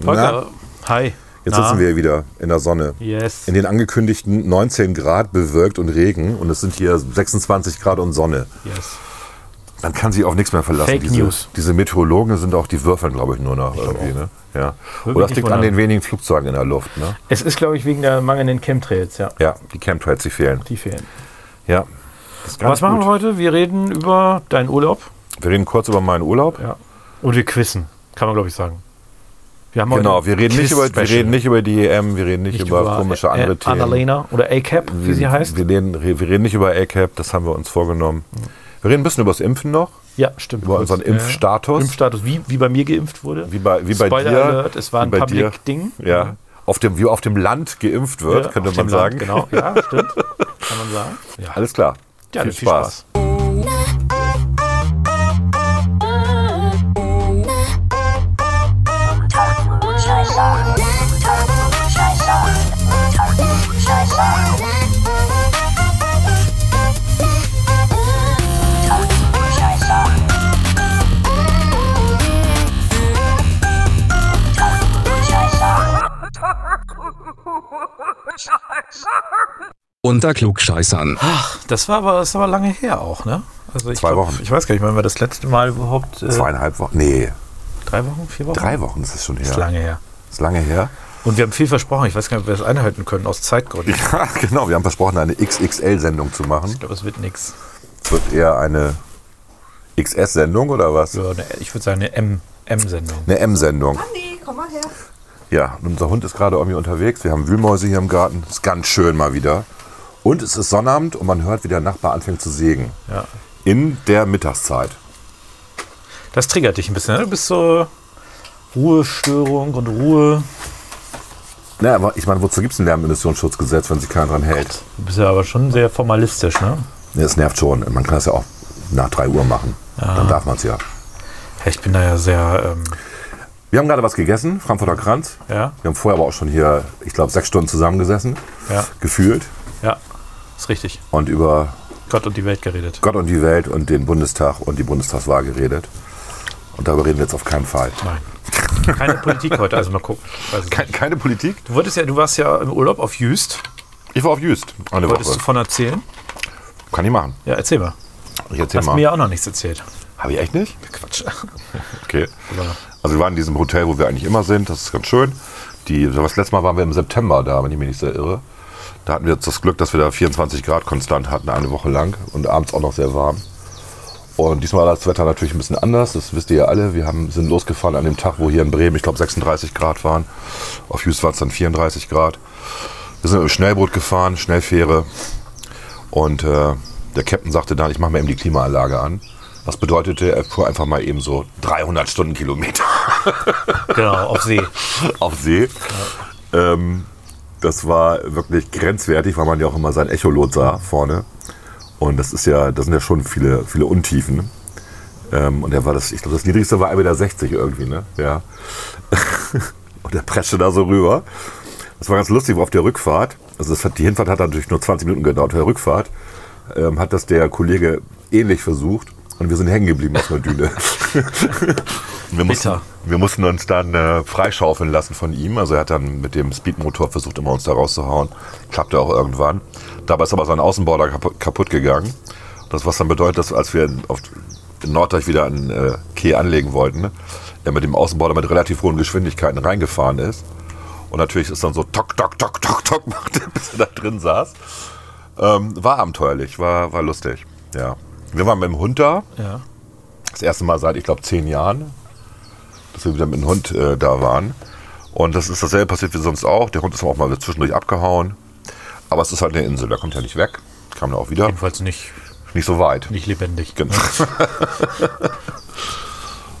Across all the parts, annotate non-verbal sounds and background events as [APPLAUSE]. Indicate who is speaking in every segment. Speaker 1: Volker, hi.
Speaker 2: Jetzt
Speaker 1: Na?
Speaker 2: sitzen wir hier wieder in der Sonne.
Speaker 1: Yes.
Speaker 2: In den angekündigten 19 Grad bewölkt und Regen und es sind hier 26 Grad und Sonne.
Speaker 1: yes.
Speaker 2: Man kann sich auf nichts mehr verlassen.
Speaker 1: Fake
Speaker 2: diese,
Speaker 1: News.
Speaker 2: diese Meteorologen sind auch, die würfeln, glaube ich, nur noch irgendwie. Ne? Ja. Oder das
Speaker 1: nicht
Speaker 2: liegt an
Speaker 1: wundern.
Speaker 2: den wenigen Flugzeugen in der Luft. Ne?
Speaker 1: Es ist, glaube ich, wegen der mangelnden Chemtrails, ja.
Speaker 2: Ja, die Chemtrails, die fehlen.
Speaker 1: Die fehlen.
Speaker 2: Ja. Das ist ganz
Speaker 1: Was machen wir
Speaker 2: gut.
Speaker 1: heute? Wir reden über deinen Urlaub.
Speaker 2: Wir reden kurz über meinen Urlaub.
Speaker 1: Ja. Und wir quizzen, kann man, glaube ich, sagen. Wir haben
Speaker 2: Genau,
Speaker 1: heute
Speaker 2: wir reden, nicht über, wir reden nicht über die EM, wir reden nicht, über, komische andere
Speaker 1: äh,
Speaker 2: Themen.
Speaker 1: Annalena oder A-Cap, wie
Speaker 2: Wir-
Speaker 1: sie heißt. Hm.
Speaker 2: Wir reden, wir reden nicht über ACAP, das haben wir uns vorgenommen. Wir reden ein bisschen über das Impfen noch,
Speaker 1: ja, stimmt.
Speaker 2: über
Speaker 1: kurz. äh,
Speaker 2: unseren Impfstatus.
Speaker 1: Impfstatus, wie, wie bei mir geimpft wurde.
Speaker 2: Wie bei, wie bei
Speaker 1: Spoiler
Speaker 2: dir.
Speaker 1: Alert, es war
Speaker 2: wie
Speaker 1: ein
Speaker 2: bei dir.
Speaker 1: Public-Ding. Mhm.
Speaker 2: Ja. Auf dem, wie auf dem Land geimpft wird,
Speaker 1: Ja,
Speaker 2: könnte
Speaker 1: auf
Speaker 2: man
Speaker 1: dem
Speaker 2: sagen.
Speaker 1: Land, Genau, ja, stimmt. Kann
Speaker 2: [LAUGHS]
Speaker 1: man sagen. Ja,
Speaker 2: Alles klar.
Speaker 1: ja
Speaker 2: viel, Spaß.
Speaker 3: Unter Klugscheißern.
Speaker 1: Das war aber, das ist aber lange her auch, ne? Also ich
Speaker 2: Zwei
Speaker 1: glaub,
Speaker 2: Wochen.
Speaker 1: Ich weiß gar nicht, wann wir das letzte Mal überhaupt. Äh,
Speaker 2: Zweieinhalb Wochen, nee,
Speaker 1: Drei Wochen, vier Wochen?
Speaker 2: drei Wochen ist es schon her.
Speaker 1: Ist lange her.
Speaker 2: Ist lange her.
Speaker 1: Und wir haben viel versprochen. Ich weiß gar nicht, ob wir das einhalten können, aus Zeitgründen.
Speaker 2: [LAUGHS]
Speaker 1: Ich
Speaker 2: Ja, genau, wir haben versprochen, eine XXL-Sendung zu machen.
Speaker 1: glaube, es wird nichts.
Speaker 2: Es wird eher eine XS-Sendung oder was?
Speaker 1: Ja, eine- Ich würde sagen, eine M- M-Sendung.
Speaker 2: Eine M-Sendung.
Speaker 4: Andi, komm mal her.
Speaker 2: Ja, und unser Hund ist gerade irgendwie unterwegs. Wir haben Wühlmäuse hier im Garten. Ist ganz schön mal wieder. Und es ist Sonnabend und man hört, wie der Nachbar anfängt zu sägen.
Speaker 1: Ja.
Speaker 2: In der Mittagszeit.
Speaker 1: Das triggert dich ein bisschen. Ne? Du bist so Ruhestörung und Ruhe.
Speaker 2: Na, aber ich meine, wozu gibt es ein Lärmemissionsschutzgesetz, wenn sich keiner dran hält?
Speaker 1: Du bist ja aber schon sehr formalistisch, ne?
Speaker 2: Nee, das nervt schon. Man kann es ja auch nach 3 Uhr machen. Dann darf man es ja.
Speaker 1: Ja, ich bin da ja sehr. Ähm,
Speaker 2: Wir haben gerade was gegessen, Frankfurter Kranz.
Speaker 1: ja,
Speaker 2: Wir haben vorher aber auch schon hier, ich glaube, sechs Stunden zusammengesessen.
Speaker 1: Ja.
Speaker 2: Gefühlt.
Speaker 1: ja. Ist richtig.
Speaker 2: Und über
Speaker 1: Gott und die Welt geredet.
Speaker 2: Gott und die Welt und den Bundestag und die Bundestagswahl geredet. Und darüber reden wir jetzt auf keinen Fall.
Speaker 1: Nein. Keine Politik heute, also mal gucken. Weiß es nicht.
Speaker 2: keine Politik?
Speaker 1: Du wolltest ja, du warst ja im Urlaub auf Jüst.
Speaker 2: Ich war auf Jüst eine
Speaker 1: Wolltest
Speaker 2: Woche.
Speaker 1: du von erzählen?
Speaker 2: Kann ich machen.
Speaker 1: Ja, erzähl mal.
Speaker 2: Ich erzähl
Speaker 1: Hast
Speaker 2: mal.
Speaker 1: mir auch noch nichts erzählt.
Speaker 2: Habe ich echt nicht?
Speaker 1: Quatsch.
Speaker 2: Okay.
Speaker 1: Aber
Speaker 2: Also wir waren in diesem Hotel, wo wir eigentlich immer sind. Das ist ganz schön. Die, das letzte Mal waren wir im September da, wenn ich mich nicht sehr irre. Da hatten wir jetzt das Glück, dass wir da 24 Grad konstant hatten, eine Woche lang. Und abends auch noch sehr warm. Und diesmal war das Wetter natürlich ein bisschen anders. Das wisst ihr ja alle. Wir haben, sind losgefahren an dem Tag, wo hier in Bremen, ich glaube, 36 Grad waren. Auf Hughes waren es dann 34 Grad. Wir sind mit dem Schnellboot gefahren, Schnellfähre. Und äh, der Captain sagte dann, ich mache mir eben die Klimaanlage an. Was bedeutete, er fuhr einfach mal eben so 300 Stundenkilometer
Speaker 1: genau, auf See.
Speaker 2: auf See. Ähm, das war wirklich grenzwertig, weil man ja auch immer sein Echolot sah vorne. Und das ist ja, das sind ja schon viele, viele Untiefen. Ähm, und er war das, ich glaube, das niedrigste war 1,60 Meter irgendwie, ne? Ja. [LAUGHS] und er preschte da so rüber. Das war ganz lustig, auf der Rückfahrt, also das hat, die Hinfahrt hat natürlich nur 20 Minuten gedauert, auf der Rückfahrt ähm, hat das der Kollege ähnlich versucht und wir sind hängen geblieben auf einer Düne. [LAUGHS] wir, mussten,
Speaker 1: Bitter.
Speaker 2: wir mussten uns dann äh, freischaufeln lassen von ihm, also er hat dann mit dem Speedmotor versucht, immer uns da rauszuhauen, klappte auch irgendwann. Dabei ist aber sein Außenborder kaputt, kaputt gegangen. Das, was dann bedeutet, dass als wir auf, in Norddeich wieder einen äh, Keh anlegen wollten, ne, er mit dem Außenborder mit relativ hohen Geschwindigkeiten reingefahren ist. Und natürlich ist dann so tok, tok, tok, tok, tok [LAUGHS] machte, bis er da drin saß. Ähm, war abenteuerlich, war, war lustig. Ja. Wir waren mit dem Hund da,
Speaker 1: Ja.
Speaker 2: das erste Mal seit, ich glaube, zehn Jahren, dass wir wieder mit dem Hund äh, da waren. Und das ist dasselbe passiert wie sonst auch. Der Hund ist auch mal zwischendurch abgehauen. Aber es ist halt eine Insel, da kommt er nicht weg. Kam da auch wieder.
Speaker 1: Jedenfalls nicht,
Speaker 2: Nicht so weit.
Speaker 1: nicht lebendig.
Speaker 2: Genau.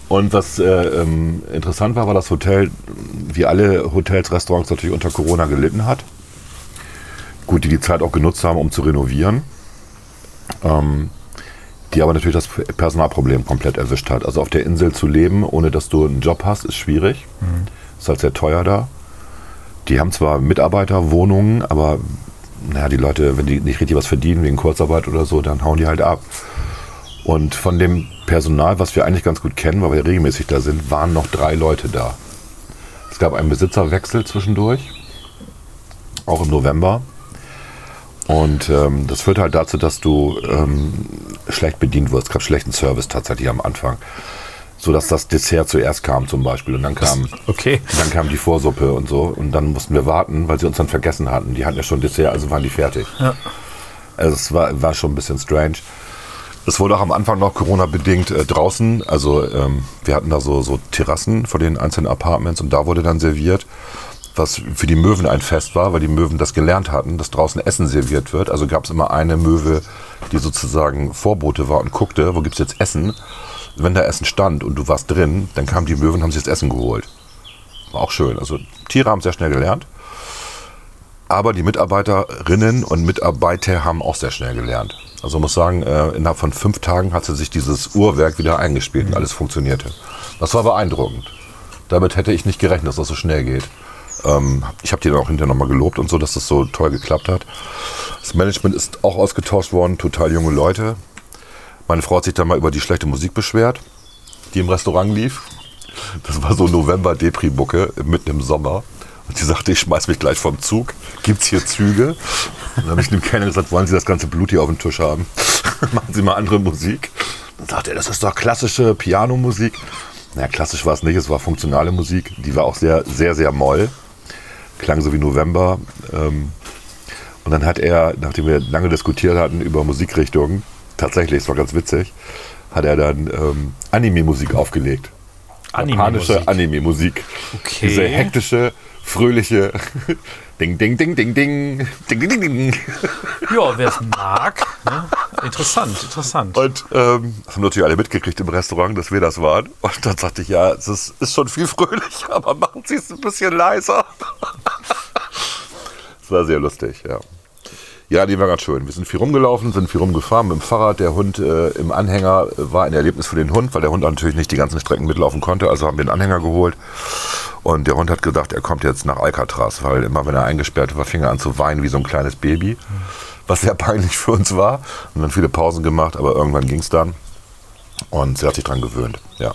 Speaker 2: Und was äh, ähm, interessant war, war das Hotel, wie alle Hotels, Restaurants natürlich unter Corona gelitten hat. Gut, die die Zeit auch genutzt haben, um zu renovieren. Ähm, die aber natürlich das Personalproblem komplett erwischt hat. Also auf der Insel zu leben, ohne dass du einen Job hast, ist schwierig. Ist halt sehr teuer da. Die haben zwar Mitarbeiterwohnungen, aber naja, die Leute, wenn die nicht richtig was verdienen wegen Kurzarbeit oder so, dann hauen die halt ab. Und von dem Personal, was wir eigentlich ganz gut kennen, weil wir regelmäßig da sind, waren noch drei Leute da. Es gab einen Besitzerwechsel zwischendurch, auch im November. Und ähm, das führte halt dazu, dass du ähm, schlecht bedient wirst. Es gab schlechten Service tatsächlich am Anfang. Sodass das Dessert zuerst kam zum Beispiel. Und dann kam,
Speaker 1: Okay.
Speaker 2: dann kam die Vorsuppe und so. Und dann mussten wir warten, weil sie uns dann vergessen hatten. Die hatten ja schon Dessert, also waren die fertig. Also es war, war schon ein bisschen strange. Es wurde auch am Anfang noch Corona-bedingt äh, draußen. Also ähm, wir hatten da so, so Terrassen vor den einzelnen Apartments und da wurde dann serviert, was für die Möwen ein Fest war, weil die Möwen das gelernt hatten, dass draußen Essen serviert wird. Also gab es immer eine Möwe, die sozusagen Vorbote war und guckte, wo gibt's jetzt Essen. Wenn da Essen stand und du warst drin, dann kamen die Möwen und haben sich jetzt Essen geholt. War auch schön. Also Tiere haben sehr schnell gelernt. Aber die Mitarbeiterinnen und Mitarbeiter haben auch sehr schnell gelernt. Also muss sagen, äh, innerhalb von fünf Tagen hatte sich dieses Uhrwerk wieder eingespielt und alles funktionierte. Das war beeindruckend. Damit hätte ich nicht gerechnet, dass das so schnell geht. Ähm, ich habe die dann auch hinterher nochmal gelobt und so, dass das so toll geklappt hat. Das Management ist auch ausgetauscht worden, total junge Leute. Meine Frau hat sich dann mal über die schlechte Musik beschwert, die im Restaurant lief. Das war so November-Depri-Bucke mitten im Sommer. Und sie sagte, ich schmeiß mich gleich vom Zug. Gibt's hier Züge? Und dann habe ich dem Kellner gesagt, wollen Sie das ganze Blut hier auf dem Tisch haben? [LAUGHS] Machen Sie mal andere Musik. Dann sagte er, das ist doch klassische Pianomusik. Na, klassisch war es nicht, es war funktionale Musik. Die war auch sehr, sehr, sehr moll. Klang so wie November. Ähm, und dann hat er, nachdem wir lange diskutiert hatten über Musikrichtungen, tatsächlich, es war ganz witzig, hat er dann ähm, Anime-Musik aufgelegt. Japanische Anime-Musik.
Speaker 1: Okay.
Speaker 2: Diese hektische, fröhliche [LAUGHS] Ding, Ding, Ding, Ding, Ding, Ding, Ding, Ding, Ding.
Speaker 1: Ja, wer es mag. Ne? Interessant, interessant.
Speaker 2: Und ähm, das haben natürlich alle mitgekriegt im Restaurant, dass wir das waren. Und dann sagte ich, ja, es ist, ist schon viel fröhlicher, [LAUGHS] aber machen Sie es ein bisschen leiser. [LAUGHS] Es war sehr lustig, ja. Ja, die war ganz schön. Wir sind viel rumgelaufen, sind viel rumgefahren mit dem Fahrrad. Der Hund äh, im Anhänger war ein Erlebnis für den Hund, weil der Hund natürlich nicht die ganzen Strecken mitlaufen konnte. Also haben wir einen Anhänger geholt. Und der Hund hat gedacht, er kommt jetzt nach Alcatraz, weil immer wenn er eingesperrt war, fing er an zu weinen wie so ein kleines Baby. Was sehr peinlich für uns war. Und dann viele Pausen gemacht, aber irgendwann ging es dann. Und sie hat sich dran gewöhnt. Ja.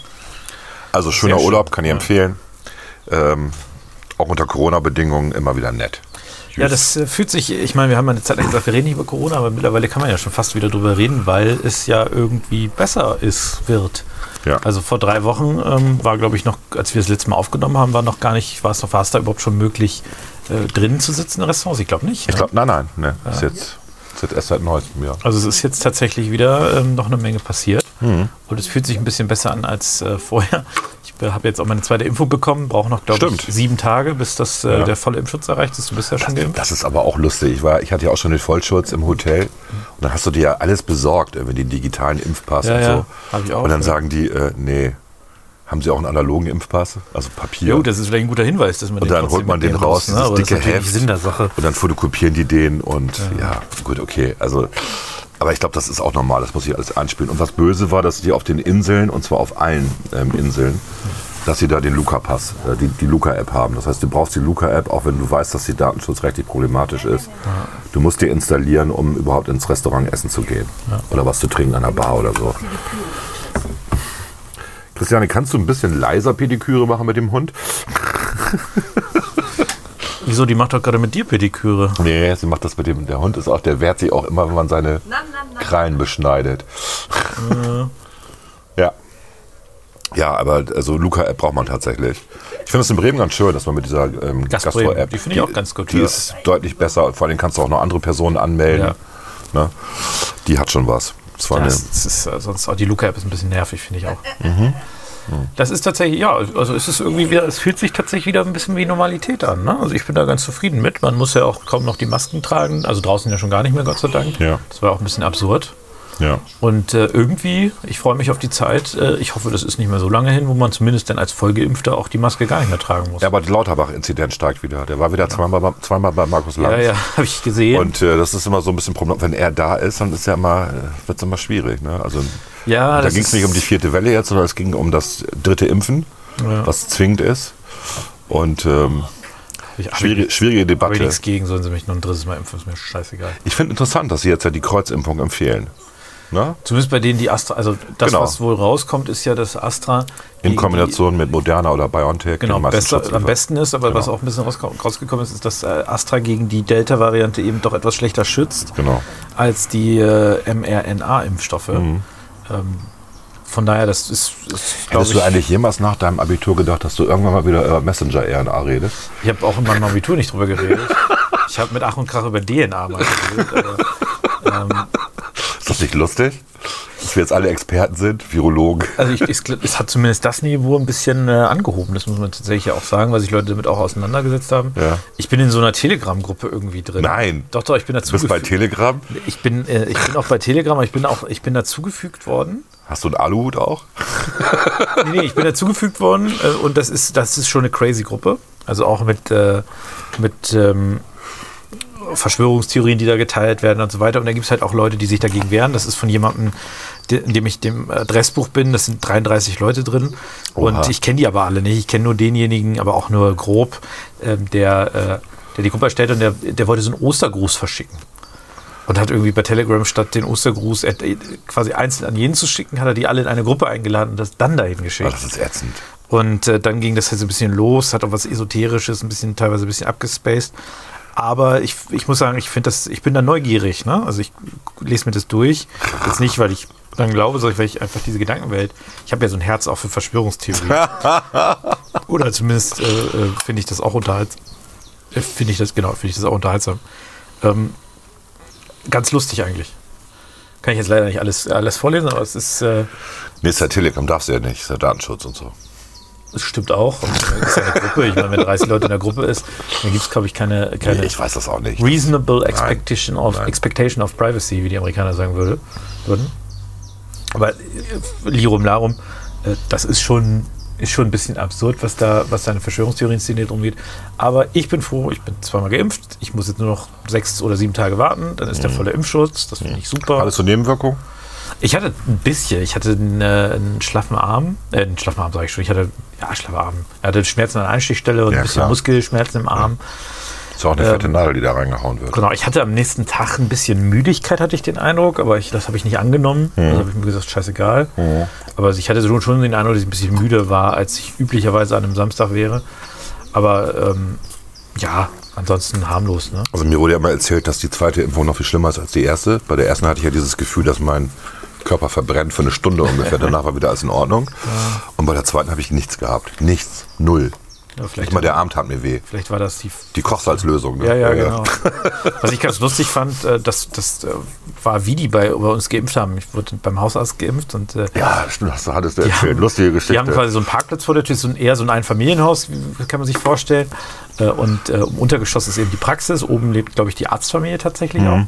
Speaker 2: Also schöner
Speaker 1: schön,
Speaker 2: Urlaub, kann ich empfehlen. Ähm, auch unter Corona-Bedingungen immer wieder nett.
Speaker 1: Ja, das äh, fühlt sich, ich meine, wir haben ja eine Zeit lang gesagt, wir reden nicht über Corona, aber mittlerweile kann man ja schon fast wieder drüber reden, weil es ja irgendwie besser ist, wird.
Speaker 2: Ja.
Speaker 1: Also vor drei Wochen ähm, war, glaube ich, noch, als wir das letzte Mal aufgenommen haben, war noch gar nicht, war es noch, war es da überhaupt schon möglich, äh, drinnen zu sitzen in Restaurants? Ich glaube nicht.
Speaker 2: Ich
Speaker 1: ne?
Speaker 2: glaube, nein, nein, ne. Ist jetzt, ist jetzt erst seit neuestem, ja.
Speaker 1: Also es ist jetzt tatsächlich wieder ähm, noch eine Menge passiert.
Speaker 2: Hm.
Speaker 1: Und es fühlt sich ein bisschen besser an als äh, vorher. Ich habe jetzt auch meine zweite Impfung bekommen, brauche noch, glaube
Speaker 2: Stimmt.
Speaker 1: ich, sieben Tage, bis das, äh,
Speaker 2: Ja.
Speaker 1: der volle Impfschutz erreicht ist. Du bist ja schon geimpft.
Speaker 2: Das ist aber auch lustig. Ich, war, ich hatte ja auch schon den Vollschutz im Hotel und dann hast du dir ja alles besorgt, irgendwie den digitalen Impfpass
Speaker 1: Ja,
Speaker 2: und
Speaker 1: ja.
Speaker 2: so.
Speaker 1: Hab ich auch,
Speaker 2: und dann
Speaker 1: ja.
Speaker 2: sagen die, äh, nee, haben sie auch einen analogen Impfpass? Also Papier.
Speaker 1: Jo, das ist vielleicht ein guter Hinweis, dass man
Speaker 2: und dann holt
Speaker 1: trotzdem
Speaker 2: man den
Speaker 1: mitnehmen
Speaker 2: raus,
Speaker 1: muss,
Speaker 2: dieses
Speaker 1: ne? Aber
Speaker 2: dicke
Speaker 1: das ist natürlich
Speaker 2: Heft.
Speaker 1: Sinn der Sache.
Speaker 2: Und dann fotokopieren die den und ja, gut, okay. Also, aber ich glaube, das ist auch normal, das muss ich alles anspielen. Und was böse war, dass die auf den Inseln, und zwar auf allen ähm, Inseln, dass sie da den Luca-Pass, äh, die, die Luca-App haben. Das heißt, du brauchst die Luca-App, auch wenn du weißt, dass die datenschutzrechtlich problematisch ist. Du musst die installieren, um überhaupt ins Restaurant essen zu gehen. Oder was zu trinken an der Bar oder so. Christiane, kannst du ein bisschen leiser Pediküre machen mit dem Hund?
Speaker 1: Wieso, die macht doch gerade mit dir Pediküre.
Speaker 2: Nee, sie macht das mit dem. Der Hund ist auch, der wehrt sich auch immer, wenn man seine Krallen beschneidet. [LAUGHS] ja. Ja, aber also Luca-App braucht man tatsächlich. Ich finde es in Bremen ganz schön, dass man mit dieser ähm,
Speaker 1: Gastbremen,
Speaker 2: Gastro-App.
Speaker 1: die finde ich auch ganz gut,
Speaker 2: Die
Speaker 1: ja.
Speaker 2: ist deutlich besser. und Vor allem kannst du auch noch andere Personen anmelden. Ne? Die hat schon was. Das war
Speaker 1: Das, das ist äh, sonst auch die Luca-App ist ein bisschen nervig, finde ich auch.
Speaker 2: Mhm.
Speaker 1: Das ist tatsächlich, ja, also es ist irgendwie wieder, es fühlt sich tatsächlich wieder ein bisschen wie Normalität an. Ne? Also ich bin da ganz zufrieden mit. Man muss ja auch kaum noch die Masken tragen, also draußen ja schon gar nicht mehr, Gott sei Dank.
Speaker 2: Ja.
Speaker 1: Das war auch ein bisschen absurd.
Speaker 2: eine, ja.
Speaker 1: Und äh, irgendwie, ich freue mich auf die Zeit. Äh, ich hoffe, das ist nicht mehr so lange hin, wo man zumindest dann als Vollgeimpfter auch die Maske gar nicht mehr tragen muss.
Speaker 2: ja, aber der Lauterbach-Inzident steigt wieder. Der war wieder zweimal, bei- zweimal bei Markus Lanz.
Speaker 1: ja,
Speaker 2: [LAUGHS]
Speaker 1: ja, habe ich gesehen.
Speaker 2: Und äh, das ist immer so ein bisschen Problem. Wenn er da ist, dann ist ja immer, wird es immer schwierig. Ne? Also
Speaker 1: Ja,
Speaker 2: da
Speaker 1: das
Speaker 2: ging es
Speaker 1: ist-
Speaker 2: nicht um die vierte Welle jetzt, sondern es ging um das dritte Impfen, was zwingend ist. Und ähm,
Speaker 1: ich, hab ich,
Speaker 2: schwierige, schwierige
Speaker 1: hab ich
Speaker 2: Debatte.
Speaker 1: nichts gegen, sollen sie mich nur ein drittes Mal impfen, ist mir scheißegal.
Speaker 2: Ich finde interessant, dass sie jetzt ja die Kreuzimpfung empfehlen. Ne?
Speaker 1: Zumindest bei denen, die Astra, also das,
Speaker 2: Genau.
Speaker 1: was wohl rauskommt, ist ja, dass Astra die-
Speaker 2: In
Speaker 1: die-
Speaker 2: Kombination mit Moderna oder BioNTech.
Speaker 1: Genau,
Speaker 2: den meisten
Speaker 1: besser,
Speaker 2: Schutz
Speaker 1: am
Speaker 2: liefert.
Speaker 1: besten ist, aber
Speaker 2: Genau.
Speaker 1: was auch ein bisschen rausge- rausgekommen ist, ist, dass äh, Astra gegen die Delta-Variante eben doch etwas schlechter schützt
Speaker 2: Genau.
Speaker 1: als die äh, mRNA-Impfstoffe.
Speaker 2: Mhm.
Speaker 1: Ähm, von daher, das ist, ist glaube
Speaker 2: Hättest
Speaker 1: ich,
Speaker 2: du eigentlich jemals nach deinem Abitur gedacht, dass du irgendwann mal wieder über Messenger-RNA redest?
Speaker 1: ich habe auch in meinem Abitur nicht drüber geredet. Ich habe mit Ach und Krach über DNA mal geredet. Aber,
Speaker 2: Ist das nicht lustig? Dass wir jetzt alle Experten sind, Virologen. [LAUGHS]
Speaker 1: also ich, ich, glaub, es hat zumindest das Niveau ein bisschen äh, angehoben, das muss man tatsächlich auch sagen, weil sich Leute damit auch auseinandergesetzt haben.
Speaker 2: Ja.
Speaker 1: Ich bin in so einer Telegram-Gruppe irgendwie drin.
Speaker 2: Nein.
Speaker 1: Doch, doch, ich bin dazu
Speaker 2: Du bist bei Telegram.
Speaker 1: Ich bin, äh, ich bin auch bei Telegram, aber ich bin auch, ich bin dazugefügt worden.
Speaker 2: Hast du einen Aluhut auch?
Speaker 1: Nee, nee, ich bin dazugefügt worden äh, und das ist, das ist schon eine crazy Gruppe. Also auch mit, äh, mit ähm, Verschwörungstheorien, die da geteilt werden und so weiter. Und da gibt es halt auch Leute, die sich dagegen wehren. Das ist von jemandem, de, in dem ich dem Adressbuch bin. Das sind 33 Leute drin. Und
Speaker 2: Oha.
Speaker 1: ich kenne die aber alle nicht. Ich kenne nur denjenigen, aber auch nur grob, ähm, der, äh, der die Gruppe erstellt und der, der wollte so einen Ostergruß verschicken. Und hat irgendwie bei Telegram statt den Ostergruß äh, quasi einzeln an jeden zu schicken, hat er die alle in eine Gruppe eingeladen und das dann dahin
Speaker 2: Ah,
Speaker 1: geschickt.
Speaker 2: das ist ätzend.
Speaker 1: Und äh, dann ging das halt so ein bisschen los, hat auch was Esoterisches, ein bisschen, teilweise ein bisschen abgespaced. Aber ich, ich muss sagen, ich finde das, ich bin da neugierig, ne? Also ich lese mir das durch. Jetzt nicht, weil ich dann glaube, sondern weil ich einfach diese Gedankenwelt. Ich habe ja so ein Herz auch für Verschwörungstheorien. Oder zumindest äh, äh, finde ich das auch unterhaltsam. Äh, finde ich das, genau, finde ich das auch unterhaltsam. Ähm, ganz lustig eigentlich. Kann ich jetzt leider nicht alles, alles vorlesen, aber es ist. Äh,
Speaker 2: Nee, ist ja Telegram, darfst du ja nicht. Ist ja Datenschutz und so.
Speaker 1: Das stimmt auch. Und Das ist ja eine Gruppe. Ich meine, wenn 30 Leute in der Gruppe ist, dann gibt es, glaube ich, keine, keine
Speaker 2: Nee, ich weiß das auch nicht.
Speaker 1: reasonable expectation of, expectation of privacy, wie die Amerikaner sagen würde, würden. Aber äh, Lirum Larum, äh, das ist schon, ist schon ein bisschen absurd, was da, was da eine Verschwörungstheorien-Szene drum geht. Aber ich bin froh, ich bin zweimal geimpft. Ich muss jetzt nur noch sechs oder sieben Tage warten. Dann ist der volle Impfschutz. Das finde ich super.
Speaker 2: Mhm. Alles zur Nebenwirkung?
Speaker 1: Ich hatte ein bisschen. Ich hatte einen, äh, einen schlaffen Arm. Äh, einen schlaffen Arm, sage ich schon. Ich hatte, ja, schlaffen Arm. Ich hatte Schmerzen an der Einstichstelle und
Speaker 2: Ja,
Speaker 1: ein bisschen
Speaker 2: klar.
Speaker 1: Muskelschmerzen im Arm.
Speaker 2: Ist ja auch eine
Speaker 1: Ähm,
Speaker 2: fette Nadel, die da reingehauen wird.
Speaker 1: Genau, ich hatte am nächsten Tag ein bisschen Müdigkeit, hatte ich den Eindruck, aber ich, das habe ich nicht angenommen.
Speaker 2: Mhm.
Speaker 1: Also habe ich mir gesagt, scheißegal. Aber ich hatte schon, schon den Eindruck, dass ich ein bisschen müde war, als ich üblicherweise an einem Samstag wäre. Aber ähm, ja, ansonsten harmlos. Ne?
Speaker 2: Also mir wurde ja immer erzählt, dass die zweite Impfung noch viel schlimmer ist als die erste. Bei der ersten hatte ich ja dieses Gefühl, dass mein Körper verbrennt für eine Stunde ungefähr. Danach war wieder alles in Ordnung. Und bei der zweiten habe ich nichts gehabt. Nichts. Null.
Speaker 1: Ja,
Speaker 2: Nicht
Speaker 1: vielleicht,
Speaker 2: mal der Arm tat mir weh.
Speaker 1: vielleicht war das die
Speaker 2: Die Kochsalzlösung. Ne?
Speaker 1: Ja, ja, genau. Was ich ganz lustig fand, äh, das, das äh, war, wie die bei, bei uns geimpft haben. Ich wurde beim Hausarzt geimpft und äh,
Speaker 2: Ja, stimmt, das hattest du erzählt.
Speaker 1: haben-
Speaker 2: Lustige Geschichte.
Speaker 1: die haben quasi so einen Parkplatz vor der Tür, so ein, eher so ein Einfamilienhaus, wie- kann man sich vorstellen. Äh, und äh, im Untergeschoss ist eben die Praxis, oben lebt, glaube ich, die Arztfamilie tatsächlich auch.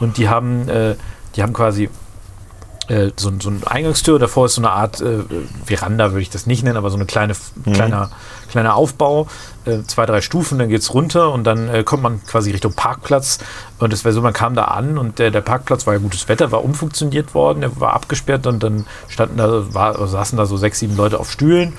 Speaker 1: Und die haben, äh, die haben quasi äh, so, ein- so eine Eingangstür, davor ist so eine Art äh, Veranda, würde ich das nicht nennen, aber so eine kleine, kleiner, kleiner Aufbau, äh, zwei, drei Stufen, dann geht's runter und dann äh, kommt man quasi Richtung Parkplatz und es war so, man kam da an und der, der Parkplatz war ja gutes Wetter, war umfunktioniert worden, der war abgesperrt und dann standen da, war, saßen da so sechs, sieben Leute auf Stühlen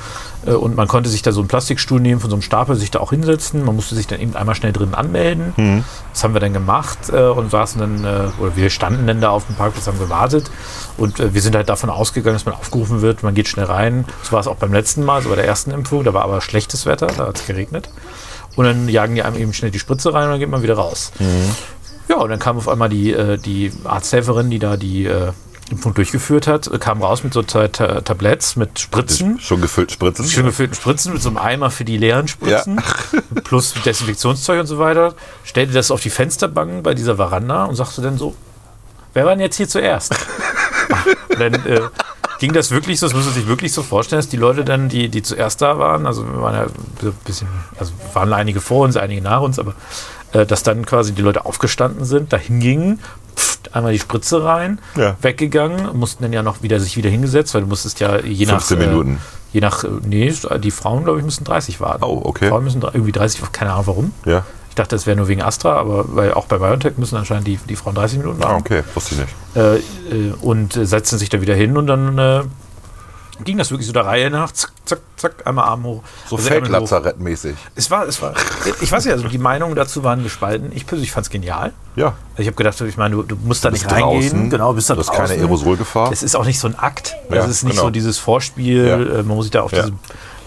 Speaker 1: äh, und man konnte sich da so einen Plastikstuhl nehmen von so einem Stapel, sich da auch hinsetzen, man musste sich dann eben einmal schnell drin anmelden, das haben wir dann gemacht äh, und saßen dann, äh, oder wir standen dann da auf dem Parkplatz, haben gewartet und äh, wir sind halt davon ausgegangen, dass man aufgerufen wird, man geht schnell rein. So war es auch beim letzten Mal, so bei der ersten Impfung, da war aber schlechtes Wetter, da hat es geregnet. Und dann jagen die einem eben schnell die Spritze rein und dann geht man wieder raus. Ja, und dann kam auf einmal die, äh, die Arzthelferin, die da die äh, Impfung durchgeführt hat, äh, kam raus mit so zwei Ta Tabletts mit Spritzen.
Speaker 2: Schon gefüllt Spritzen.
Speaker 1: Schön gefüllten Spritzen mit so einem Eimer für die leeren Spritzen [LAUGHS] plus Desinfektionszeug und so weiter. Stellte das auf die Fensterbank bei dieser Veranda und sagte dann so: Wer war denn jetzt hier
Speaker 2: [LAUGHS]
Speaker 1: zuerst? Und dann äh, ging das wirklich so, das muss man sich wirklich so vorstellen, dass die Leute dann, die, die zuerst da waren, also wir waren ja so ein bisschen, also waren einige vor uns, einige nach uns, aber äh, dass dann quasi die Leute aufgestanden sind, dahin gingen, pft, einmal die Spritze rein,
Speaker 2: Ja.
Speaker 1: weggegangen, mussten dann ja noch wieder sich wieder hingesetzt, weil du musstest ja je nach
Speaker 2: 15 Minuten.
Speaker 1: je nach, äh, nee, die Frauen, glaube ich, müssen 30 warten.
Speaker 2: Oh, okay.
Speaker 1: Frauen müssen dr- irgendwie 30, keine Ahnung warum.
Speaker 2: Ja.
Speaker 1: Ich dachte, das wäre nur wegen Astra, aber weil auch bei BioNTech müssen anscheinend die, die Frauen 30 Minuten
Speaker 2: Ah,
Speaker 1: warten.
Speaker 2: okay, wusste ich nicht.
Speaker 1: Äh, äh, und äh, setzten sich da wieder hin und dann äh, ging das wirklich so der Reihe nach, zack, zack, zack, einmal Arm hoch.
Speaker 2: So
Speaker 1: also Ärmel hoch.
Speaker 2: Feldlazarettmäßig.
Speaker 1: Es war, es war, ich weiß nicht, also die Meinungen dazu waren gespalten. Ich persönlich fand es genial.
Speaker 2: Ja.
Speaker 1: Also ich habe gedacht, ich meine, du, du musst da nicht
Speaker 2: bist
Speaker 1: reingehen.
Speaker 2: draußen,
Speaker 1: genau, bist da
Speaker 2: du hast
Speaker 1: draußen.
Speaker 2: keine Aerosolgefahr.
Speaker 1: Es ist auch nicht so ein Akt.
Speaker 2: Ja,
Speaker 1: es ist nicht
Speaker 2: genau.
Speaker 1: so dieses Vorspiel,
Speaker 2: Ja.
Speaker 1: äh, man muss sich da auf
Speaker 2: Ja.
Speaker 1: diese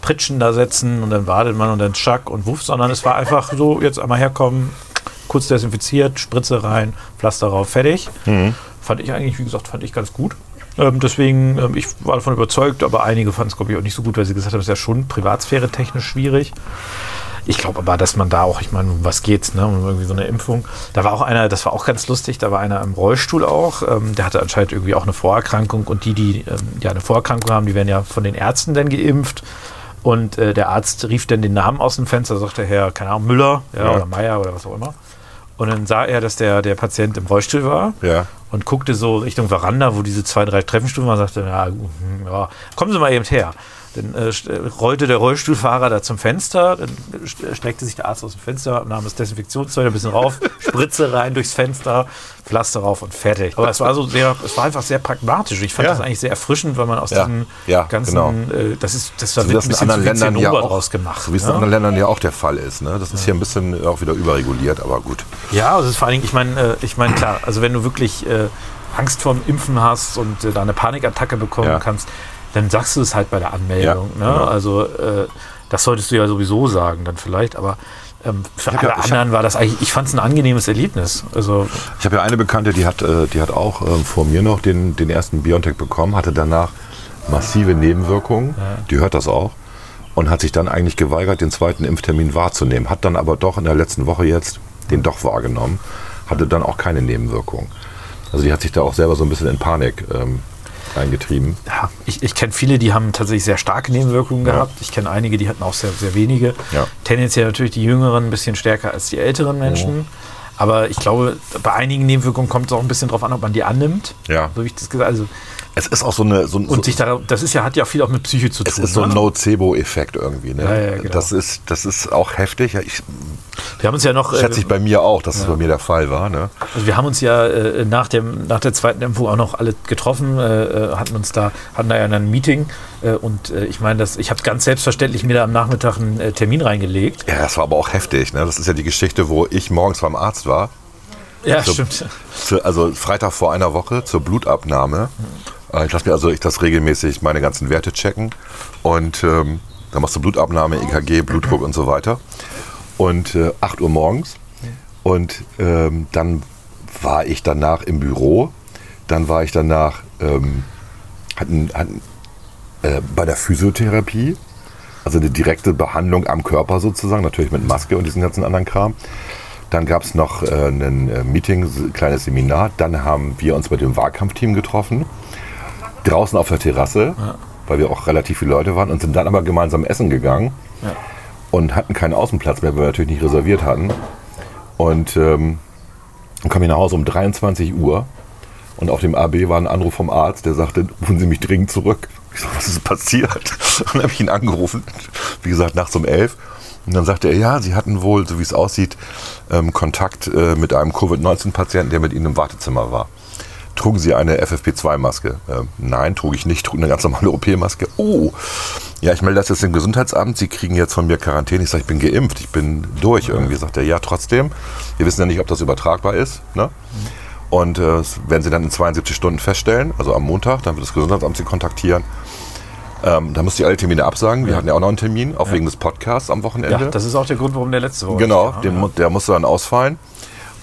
Speaker 1: Pritschen da setzen und dann wartet man und dann schack und wuff, sondern es war einfach so, jetzt einmal herkommen, kurz desinfiziert, Spritze rein, Pflaster rauf, fertig.
Speaker 2: Mhm.
Speaker 1: Fand ich eigentlich, wie gesagt, fand ich ganz gut. Ähm, deswegen, ähm, ich war davon überzeugt, aber einige fanden es, glaube ich, auch nicht so gut, weil sie gesagt haben, es ist ja schon privatsphäre-technisch schwierig. Ich glaube aber, dass man da auch, ich meine, um was geht's, ne? Um irgendwie so eine Impfung. Da war auch einer, das war auch ganz lustig, da war einer im Rollstuhl auch, ähm, der hatte anscheinend irgendwie auch eine Vorerkrankung und die, die ähm, ja eine Vorerkrankung haben, die werden ja von den Ärzten dann geimpft. Und äh, der Arzt rief dann den Namen aus dem Fenster, sagte Herr, keine Ahnung, Müller ja,
Speaker 2: Ja.
Speaker 1: oder Meier oder was auch immer. Und dann sah er, dass der, der Patient im Rollstuhl war
Speaker 2: Ja.
Speaker 1: und guckte so Richtung Veranda, wo diese zwei, drei Treppenstufen waren, sagte, ja, hm, ja, kommen Sie mal eben her. Dann äh, st- rollte der Rollstuhlfahrer da zum Fenster, dann äh, st- streckte sich der Arzt aus dem Fenster, nahm das Desinfektionszeug ein
Speaker 2: [LAUGHS]
Speaker 1: bisschen rauf, Spritze rein durchs Fenster, Pflaster rauf und fertig. Aber es war so sehr, es war einfach sehr pragmatisch. Ich fand
Speaker 2: Ja.
Speaker 1: das eigentlich sehr erfrischend, weil man aus
Speaker 2: Ja.
Speaker 1: diesen
Speaker 2: Ja,
Speaker 1: ganzen,
Speaker 2: genau.
Speaker 1: äh, das ist, das war
Speaker 2: So wie das in anderen Ländern ja auch,
Speaker 1: draus gemacht.
Speaker 2: so wie es in
Speaker 1: ne?
Speaker 2: anderen Ländern ja auch der Fall ist. Ne? Das ist hier ein bisschen auch wieder überreguliert, aber gut.
Speaker 1: Ja, also es ist vor allen Dingen, ich meine, äh, ich meine, klar, also wenn du wirklich äh, Angst vorm Impfen hast und äh, da eine Panikattacke bekommen
Speaker 2: Ja.
Speaker 1: kannst, dann sagst du es halt bei der Anmeldung.
Speaker 2: Ja,
Speaker 1: ne?
Speaker 2: genau.
Speaker 1: Also äh, das solltest du ja sowieso sagen dann vielleicht, aber ähm, für
Speaker 2: hab
Speaker 1: alle
Speaker 2: ja- ich hab-
Speaker 1: anderen war das eigentlich, ich fand es ein angenehmes Erlebnis. Also
Speaker 2: Ich habe ja eine Bekannte, die hat, äh, die hat auch äh, vor mir noch den, den ersten Biontech bekommen, hatte danach massive Nebenwirkungen, die hört das auch, und hat sich dann eigentlich geweigert, den zweiten Impftermin wahrzunehmen, hat dann aber doch in der letzten Woche jetzt den doch wahrgenommen, hatte dann auch keine Nebenwirkungen. Also die hat sich da auch selber so ein bisschen in Panik ähm, eingetrieben.
Speaker 1: ja, ich, ich kenne viele, die haben tatsächlich sehr starke Nebenwirkungen
Speaker 2: Ja.
Speaker 1: gehabt. Ich kenne einige, die hatten auch sehr, sehr wenige.
Speaker 2: Ja.
Speaker 1: Tendenziell natürlich die Jüngeren ein bisschen stärker als die älteren Menschen.
Speaker 2: Oh.
Speaker 1: Aber ich glaube, bei einigen Nebenwirkungen kommt es auch ein bisschen drauf an, ob man die annimmt.
Speaker 2: Ja.
Speaker 1: So wie ich das gesagt Also
Speaker 2: Es ist auch so eine... So,
Speaker 1: Und
Speaker 2: so,
Speaker 1: sich da, das ist ja, hat ja viel auch mit Psyche zu tun.
Speaker 2: Es ist so ein
Speaker 1: ne?
Speaker 2: Nocebo-Effekt irgendwie. Ne?
Speaker 1: Ja, ja, genau.
Speaker 2: das, ist, das ist auch heftig. Ja, Ich
Speaker 1: wir haben uns ja noch, äh,
Speaker 2: schätze ich bei mir auch, dass es bei mir der Fall war. Ne?
Speaker 1: also wir haben uns ja äh, nach, dem, nach der zweiten Impfung auch noch alle getroffen, äh, äh, hatten uns da, hatten da ja dann ein Meeting äh, und äh, ich meine, das, ich habe ganz selbstverständlich mir da am Nachmittag einen äh, Termin reingelegt.
Speaker 2: Ja, das war aber auch heftig. Ne? Das ist ja die Geschichte, wo ich morgens beim Arzt war.
Speaker 1: Ja,
Speaker 2: So.
Speaker 1: stimmt.
Speaker 2: Zu, also Freitag vor einer Woche zur Blutabnahme. Äh, Ich lasse mir also ich das regelmäßig meine ganzen Werte checken. Und ähm, dann machst du Blutabnahme, EKG, Blutdruck und so weiter. Und äh, 8 Uhr morgens. Und ähm, dann war ich danach im Büro. Dann war ich danach ähm, hatten, hatten, äh, bei der Physiotherapie. Also eine direkte Behandlung am Körper sozusagen, natürlich mit Maske und diesem ganzen anderen Kram. Dann gab es noch äh, ein äh, Meeting, s- kleines Seminar. Dann haben wir uns mit dem Wahlkampfteam getroffen. Draußen auf der Terrasse, weil wir auch relativ viele Leute waren und sind dann aber gemeinsam essen gegangen und hatten keinen Außenplatz mehr, weil wir natürlich nicht reserviert hatten. Und ähm, dann kam ich nach Hause um 23 Uhr und auf dem AB war ein Anruf vom Arzt, der sagte, rufen Sie mich dringend zurück. Ich so, was ist passiert? [LAUGHS] Und dann habe ich ihn angerufen, wie gesagt, nachts um elf. Und dann sagte er, ja, Sie hatten wohl, so wie es aussieht, ähm, Kontakt äh, mit einem Covid-19-Patienten, der mit Ihnen im Wartezimmer war. Trugen Sie eine FFP2-Maske? Ähm, nein, trug ich nicht, trug eine ganz normale OP-Maske. Oh, ja, ich melde das jetzt im Gesundheitsamt. Sie kriegen jetzt von mir Quarantäne. Ich sage, ich bin geimpft, ich bin durch irgendwie. Sagt er, ja, trotzdem. Wir wissen ja nicht, ob das übertragbar ist. Ne? Und äh, das werden sie dann in 72 Stunden feststellen, also am Montag, dann wird das Gesundheitsamt sie kontaktieren. Ähm, da müsst ihr alle Termine absagen. Wir hatten ja auch noch einen Termin, auch wegen des Podcasts am Wochenende.
Speaker 1: Ja, das ist auch der Grund, warum der letzte ne? Woche.
Speaker 2: Genau,
Speaker 1: nicht
Speaker 2: den, mu- der musste dann ausfallen.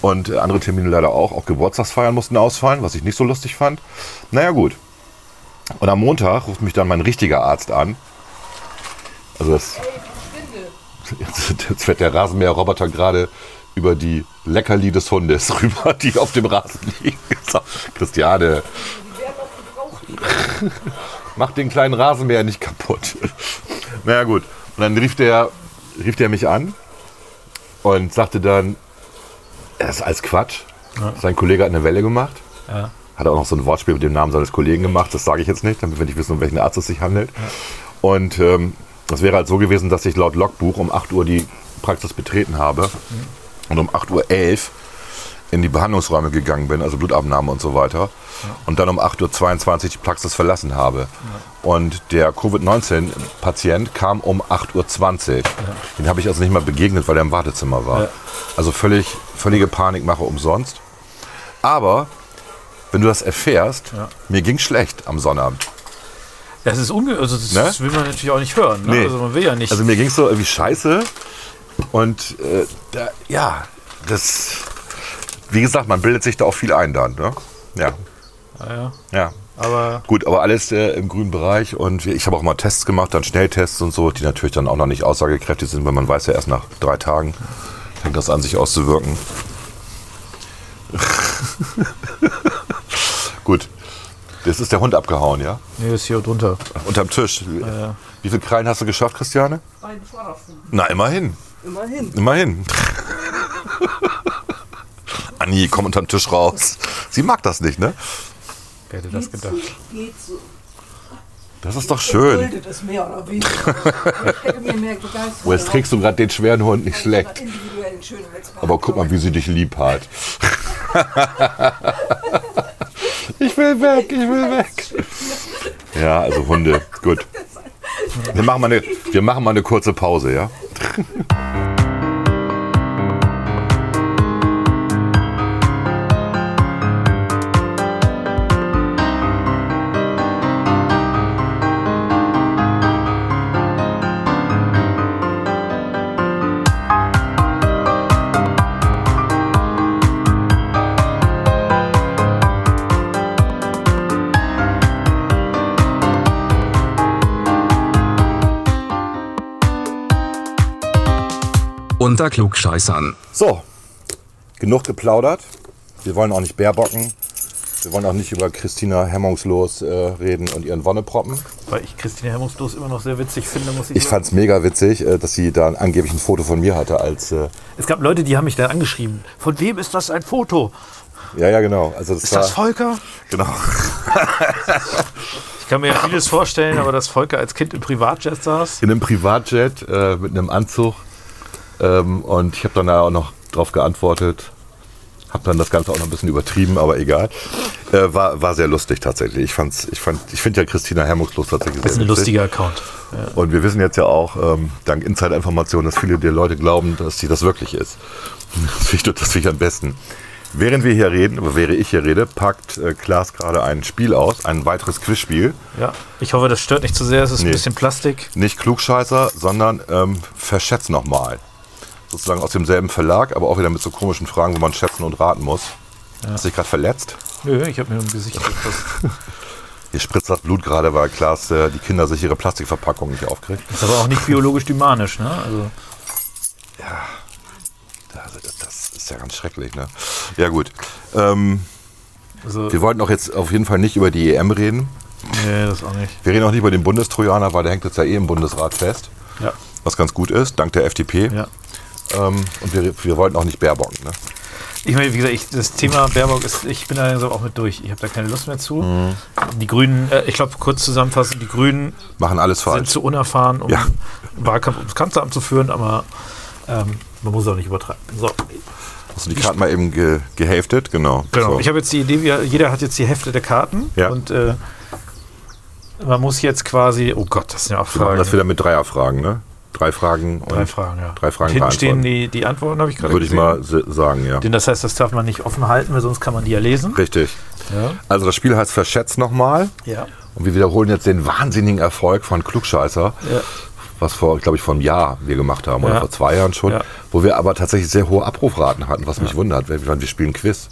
Speaker 2: Und äh, andere Termine leider auch. Auch Geburtstagsfeiern mussten ausfallen, was ich nicht so lustig fand. Naja, gut. Und am Montag ruft mich dann mein richtiger Arzt an. Also das, jetzt, jetzt fährt der Rasenmäher-Roboter gerade über die Leckerli des Hundes [LAUGHS] rüber, die auf dem Rasen liegen. So, Christiane, mach den kleinen Rasenmäher nicht kaputt. Naja gut. Und dann rief der, rief der mich an und sagte dann, das ist alles Quatsch. Sein Kollege hat eine Welle gemacht.
Speaker 1: Ja.
Speaker 2: Hat auch noch so ein Wortspiel mit dem Namen seines Kollegen gemacht. Das sage ich jetzt nicht, damit wir nicht wissen, um welchen Arzt es sich handelt. Und ähm, das wäre halt so gewesen, dass ich laut Logbuch um 8 Uhr die Praxis betreten habe und um 8.11 Uhr in die Behandlungsräume gegangen bin, also Blutabnahme und so weiter, und dann um 8.22 Uhr die Praxis verlassen habe. Und der Covid-19-Patient kam um 8.20 Uhr. Den habe ich also nicht mal begegnet, weil er im Wartezimmer war.
Speaker 1: Ja.
Speaker 2: Also völlig, völlige Panikmache umsonst. Aber wenn du das erfährst, mir ging schlecht am Sonnabend.
Speaker 1: Das ist unge also das
Speaker 2: Ne?
Speaker 1: will man natürlich auch nicht hören. Ne?
Speaker 2: Nee.
Speaker 1: Also man will ja nicht.
Speaker 2: Also mir ging es so irgendwie scheiße. Und äh, da, ja, das. Wie gesagt, man bildet sich da auch viel ein dann. Ne? Ja,
Speaker 1: ja, ja.
Speaker 2: ja.
Speaker 1: Aber
Speaker 2: Gut, aber alles äh, im grünen Bereich. Und wir- ich habe auch mal Tests gemacht, dann Schnelltests und so, die natürlich dann auch noch nicht aussagekräftig sind, weil man weiß ja erst nach drei Tagen fängt das an, sich auszuwirken. [LAUGHS] Gut. Jetzt ist der Hund abgehauen, ja?
Speaker 1: nee, ist hier drunter.
Speaker 2: Unterm Tisch. Wie viele Krallen hast du geschafft, Christiane?
Speaker 4: Beim Vordersten.
Speaker 2: Na, immerhin.
Speaker 4: Immerhin.
Speaker 2: Immerhin. Anni, komm unterm Tisch raus. Sie mag das nicht, ne?
Speaker 1: Wer hätte das
Speaker 4: Geht
Speaker 1: gedacht?
Speaker 4: so, Geht so.
Speaker 2: Das ist doch schön.
Speaker 4: Geduldet ist mehr oder weniger. ich hätte mir mehr begeistert.
Speaker 2: Oh, jetzt kriegst du gerade den schweren Hund nicht schlecht.
Speaker 4: Individuellen Schönheitsbehandlung.
Speaker 2: Aber guck mal, wie sie dich lieb hat. ich will weg, ich will weg. Ja, also Hunde, gut. Wir machen mal eine, wir machen mal eine kurze Pause, ja?
Speaker 3: Unter Klugscheißern.
Speaker 2: So, genug geplaudert. Wir wollen auch nicht bärbocken. Wir wollen auch nicht über Christina hemmungslos äh, reden und ihren Wonneproppen.
Speaker 1: Weil ich Christine Hemmungslos immer noch sehr witzig finde, muss ich,
Speaker 2: Ich
Speaker 1: sagen.
Speaker 2: fand's mega witzig, äh, dass sie da angeblich ein Foto von mir hatte als... Äh,
Speaker 1: Es gab Leute, die haben mich dann angeschrieben. Von wem ist das ein Foto?
Speaker 2: ja, ja, genau. Also das
Speaker 1: Ist das
Speaker 2: war,
Speaker 1: Volker?
Speaker 2: Genau.
Speaker 1: Ich kann mir ja vieles vorstellen, aber dass Volker als Kind im Privatjet saß.
Speaker 2: in einem Privatjet äh, mit einem Anzug. Ähm, und ich habe dann da auch noch drauf geantwortet. Habe dann das Ganze auch noch ein bisschen übertrieben, aber egal. Äh, war, war sehr lustig tatsächlich. Ich, fand's, ich, fand, ich finde ja Christina Hermungslos tatsächlich
Speaker 1: Das ist
Speaker 2: sehr
Speaker 1: ein
Speaker 2: lustig.
Speaker 1: lustiger Account.
Speaker 2: Und wir wissen jetzt ja auch, ähm, dank Insider-Informationen, dass viele der Leute glauben, dass sie das wirklich ist. [LAUGHS] Das finde ich, das find ich am besten. Während wir hier reden, oder wäre ich hier rede, packt äh, Klaas gerade ein Spiel aus, ein weiteres Quizspiel.
Speaker 1: Ja. Ich hoffe, das stört nicht zu sehr. Es ist
Speaker 2: Nee.
Speaker 1: ein bisschen Plastik.
Speaker 2: nicht Klugscheißer, sondern ähm, Verschätz nochmal. Sozusagen aus demselben Verlag, aber auch wieder mit so komischen Fragen, wo man schätzen und raten muss. Hast du dich gerade verletzt?
Speaker 1: Nö, ich habe mir im Gesicht gefasst.
Speaker 2: Hier spritzt das Blut gerade, weil Klaas äh, die Kinder sich ihre Plastikverpackung nicht aufkriegt.
Speaker 1: Ist aber auch nicht biologisch dynamisch, ne? Also,
Speaker 2: Also das, das ist ja ganz schrecklich, ne? Ja gut. Ähm,
Speaker 1: also
Speaker 2: wir wollten auch jetzt auf jeden Fall nicht über die EM reden.
Speaker 1: nee, das auch nicht.
Speaker 2: Wir reden auch nicht über den Bundestrojaner, weil der hängt jetzt ja eh im Bundesrat fest.
Speaker 1: Ja.
Speaker 2: Was ganz gut ist, dank der FDP.
Speaker 1: Ja.
Speaker 2: Ähm, und wir, wir wollten auch nicht bärbocken, ne?
Speaker 1: Ich meine, wie gesagt, ich, das Thema Baerbock ist, ich bin da langsam auch mit durch. Ich habe da keine Lust mehr zu.
Speaker 2: Mhm.
Speaker 1: Die Grünen, äh, ich glaube, kurz zusammenfassend, die Grünen
Speaker 2: Machen alles
Speaker 1: sind
Speaker 2: falsch.
Speaker 1: zu unerfahren, um
Speaker 2: Ja.
Speaker 1: Wahlkampf ums Kanzleramt zu führen, aber ähm, man muss auch nicht übertreiben. So,
Speaker 2: Hast du Also die Karten mal eben ge gehälftet? Genau.
Speaker 1: genau.
Speaker 2: So.
Speaker 1: Ich habe jetzt die Idee, wir, jeder hat jetzt die Hälfte der Karten
Speaker 2: Ja.
Speaker 1: und äh, man muss jetzt quasi, oh Gott, das sind ja auch
Speaker 2: Wir machen
Speaker 1: Fragen.
Speaker 2: das wieder mit Dreierfragen, ne? Drei Fragen und
Speaker 1: drei Fragen, ja.
Speaker 2: drei Fragen
Speaker 1: Hinten stehen
Speaker 2: beantworten.
Speaker 1: die, die Antworten, habe ich gerade
Speaker 2: würde ich
Speaker 1: gesehen.
Speaker 2: mal se- sagen, ja.
Speaker 1: Denn das heißt, das darf man nicht offen halten, weil sonst kann man die ja lesen.
Speaker 2: Richtig.
Speaker 1: Ja.
Speaker 2: Also das Spiel heißt Verschätz nochmal.
Speaker 1: ja.
Speaker 2: Und wir wiederholen jetzt den wahnsinnigen Erfolg von Klugscheißer,
Speaker 1: Ja.
Speaker 2: was vor, glaube ich, vor einem Jahr wir gemacht haben oder
Speaker 1: Ja.
Speaker 2: vor zwei Jahren schon,
Speaker 1: Ja.
Speaker 2: wo wir aber tatsächlich sehr hohe Abrufraten hatten, was mich wundert. weil Wir, weil wir spielen Quiz.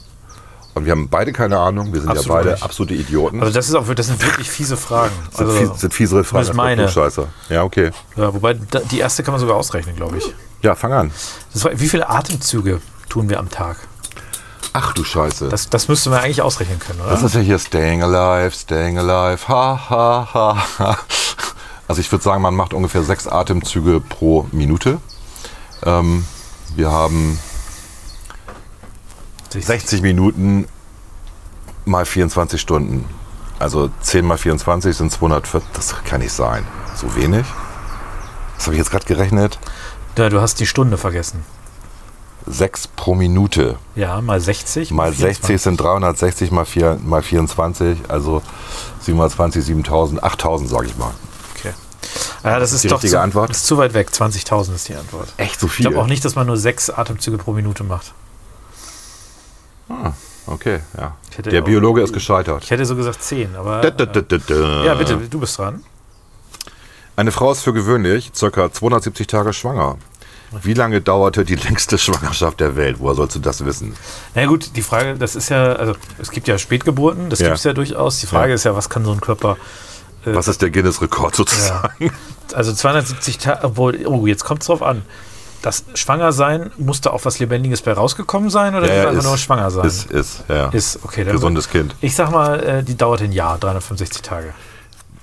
Speaker 2: Und wir haben beide keine Ahnung, wir sind ja
Speaker 1: Absolut
Speaker 2: beide
Speaker 1: nicht.
Speaker 2: absolute Idioten.
Speaker 1: Also das ist auch, das sind wirklich fiese Fragen.
Speaker 2: [LAUGHS] sind,
Speaker 1: Also,
Speaker 2: fies, sind fiesere Fragen
Speaker 1: Das ist
Speaker 2: als bei
Speaker 1: meine.
Speaker 2: Klugscheißer. Ja, okay.
Speaker 1: Ja, wobei da, die erste kann man sogar ausrechnen, glaube ich.
Speaker 2: Ja, fang an.
Speaker 1: Das war, wie viele Atemzüge tun wir am Tag?
Speaker 2: Ach du Scheiße.
Speaker 1: Das, das müsste man eigentlich ausrechnen können, oder?
Speaker 2: Das ist ja hier Staying Alive, Staying Alive, ha, ha, ha, ha. Also ich würde sagen, man macht ungefähr sechs Atemzüge pro Minute. Ähm, wir haben 60 Minuten mal 24 Stunden. Also 10 mal 24 sind 240. Das kann nicht sein. So wenig? Das habe ich jetzt gerade gerechnet.
Speaker 1: Ja, du hast die Stunde vergessen.
Speaker 2: 6 pro Minute.
Speaker 1: Ja, mal 60.
Speaker 2: Mal 60 sind 360 mal, 4, mal 24, also 7 mal 20, 7000, 8000 sage ich mal.
Speaker 1: 24. Okay. Ja, das ist
Speaker 2: die
Speaker 1: doch
Speaker 2: richtige
Speaker 1: zu,
Speaker 2: Antwort?
Speaker 1: Ist zu weit weg. 20.000 ist die Antwort.
Speaker 2: Echt so
Speaker 1: Ich
Speaker 2: viel?
Speaker 1: glaube auch nicht, dass man nur sechs Atemzüge pro Minute macht.
Speaker 2: Okay, ja.
Speaker 1: Ich hätte
Speaker 2: Der
Speaker 1: auch-
Speaker 2: Biologe ist gescheitert.
Speaker 1: Ich hätte so gesagt zehn, aber.
Speaker 2: Da, da, da, da, da.
Speaker 1: Äh, ja, bitte, du bist dran.
Speaker 2: Eine Frau ist für gewöhnlich ca. 270 Tage schwanger. Wie lange dauerte die längste Schwangerschaft der Welt? Woher sollst du das wissen?
Speaker 1: Na ja, gut, die Frage, das ist ja, also es gibt ja Spätgeburten, das
Speaker 2: Ja.
Speaker 1: gibt es ja durchaus. Die Frage
Speaker 2: Ja.
Speaker 1: ist ja, was kann so ein Körper.
Speaker 2: Was ist der Guinness-Rekord sozusagen?
Speaker 1: Also 270 Tage, obwohl, oh, jetzt kommt es drauf an. Das Schwangersein, muss da auch was Lebendiges bei rausgekommen sein oder ist einfach nur schwanger sein?
Speaker 2: Ist, ist, ja.
Speaker 1: Ist, okay, dann-
Speaker 2: Gesundes Kind.
Speaker 1: Ich sag mal, äh, die dauert ein Jahr, 365 Tage.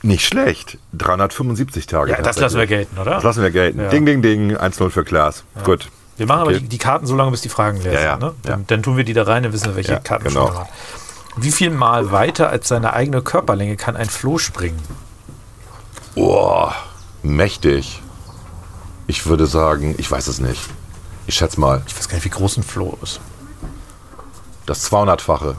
Speaker 2: Nicht schlecht. 375 Tage.
Speaker 1: Ja, das lassen wir
Speaker 2: tatsächlich.
Speaker 1: gelten, oder?
Speaker 2: Das lassen wir gelten.
Speaker 1: Ja.
Speaker 2: Ding, ding, ding. 1-0 für Klaas. Gut.
Speaker 1: Wir machen aber
Speaker 2: Okay.
Speaker 1: die, die Karten so lange, bis die Fragen leer
Speaker 2: Ja,
Speaker 1: sind.
Speaker 2: ja,
Speaker 1: ne?
Speaker 2: ja.
Speaker 1: dann, dann tun wir die da rein, dann wissen wir, welche
Speaker 2: Ja,
Speaker 1: Karten
Speaker 2: genau.
Speaker 1: schon waren. Wie viel Mal weiter als seine eigene Körperlänge kann ein Floh springen?
Speaker 2: Boah, mächtig. Ich würde sagen, ich weiß es nicht. Ich schätze mal,
Speaker 1: Ich weiß gar nicht, wie groß ein Floh ist.
Speaker 2: das 200-fache.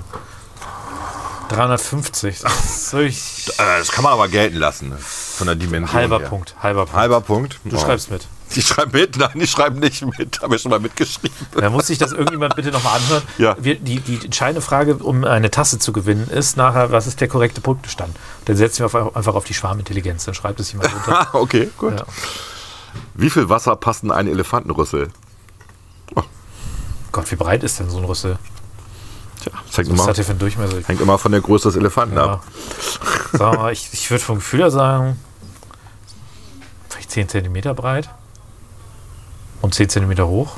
Speaker 1: 350. Das ist wirklich
Speaker 2: Äh, Das kann man aber gelten lassen. ne? Von der Dimension.
Speaker 1: halber
Speaker 2: her.
Speaker 1: Punkt. Halber Punkt.
Speaker 2: Halber Punkt. Oh.
Speaker 1: Du schreibst mit.
Speaker 2: Ich schreibe mit. Nein, ich schreibe nicht mit. Habe ich schon mal mitgeschrieben. [LAUGHS]
Speaker 1: Da muss sich das irgendjemand bitte nochmal anhören.
Speaker 2: Ja.
Speaker 1: Wir, die, die entscheidende Frage, um eine Tasse zu gewinnen, ist nachher, was ist der korrekte Punktestand? Dann setzen wir auf, einfach auf die Schwarmintelligenz, dann schreibt es jemand runter.
Speaker 2: [LAUGHS] Ah, okay, gut.
Speaker 1: Ja.
Speaker 2: Wie viel Wasser passt in einen Elefantenrüssel?
Speaker 1: Gott, wie breit ist denn so ein Rüssel?
Speaker 2: Tja, das hängt,
Speaker 1: Was
Speaker 2: immer,
Speaker 1: hat der für einen Durchmesser?
Speaker 2: hängt immer von der Größe des Elefanten
Speaker 1: Ja.
Speaker 2: ab.
Speaker 1: Sag mal, ich, ich würde vom Gefühl her sagen, vielleicht 10 cm breit und 10 cm hoch.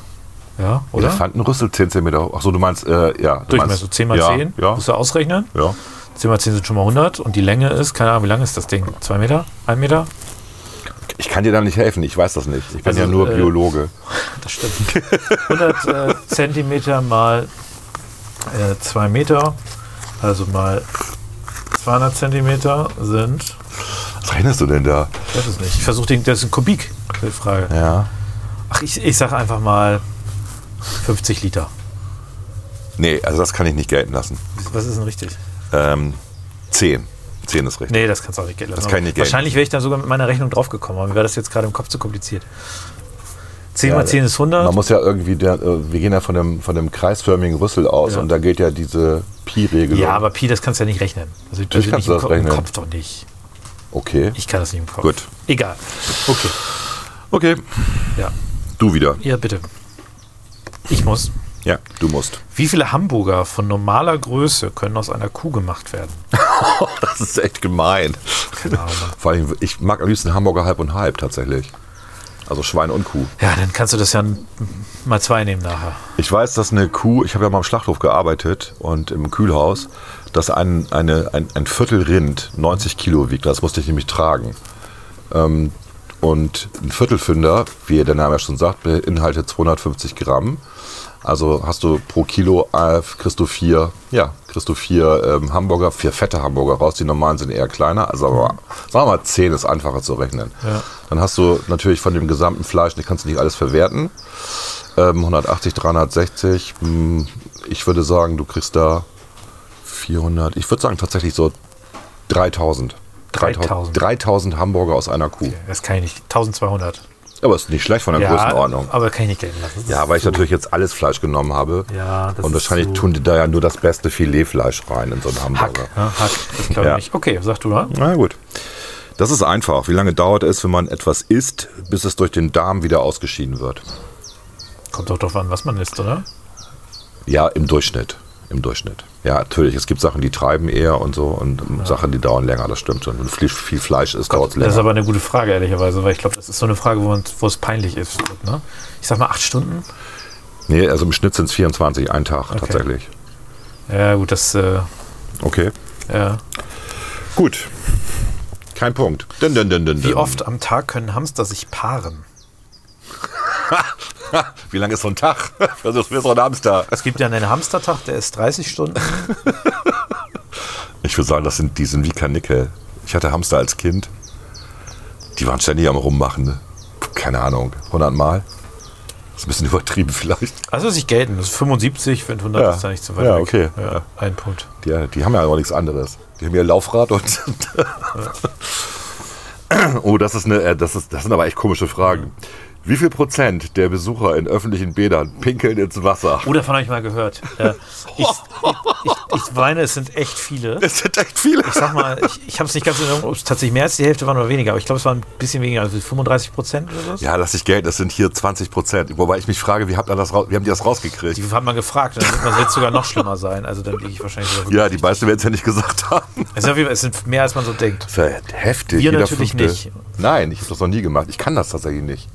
Speaker 1: Ja, oder?
Speaker 2: Elefantenrüssel 10 cm hoch. Achso, du meinst, äh, ja. du
Speaker 1: Durchmesser,
Speaker 2: meinst-
Speaker 1: 10 mal
Speaker 2: ja,
Speaker 1: 10,
Speaker 2: Ja,
Speaker 1: musst du ausrechnen.
Speaker 2: ja.
Speaker 1: 10 mal 10 sind schon mal 100 und die Länge ist, keine Ahnung, wie lang ist das Ding? 2 Meter? 1 Meter?
Speaker 2: Ich kann dir da nicht helfen, ich weiß das nicht. Ich bin
Speaker 1: Also,
Speaker 2: ja nur
Speaker 1: äh,
Speaker 2: Biologe.
Speaker 1: Das stimmt. [LAUGHS] 100 äh, Zentimeter mal äh, 2 Meter, also mal 200 Zentimeter sind,
Speaker 2: Was rechnest du denn da?
Speaker 1: ich weiß es nicht, ich versuche den, das ist ein Kubik, die Frage.
Speaker 2: Ja.
Speaker 1: Ach, ich, ich sage einfach mal 50 Liter.
Speaker 2: Nee, also das kann ich nicht gelten lassen.
Speaker 1: Was ist denn richtig?
Speaker 2: Ähm, 10. 10 ist richtig.
Speaker 1: Nee, das kannst du auch nicht gelten. lassen.
Speaker 2: kann ich nicht gelten.
Speaker 1: Wahrscheinlich wäre ich dann sogar mit meiner Rechnung draufgekommen, aber mir wäre das jetzt gerade im Kopf zu kompliziert. 10
Speaker 2: Ja,
Speaker 1: mal 10 ist 100.
Speaker 2: Man muss ja irgendwie, der, äh, wir gehen ja von dem, von dem kreisförmigen Rüssel aus
Speaker 1: Ja.
Speaker 2: und da gilt ja diese Pi-Regelung.
Speaker 1: ja, aber Pi, das kannst du ja nicht rechnen. Also du
Speaker 2: kannst
Speaker 1: nicht
Speaker 2: du
Speaker 1: im,
Speaker 2: das
Speaker 1: Ko- im
Speaker 2: rechnen.
Speaker 1: Kopf doch nicht.
Speaker 2: Okay.
Speaker 1: Ich kann das nicht im Kopf.
Speaker 2: Gut.
Speaker 1: Egal. Okay.
Speaker 2: Okay.
Speaker 1: Ja.
Speaker 2: Du wieder.
Speaker 1: Ja, bitte. Ich muss.
Speaker 2: Ja, du musst.
Speaker 1: Wie viele Hamburger von normaler Größe können aus einer Kuh gemacht werden?
Speaker 2: Das ist echt gemein.
Speaker 1: Keine Ahnung.
Speaker 2: [LAUGHS] Vor allem, ich mag am liebsten Hamburger halb und halb tatsächlich. Also Schwein und Kuh.
Speaker 1: Ja, dann kannst du das ja n- mal zwei nehmen nachher.
Speaker 2: Ich weiß, dass eine Kuh, ich habe ja mal im Schlachthof gearbeitet und im Kühlhaus, dass ein, eine, ein, ein Viertel Rind 90 Kilo wiegt. Das musste ich nämlich tragen. Ähm, und ein Viertelfünder, wie der Name ja schon sagt, beinhaltet 250 Gramm. Also hast du pro Kilo, äh, kriegst du vier, ja, kriegst du vier ähm, Hamburger, vier fette Hamburger raus. Die normalen sind eher kleiner. Also aber, sagen wir mal, zehn ist einfacher zu rechnen. Dann hast du natürlich von dem gesamten Fleisch, das kannst du nicht alles verwerten. Ähm, 180, 360. mm, Ich würde sagen, du kriegst da 400. Ich würde sagen, tatsächlich so 3000.
Speaker 1: 3000.
Speaker 2: 3000 Hamburger aus einer Kuh.
Speaker 1: Das kann ich nicht. 1200.
Speaker 2: Aber ist nicht schlecht von der Größenordnung.
Speaker 1: aber kann ich nicht gelten lassen. Das
Speaker 2: Ja,
Speaker 1: ist
Speaker 2: weil ich
Speaker 1: zu-
Speaker 2: natürlich jetzt alles Fleisch genommen habe.
Speaker 1: Ja, das
Speaker 2: Und
Speaker 1: ist
Speaker 2: wahrscheinlich
Speaker 1: so-
Speaker 2: tun die da ja nur das beste Filetfleisch rein in so einen Hamburger.
Speaker 1: Hack, ja, Hack, das glaube ich
Speaker 2: Ja.
Speaker 1: nicht. Okay, sag du mal.
Speaker 2: Na gut. Das ist einfach. Wie lange dauert es, wenn man etwas isst, bis es durch den Darm wieder ausgeschieden wird?
Speaker 1: Kommt doch drauf an, was man isst, oder?
Speaker 2: Ja, im Durchschnitt. Im Durchschnitt. Ja, natürlich. Es gibt Sachen, die treiben eher und so und ähm, Sachen, die dauern länger. Das stimmt schon. Wenn viel, viel Fleisch ist, dauert es
Speaker 1: Das ist
Speaker 2: länger.
Speaker 1: aber eine gute Frage, ehrlicherweise, weil ich glaube, das ist so eine Frage, wo, man, wo es peinlich ist. Ne? Ich sag mal acht Stunden.
Speaker 2: Nee, also im Schnitt sind es 24, ein Tag tatsächlich.
Speaker 1: Ja, gut, das. Äh,
Speaker 2: Okay.
Speaker 1: ja.
Speaker 2: Gut. Kein Punkt. Dün, dün, dün, dün,
Speaker 1: Wie
Speaker 2: dün.
Speaker 1: oft am Tag können Hamster sich paaren?
Speaker 2: [LAUGHS] Wie lange ist so ein Tag? Versuch's mir so ein Hamster.
Speaker 1: Es gibt ja einen Hamstertag, der ist 30 Stunden.
Speaker 2: Ich würde sagen, das sind, die sind wie Kanickel. Ich hatte Hamster als Kind. Die waren ständig am Rummachen. Ne? Keine Ahnung. 100 Mal? ist ein bisschen [LAUGHS] übertrieben vielleicht.
Speaker 1: Also sich gelten. Das ist 75, wenn 100
Speaker 2: Ja.
Speaker 1: ist da nicht so weit
Speaker 2: Ja,
Speaker 1: weg.
Speaker 2: okay.
Speaker 1: Ja, ein Punkt.
Speaker 2: Die, die haben ja auch nichts anderes. Die haben ja Laufrad und. [LAUGHS] oh, das ist eine, äh, das ist, das sind aber echt komische Fragen. Wie viel Prozent der Besucher in öffentlichen Bädern pinkeln ins Wasser?
Speaker 1: Oh, davon habe ich mal gehört. Äh, ich, ich, ich, ich meine, es sind echt viele.
Speaker 2: [LAUGHS] Es sind echt viele.
Speaker 1: Ich sag mal, ich, ich habe es nicht ganz in Erinnerung, ob es tatsächlich mehr als die Hälfte waren oder weniger, aber ich glaube, es waren ein bisschen weniger, also 35 Prozent oder so.
Speaker 2: Ja, lass ich Geld, das sind hier 20 Prozent. Wobei ich mich frage, wie, habt ihr das, raus- wie haben die das rausgekriegt?
Speaker 1: Die haben mal gefragt, dann wird man jetzt sogar noch schlimmer sein. Also dann liege ich wahrscheinlich sogar
Speaker 2: ja, die meisten werden es ja nicht gesagt haben.
Speaker 1: Es, ist auf jeden Fall, es sind mehr, als man so denkt.
Speaker 2: Das ist ja heftig.
Speaker 1: Wir
Speaker 2: jeder
Speaker 1: natürlich
Speaker 2: Fünfte.
Speaker 1: nicht.
Speaker 2: Nein, ich habe das noch nie gemacht. Ich kann das tatsächlich nicht.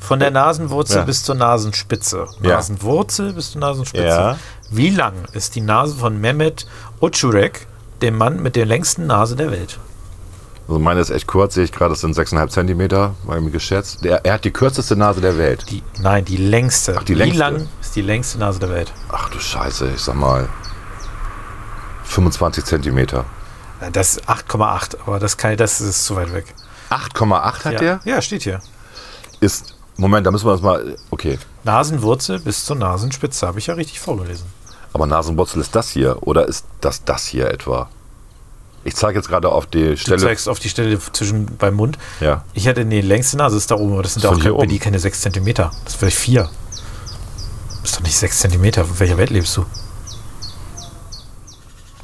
Speaker 1: Von der Nasenwurzel
Speaker 2: Ja.
Speaker 1: bis zur Nasenspitze.
Speaker 2: Ja.
Speaker 1: Nasenwurzel bis zur Nasenspitze.
Speaker 2: Ja.
Speaker 1: Wie lang ist die Nase von Mehmet Otschurek, dem Mann mit der längsten Nase der Welt?
Speaker 2: Also meine ist echt kurz, sehe ich gerade, das sind 6,5 Zentimeter, war ihm geschätzt. Der, er hat die kürzeste Nase der Welt.
Speaker 1: Die, nein, die längste.
Speaker 2: Ach, die
Speaker 1: Wie
Speaker 2: längste.
Speaker 1: lang ist die längste Nase der Welt?
Speaker 2: Ach du Scheiße, ich sag mal 25 Zentimeter.
Speaker 1: Ja, Das ist 8,8, aber das, kann, das ist zu weit weg.
Speaker 2: 8,8 hat
Speaker 1: ja.
Speaker 2: der?
Speaker 1: Ja, steht hier.
Speaker 2: Ist, Moment, da müssen wir das mal, okay.
Speaker 1: Nasenwurzel bis zur Nasenspitze, habe ich ja richtig vorgelesen.
Speaker 2: Aber Nasenwurzel ist das hier oder ist das das hier etwa? Ich zeige jetzt gerade auf die
Speaker 1: Du
Speaker 2: Stelle.
Speaker 1: zeigst auf die Stelle zwischen beim Mund.
Speaker 2: Ja.
Speaker 1: Ich hatte die längste Nase, ist da oben, aber das sind
Speaker 2: Ist
Speaker 1: auch
Speaker 2: von hier
Speaker 1: keine, bei
Speaker 2: oben.
Speaker 1: dir keine 6 cm. Das ist vielleicht 4. Ist doch nicht 6 cm. In welcher Welt lebst du?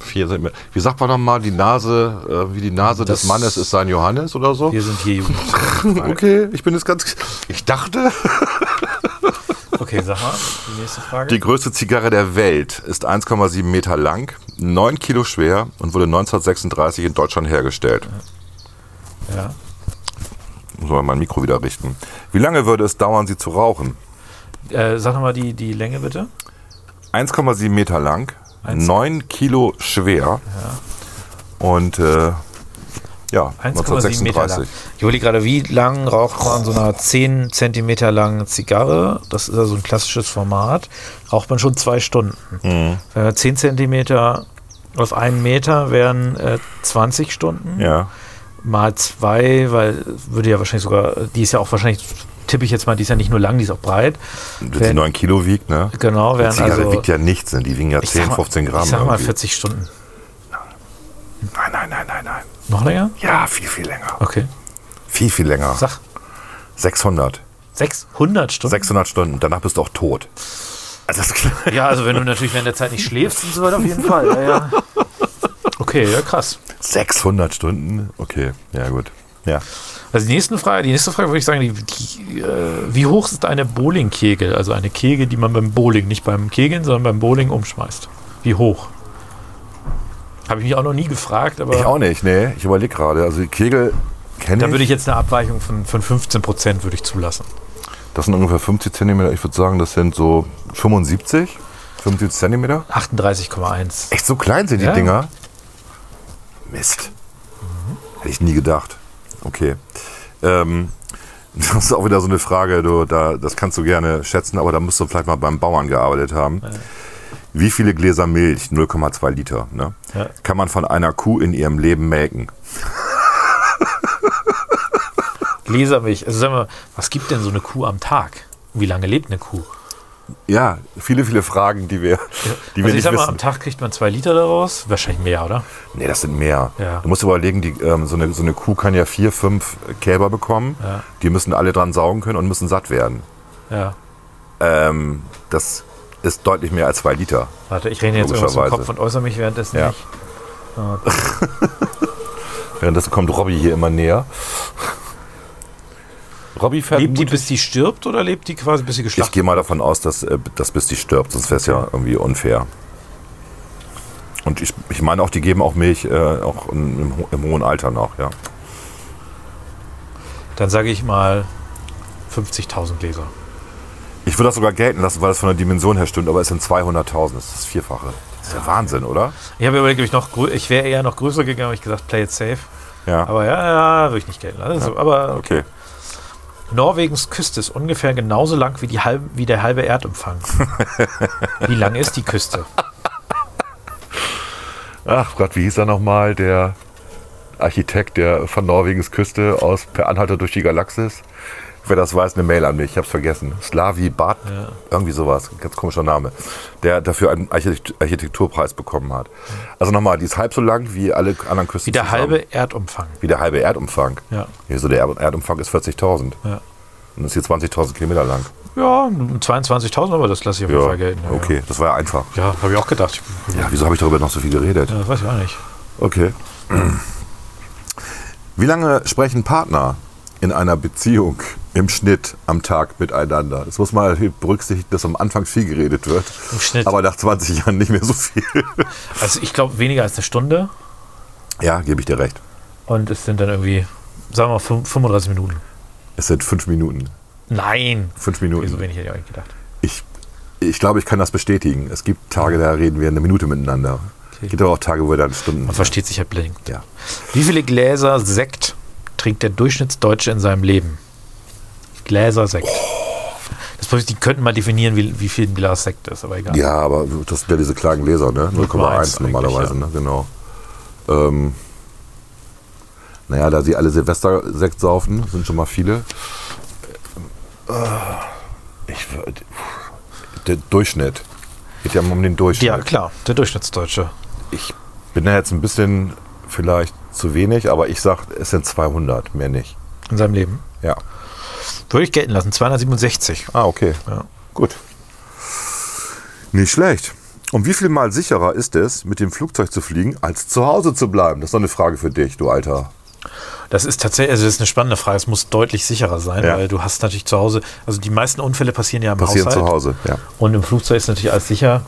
Speaker 2: Vier Zentimeter. Wie sagt man nochmal, die Nase, äh, wie die Nase
Speaker 1: Das-
Speaker 2: des Mannes ist sein Johannes oder so? [LAUGHS]
Speaker 1: Wir sind hier Jugend.
Speaker 2: Okay, ich bin jetzt ganz. Ich dachte,
Speaker 1: Okay, sag mal, die nächste Frage.
Speaker 2: die größte Zigarre der Welt ist 1,7 Meter lang, 9 Kilo schwer und wurde 1936 in Deutschland hergestellt.
Speaker 1: ja.
Speaker 2: Muss man mein Mikro wieder richten. Wie lange würde es dauern, sie zu rauchen?
Speaker 1: äh, sag nochmal die, die Länge bitte.
Speaker 2: 1,7 Meter lang,
Speaker 1: Eins-
Speaker 2: 9 Kilo schwer und äh, ja,
Speaker 1: 1,7 Meter lang.
Speaker 2: 1936.
Speaker 1: Ich überlege gerade, wie lang raucht man so einer 10 cm langen Zigarre? Das ist ja so ein klassisches Format. Raucht man schon zwei Stunden.
Speaker 2: Mhm.
Speaker 1: Wenn man 10 cm auf einen Meter wären äh, 20 Stunden.
Speaker 2: Ja.
Speaker 1: mal zwei, weil würde ja wahrscheinlich sogar, die ist ja auch wahrscheinlich, tippe ich jetzt mal, die ist ja nicht nur lang, die ist auch breit.
Speaker 2: Wenn sie 9 Kilo wiegt, ne?
Speaker 1: genau,
Speaker 2: Die
Speaker 1: wären
Speaker 2: Zigarre
Speaker 1: also.
Speaker 2: wiegt ja nichts, ne? die wiegen ja
Speaker 1: ich sag
Speaker 2: 10,
Speaker 1: mal-
Speaker 2: 15 Gramm.
Speaker 1: Ich sag mal
Speaker 2: irgendwie.
Speaker 1: 40 Stunden.
Speaker 2: Nein, nein, nein, nein, nein.
Speaker 1: Noch länger?
Speaker 2: Ja, viel, viel länger.
Speaker 1: Okay.
Speaker 2: Viel, viel länger.
Speaker 1: Sag,
Speaker 2: 600.
Speaker 1: 600 Stunden?
Speaker 2: 600 Stunden, danach bist du auch tot. Also das ist klar. [LAUGHS]
Speaker 1: Ja, also wenn du natürlich während der Zeit nicht schläfst und so weiter, auf jeden Fall. Ja, ja. Okay, ja, krass.
Speaker 2: 600 Stunden? Okay, ja gut. Ja.
Speaker 1: Also die, nächsten Frage, die nächste Frage würde ich sagen, die, die, äh, wie hoch ist eine Bowlingkegel? Also eine Kegel, die man beim Bowling, nicht beim Kegeln, sondern beim Bowling umschmeißt. Wie hoch? Habe ich mich auch noch nie gefragt, aber.
Speaker 2: Ich auch nicht, nee. Ich überlege gerade. Also die Kegel
Speaker 1: Dann
Speaker 2: kenne
Speaker 1: würde
Speaker 2: ich.
Speaker 1: ich jetzt eine Abweichung von, von 15 Prozent würde ich zulassen.
Speaker 2: Das sind ungefähr 50 Zentimeter. Ich würde sagen, das sind so 75. 75 Zentimeter.
Speaker 1: 38,1.
Speaker 2: Echt so klein sind die
Speaker 1: Ja.
Speaker 2: Dinger? Mist. Hätte ich nie gedacht. Okay. Ähm, [LAUGHS] das ist auch wieder so eine Frage, du, da, das kannst du gerne schätzen, aber da musst du vielleicht mal beim Bauern gearbeitet haben. Wie viele Gläser Milch? 0,2 Liter. Ne?
Speaker 1: Ja.
Speaker 2: Kann man von einer Kuh in ihrem Leben melken?
Speaker 1: Gläsermilch. Also sagen wir, was gibt denn so eine Kuh am Tag? Wie lange lebt eine Kuh?
Speaker 2: Ja, viele, viele Fragen, die wir, die wir
Speaker 1: also ich
Speaker 2: nicht
Speaker 1: sag mal,
Speaker 2: wissen.
Speaker 1: am Tag kriegt man zwei Liter daraus. Wahrscheinlich mehr, oder?
Speaker 2: Nee, das sind mehr.
Speaker 1: Ja.
Speaker 2: Du musst überlegen, die, ähm, so, eine, so eine Kuh kann ja vier, fünf Kälber bekommen. Die müssen alle dran saugen können und müssen satt werden.
Speaker 1: Ja.
Speaker 2: Ähm, das ist deutlich mehr als zwei Liter.
Speaker 1: Warte, ich rede jetzt irgendwas im
Speaker 2: Logischerweise.
Speaker 1: Kopf und äußere mich währenddessen
Speaker 2: Ja.
Speaker 1: nicht.
Speaker 2: Währenddessen kommt Robby hier immer näher. Robby
Speaker 1: Lebt die,
Speaker 2: vermutet.
Speaker 1: bis die stirbt oder lebt die quasi, bis sie
Speaker 2: Ich
Speaker 1: geschlachtet
Speaker 2: gehe mal davon aus, dass, äh, dass bis die stirbt, sonst wäre es ja irgendwie unfair. Und ich, ich meine auch, die geben auch Milch, äh, auch in, im, ho- im hohen Alter noch, ja.
Speaker 1: wird? Dann sage ich mal 50.000 Gläser.
Speaker 2: Ich würde das sogar gelten lassen, weil das von der Dimension her stimmt, aber es sind 200.000, das ist das Vierfache. Das ist ja Wahnsinn, oder?
Speaker 1: Ich habe überlegt, ob ich noch, grö- ich wäre eher noch größer gegangen, aber ich gesagt, play it safe.
Speaker 2: Ja.
Speaker 1: Aber ja, ja würde ich nicht gelten lassen. Also, Aber
Speaker 2: okay.
Speaker 1: Norwegens Küste ist ungefähr genauso lang wie, die halb, wie der halbe [LAUGHS] Erdumfang. wie lang ist die Küste?
Speaker 2: Ach Gott, wie hieß er nochmal, der Architekt der von Norwegens Küste aus Per Anhalter durch die Galaxis? Wer das weiß, eine Mail an mich. Ich hab's vergessen. Slavi Bart, irgendwie sowas. Ganz komischer Name. Der dafür einen Architekt Architekturpreis bekommen hat. Also nochmal, die ist halb so lang wie alle anderen Küsten.
Speaker 1: Wie der
Speaker 2: zusammen.
Speaker 1: halbe Erdumfang.
Speaker 2: Wie der halbe Erdumfang.
Speaker 1: Ja.
Speaker 2: Hier so der Erd- Erdumfang ist 40.000.
Speaker 1: Ja.
Speaker 2: Und ist hier 20.000 Kilometer lang.
Speaker 1: Ja, 22.000, aber das lasse ich auf jeden Fall gelten. Ja,
Speaker 2: Okay, das war ja einfach.
Speaker 1: Ja, ja habe ich auch gedacht. Ich,
Speaker 2: Ja, wieso habe ich darüber noch so viel geredet?
Speaker 1: äh, weiß ich auch nicht.
Speaker 2: Okay. Wie lange sprechen Partner in einer Beziehung im Schnitt am Tag miteinander? Das muss man berücksichtigen, dass am Anfang viel geredet wird.
Speaker 1: Im Schnitt.
Speaker 2: Aber nach 20 Jahren nicht mehr so viel.
Speaker 1: Also ich glaube weniger als eine Stunde
Speaker 2: ja, gebe ich dir recht. und
Speaker 1: und es sind dann irgendwie, sagen wir mal, fün- 35 Minuten.
Speaker 2: Es sind fünf Minuten.
Speaker 1: Nein.
Speaker 2: Fünf
Speaker 1: Okay, so
Speaker 2: Minuten.
Speaker 1: wenig hätte ich auch nicht gedacht.
Speaker 2: Ich, ich glaube, ich kann das bestätigen. Es gibt Tage, da reden wir eine Minute miteinander.
Speaker 1: Okay.
Speaker 2: Gibt aber auch Tage, wo wir dann Stunden.
Speaker 1: Man versteht sich halt blind.
Speaker 2: Ja.
Speaker 1: Wie viele Gläser Sekt trinkt der Durchschnittsdeutsche in seinem Leben? Gläser Sekt. Das Problem ist, die könnten mal definieren, wie, wie viel ein Glas Sekt ist, aber egal.
Speaker 2: Ja, aber das sind ja diese kleinen Gläser, ne?
Speaker 1: 0,1
Speaker 2: 0,1 normalerweise, ne? Genau. Ähm, naja, da sie alle Silvester-Sekt saufen, sind schon mal viele. Äh, Ich, würd- der Durchschnitt. Geht ja um den Durchschnitt.
Speaker 1: Ja, klar, der Durchschnittsdeutsche.
Speaker 2: Ich bin da jetzt ein bisschen vielleicht zu wenig, aber ich sag, es sind 200, mehr nicht.
Speaker 1: In seinem Leben.
Speaker 2: Ja.
Speaker 1: Würde ich gelten lassen, 267.
Speaker 2: Ah, okay.
Speaker 1: Ja.
Speaker 2: Gut. Nicht schlecht. Um wie viel Mal sicherer ist es, mit dem Flugzeug zu fliegen, als zu Hause zu bleiben? Das ist doch eine Frage für dich, du Alter.
Speaker 1: Das ist tatsächlich, also das ist eine spannende Frage. Es muss deutlich sicherer sein,
Speaker 2: Ja.
Speaker 1: weil du hast natürlich zu Hause, also die meisten Unfälle passieren ja im
Speaker 2: Passieren
Speaker 1: Haushalt.
Speaker 2: zu Hause, ja.
Speaker 1: Und im Flugzeug ist natürlich alles sicher.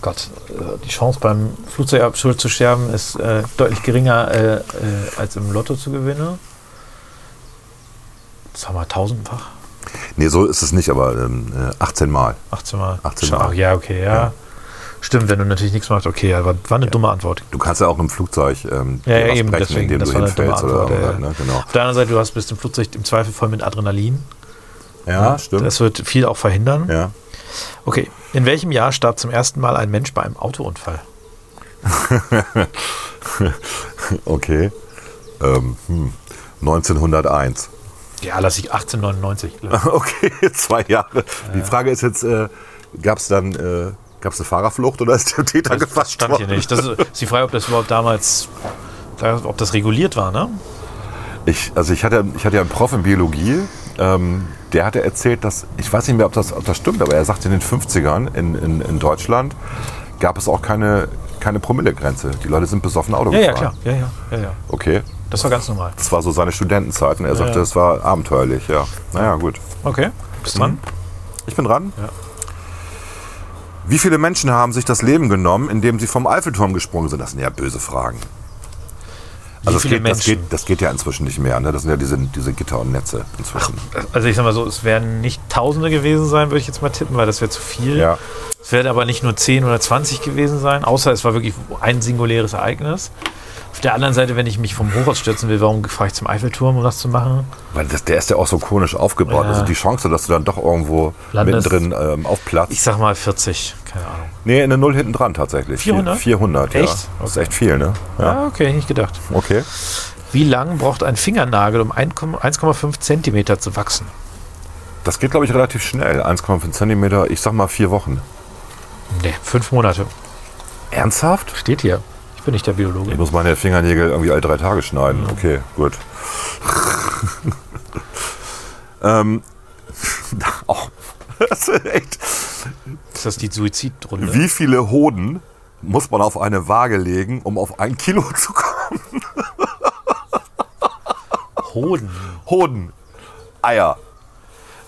Speaker 1: Gott, äh, die Chance beim Flugzeugabschuld zu sterben ist äh, deutlich geringer äh, äh, als im Lotto zu gewinnen. Sagen wir tausendfach,
Speaker 2: Nee, so ist es nicht, aber ähm, äh, 18 Mal.
Speaker 1: 18 Mal.
Speaker 2: 18 Mal.
Speaker 1: Ach, Ja, okay, ja. Stimmt, wenn du natürlich nichts machst, okay, aber war eine dumme Antwort.
Speaker 2: Du kannst ja auch im Flugzeug ähm,
Speaker 1: Ja,
Speaker 2: dir
Speaker 1: ja,
Speaker 2: was
Speaker 1: eben,
Speaker 2: brechen,
Speaker 1: deswegen,
Speaker 2: indem
Speaker 1: das
Speaker 2: du
Speaker 1: war eine dumme
Speaker 2: hinfällst oder
Speaker 1: Antwort,
Speaker 2: irgendwas,
Speaker 1: ja, ja.
Speaker 2: ne? Genau.
Speaker 1: Auf der anderen Seite, du hast bist im Flugzeug im Zweifel voll mit Adrenalin.
Speaker 2: Ja, stimmt.
Speaker 1: Das wird viel auch verhindern.
Speaker 2: ja. [LAUGHS]
Speaker 1: Okay, in welchem Jahr starb zum ersten Mal ein Mensch bei einem Autounfall?
Speaker 2: Okay. Ähm, hm. 1901.
Speaker 1: Ja, lass ich 1899.
Speaker 2: [LAUGHS] Okay, zwei Jahre. Die Frage ist jetzt, äh, gab es dann äh, gab's eine Fahrerflucht oder ist der Täter
Speaker 1: Das
Speaker 2: gefasst
Speaker 1: stand hier
Speaker 2: worden?
Speaker 1: nicht. Das ist, ist die Frage, ob das überhaupt damals, ob das reguliert war, ne?
Speaker 2: Ich, also ich hatte, ich hatte ja einen Prof in Biologie, ähm, der hatte erzählt, dass, ich weiß nicht mehr, ob das, ob das stimmt, aber er sagte, in den 50ern in, in, in Deutschland gab es auch keine, keine Promillegrenze. Die Leute sind besoffen Auto
Speaker 1: Ja, ja,
Speaker 2: gefahren.
Speaker 1: klar. Ja, ja, ja, ja.
Speaker 2: Okay,
Speaker 1: Das war ganz normal.
Speaker 2: das war so seine Studentenzeit und er sagte,
Speaker 1: ja.
Speaker 2: es war abenteuerlich, ja. Naja, gut.
Speaker 1: Okay, Mhm. bist dran.
Speaker 2: Ich bin dran.
Speaker 1: Ja.
Speaker 2: Wie viele Menschen haben sich das Leben genommen, indem sie vom Eiffelturm gesprungen sind? Das sind ja böse Fragen. Also das
Speaker 1: viele
Speaker 2: geht, das, geht,
Speaker 1: Menschen?
Speaker 2: das geht ja inzwischen nicht mehr. Ne? Das sind ja diese, diese Gitter und Netze inzwischen.
Speaker 1: Also ich sag mal so, es werden nicht Tausende gewesen sein, würde ich jetzt mal tippen, weil das wäre zu viel.
Speaker 2: Ja.
Speaker 1: Es werden aber nicht nur 10 oder 20 gewesen sein, außer es war wirklich ein singuläres Ereignis. Auf der anderen Seite, wenn ich mich vom Hochhaus stürzen will, warum fahre ich zum Eiffelturm, um das zu machen?
Speaker 2: Weil das, der ist ja auch so konisch aufgebaut.
Speaker 1: Ja.
Speaker 2: Also die Chance, dass du dann doch irgendwo
Speaker 1: Landest-
Speaker 2: mittendrin ähm, aufplatzt.
Speaker 1: Ich sag mal 40, keine Ahnung.
Speaker 2: Nee, eine Null hinten dran tatsächlich.
Speaker 1: 400?
Speaker 2: 400, ja.
Speaker 1: Echt?
Speaker 2: Das ist echt viel, ne? Ja.
Speaker 1: Ah, okay, nicht gedacht.
Speaker 2: Okay.
Speaker 1: Wie lang braucht ein Fingernagel, um 1,5 Zentimeter zu wachsen?
Speaker 2: Das geht, glaube ich, relativ schnell. 1,5 Zentimeter, ich sag mal vier Wochen.
Speaker 1: Ne, fünf Monate.
Speaker 2: Ernsthaft?
Speaker 1: Steht hier. Ich bin nicht der
Speaker 2: Ich
Speaker 1: Biologe.
Speaker 2: muss meine Fingernägel irgendwie alle drei Tage schneiden. Okay, gut. [LAUGHS] ähm, [LAUGHS] auch, das ist echt.
Speaker 1: Ist das die Suizidrunde?
Speaker 2: Wie viele Hoden muss man auf eine Waage legen, um auf ein Kilo zu kommen?
Speaker 1: Hoden.
Speaker 2: Hoden. Eier.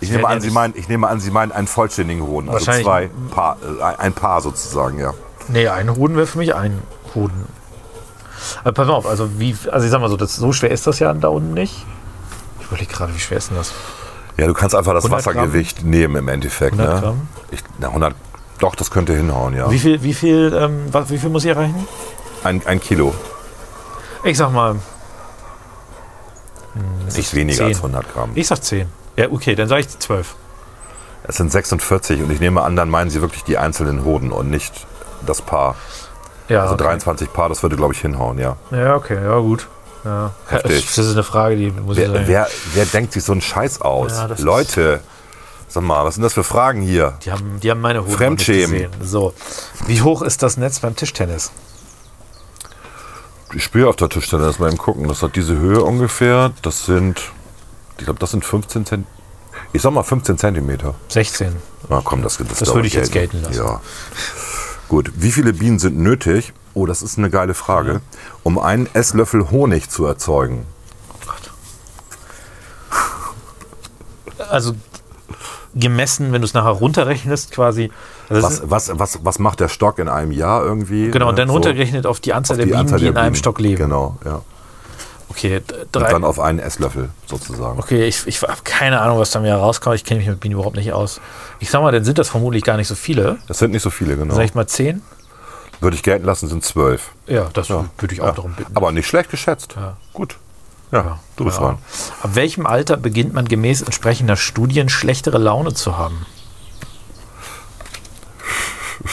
Speaker 2: Ich
Speaker 1: werden
Speaker 2: nehme,
Speaker 1: ja
Speaker 2: an, Sie
Speaker 1: nicht-
Speaker 2: meinen, ich nehme an, Sie meinen einen vollständigen Hoden. Also
Speaker 1: Wahrscheinlich-
Speaker 2: zwei Paar, äh, ein Paar sozusagen, ja.
Speaker 1: Nee, ein Hoden wäre für mich ein Hoden. Aber pass mal auf, also wie, also ich sag mal so, das, so schwer ist das ja da unten nicht. Ich überlege gerade, wie schwer ist denn das?
Speaker 2: Ja, du kannst einfach das
Speaker 1: 100 Gramm?
Speaker 2: Wassergewicht nehmen im Endeffekt.
Speaker 1: 100
Speaker 2: ne?
Speaker 1: Gramm?
Speaker 2: Ich, na, 100, doch, das könnte hinhauen, ja.
Speaker 1: Wie viel, wie viel, ähm, was, wie viel muss ich erreichen?
Speaker 2: Ein, ein Kilo.
Speaker 1: Ich sag mal, hm,
Speaker 2: Das Hm, ist weniger als
Speaker 1: zehn.
Speaker 2: 100 Gramm.
Speaker 1: ich sag 10. Ja, okay, dann sage ich 12.
Speaker 2: Es sind 46 und ich nehme an, dann meinen Sie wirklich die einzelnen Hoden und nicht das Paar.
Speaker 1: Ja,
Speaker 2: Also
Speaker 1: Ah, okay.
Speaker 2: 23 Paar, das würde, glaube ich, hinhauen, ja.
Speaker 1: Ja, okay, ja, gut. Ja.
Speaker 2: Heftig.
Speaker 1: Das ist eine Frage, die muss ich
Speaker 2: Wer,
Speaker 1: sagen.
Speaker 2: wer, wer denkt sich so einen Scheiß aus?
Speaker 1: Ja, das ist-
Speaker 2: Leute, sag mal, was sind das für Fragen hier?
Speaker 1: Die haben, die haben meine Hoden noch
Speaker 2: Fremdschämen.
Speaker 1: nicht gesehen. So. Wie hoch ist das Netz beim Tischtennis?
Speaker 2: Ich spiele auf der Tischtennis mal eben gucken. Das hat diese Höhe ungefähr. Das sind, ich glaube, das sind 15 Zentimeter. Ich sag mal 15 Zentimeter.
Speaker 1: 16.
Speaker 2: Na Ah, komm, das, das,
Speaker 1: Das
Speaker 2: dauert ne?
Speaker 1: würde ich jetzt gelten lassen.
Speaker 2: Ja. Gut, wie viele Bienen sind nötig? Oh, das ist eine geile Frage. Um einen Esslöffel Honig zu erzeugen.
Speaker 1: Also gemessen, wenn du es nachher runterrechnest, quasi. Also das
Speaker 2: Was, was, was, was macht der Stock in einem Jahr irgendwie? Äh,
Speaker 1: Genau, und dann
Speaker 2: So,
Speaker 1: runtergerechnet auf die Anzahl
Speaker 2: die
Speaker 1: der Bienen,
Speaker 2: Anzahl
Speaker 1: die
Speaker 2: der
Speaker 1: in einem
Speaker 2: Bienen.
Speaker 1: Stock leben.
Speaker 2: Genau, ja.
Speaker 1: Okay, d-
Speaker 2: Und
Speaker 1: drei.
Speaker 2: dann auf einen Esslöffel sozusagen.
Speaker 1: okay, ich, ich habe keine Ahnung, was da mir rauskommt. Ich kenne mich mit Bienen überhaupt nicht aus. Ich sag mal, dann sind das vermutlich gar nicht so viele.
Speaker 2: Das sind nicht so viele, genau.
Speaker 1: Sag ich mal zehn?
Speaker 2: Würde ich gelten lassen, sind zwölf.
Speaker 1: Ja, das würde ich auch darum bitten.
Speaker 2: Aber nicht schlecht geschätzt. Gut. Ja, du bist dran.
Speaker 1: Ab welchem Alter beginnt man gemäß entsprechender Studien schlechtere Laune zu haben?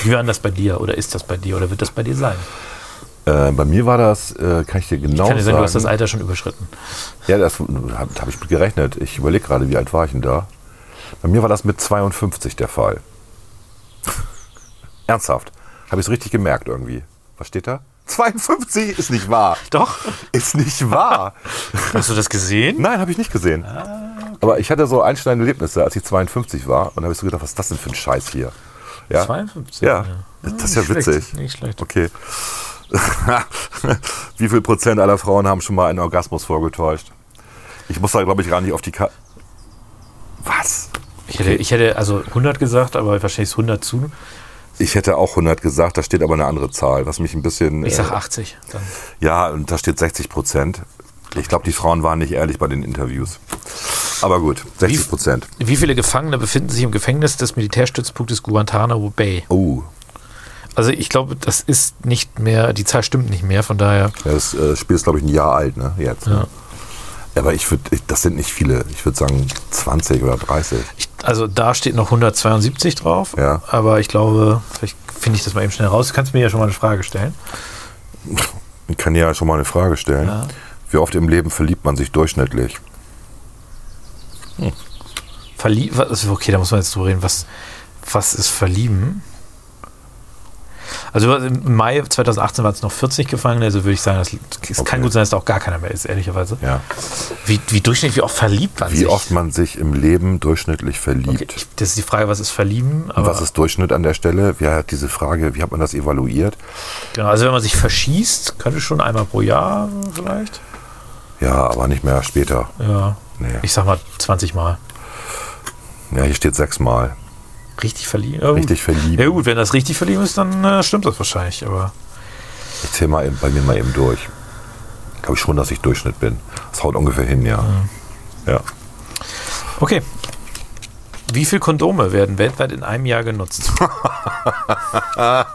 Speaker 1: Wie war denn das bei dir? Oder ist das bei dir? Oder wird das bei dir sein?
Speaker 2: Äh, bei mir war das, äh, kann ich dir genau
Speaker 1: Ich kann dir sagen,
Speaker 2: sagen.
Speaker 1: du hast das Alter schon überschritten.
Speaker 2: ja, das habe hab ich mit gerechnet. Ich überlege gerade, wie alt war ich denn da? Bei mir war das mit 52 der Fall. [LAUGHS] Ernsthaft. Habe ich es richtig gemerkt irgendwie. Was steht da? 52 ist nicht wahr.
Speaker 1: Doch.
Speaker 2: Ist nicht
Speaker 1: [LAUGHS]
Speaker 2: wahr.
Speaker 1: Hast du das gesehen?
Speaker 2: Nein, habe ich nicht gesehen.
Speaker 1: Ah,
Speaker 2: Aber ich hatte so einschneidende Erlebnisse, als ich 52 war. Und da habe ich so gedacht, was ist das denn für ein Scheiß hier? Ja.
Speaker 1: 52,
Speaker 2: Ja.
Speaker 1: ja.
Speaker 2: Das ist ja
Speaker 1: Nicht schlecht,
Speaker 2: witzig.
Speaker 1: nicht schlecht.
Speaker 2: Okay. [LAUGHS] Wie viel Prozent aller Frauen haben schon mal einen Orgasmus vorgetäuscht? Ich muss da, glaube ich, gar nicht auf die Ka Was?
Speaker 1: Ich hätte, ich hätte also 100 gesagt, aber wahrscheinlich ist 100 zu.
Speaker 2: Ich hätte auch 100 gesagt, da steht aber eine andere Zahl, was mich ein bisschen.
Speaker 1: Ich sag
Speaker 2: äh,
Speaker 1: 80. Dann.
Speaker 2: Ja, und da steht 60 Prozent. Ich glaube, die Frauen waren nicht ehrlich bei den Interviews. Aber gut, 60 Prozent.
Speaker 1: Wie viele Gefangene befinden sich im Gefängnis des Militärstützpunktes Guantanamo Bay?
Speaker 2: Oh,
Speaker 1: Also ich glaube, das ist nicht mehr, die Zahl stimmt nicht mehr, von daher.
Speaker 2: Ja, Das äh, Spiel ist, glaube ich, ein Jahr alt, ne? Jetzt.
Speaker 1: Ja.
Speaker 2: Aber ich würde, das sind nicht viele. Ich würde sagen 20 oder 30.
Speaker 1: Ich, also da steht noch 172 drauf,
Speaker 2: Ja.
Speaker 1: aber ich glaube, vielleicht finde ich das mal eben schnell raus. Du kannst mir ja schon mal eine Frage stellen.
Speaker 2: Ich kann ja schon mal eine Frage stellen.
Speaker 1: Ja.
Speaker 2: Wie oft im Leben verliebt man sich durchschnittlich?
Speaker 1: Verlie was, also okay, da muss man jetzt drüber reden. Was, was ist verlieben? Also im Mai 2018 waren es noch 40 Gefangene, also würde ich sagen, das, es
Speaker 2: Okay.
Speaker 1: kann gut sein, dass da auch gar keiner mehr ist, ehrlicherweise.
Speaker 2: Ja.
Speaker 1: Wie, wie durchschnittlich, wie oft verliebt man
Speaker 2: Wie
Speaker 1: sich?
Speaker 2: oft man sich im Leben durchschnittlich
Speaker 1: Also Okay,
Speaker 2: verliebt?
Speaker 1: ich, das ist die Frage, was ist verlieben?
Speaker 2: Und
Speaker 1: Aber
Speaker 2: Was ist Durchschnitt an der Stelle? Wie hat diese Frage, wie hat man das evaluiert?
Speaker 1: genau, also wenn man sich verschießt, könnte schon einmal pro Jahr vielleicht.
Speaker 2: Ja, aber nicht mehr später.
Speaker 1: Ja.
Speaker 2: Nee.
Speaker 1: Ich sag mal 20 Mal.
Speaker 2: Ja, hier steht sechsmal.
Speaker 1: Richtig verlieben. Ja, gut.
Speaker 2: Richtig verliebt.
Speaker 1: Ja gut, wenn das richtig verlieben ist, dann äh, stimmt das wahrscheinlich. Aber
Speaker 2: Ich zähle mal eben, bei mir mal eben durch. Glaube ich schon, dass ich Durchschnitt bin. Das haut ungefähr hin, ja. Ja.
Speaker 1: okay. Wie viele Kondome werden weltweit in einem Jahr genutzt?
Speaker 2: Ach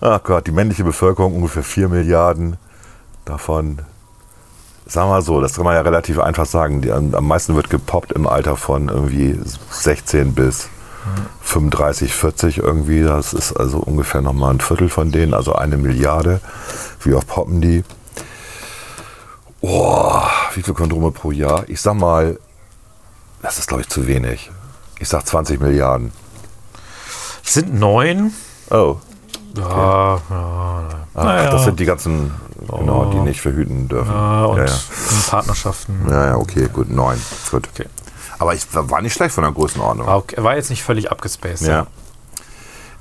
Speaker 2: Ah, Gott, die männliche Bevölkerung ungefähr 4 Milliarden. Davon, sagen wir mal so, das kann man ja relativ einfach sagen. Die, am, am meisten wird gepoppt im Alter von irgendwie 16 bis 35, 40 irgendwie. Das ist also ungefähr nochmal ein Viertel von denen, also eine Milliarde. Wie oft poppen die? Oh, wie viele Kondome pro Jahr? Ich sag mal, das ist glaube ich zu wenig. Ich sag 20 Milliarden.
Speaker 1: Es sind neun.
Speaker 2: Oh,
Speaker 1: Ja, ja,
Speaker 2: Ach,
Speaker 1: Naja.
Speaker 2: das sind die ganzen, genau, die nicht verhüten dürfen.
Speaker 1: ja, und
Speaker 2: ja, ja.
Speaker 1: Partnerschaften.
Speaker 2: ja, ja, okay, gut, neun. Gut.
Speaker 1: Okay.
Speaker 2: Aber ich war nicht schlecht von der Größenordnung.
Speaker 1: War, Ah, okay. war jetzt nicht völlig abgespaced.
Speaker 2: Ja.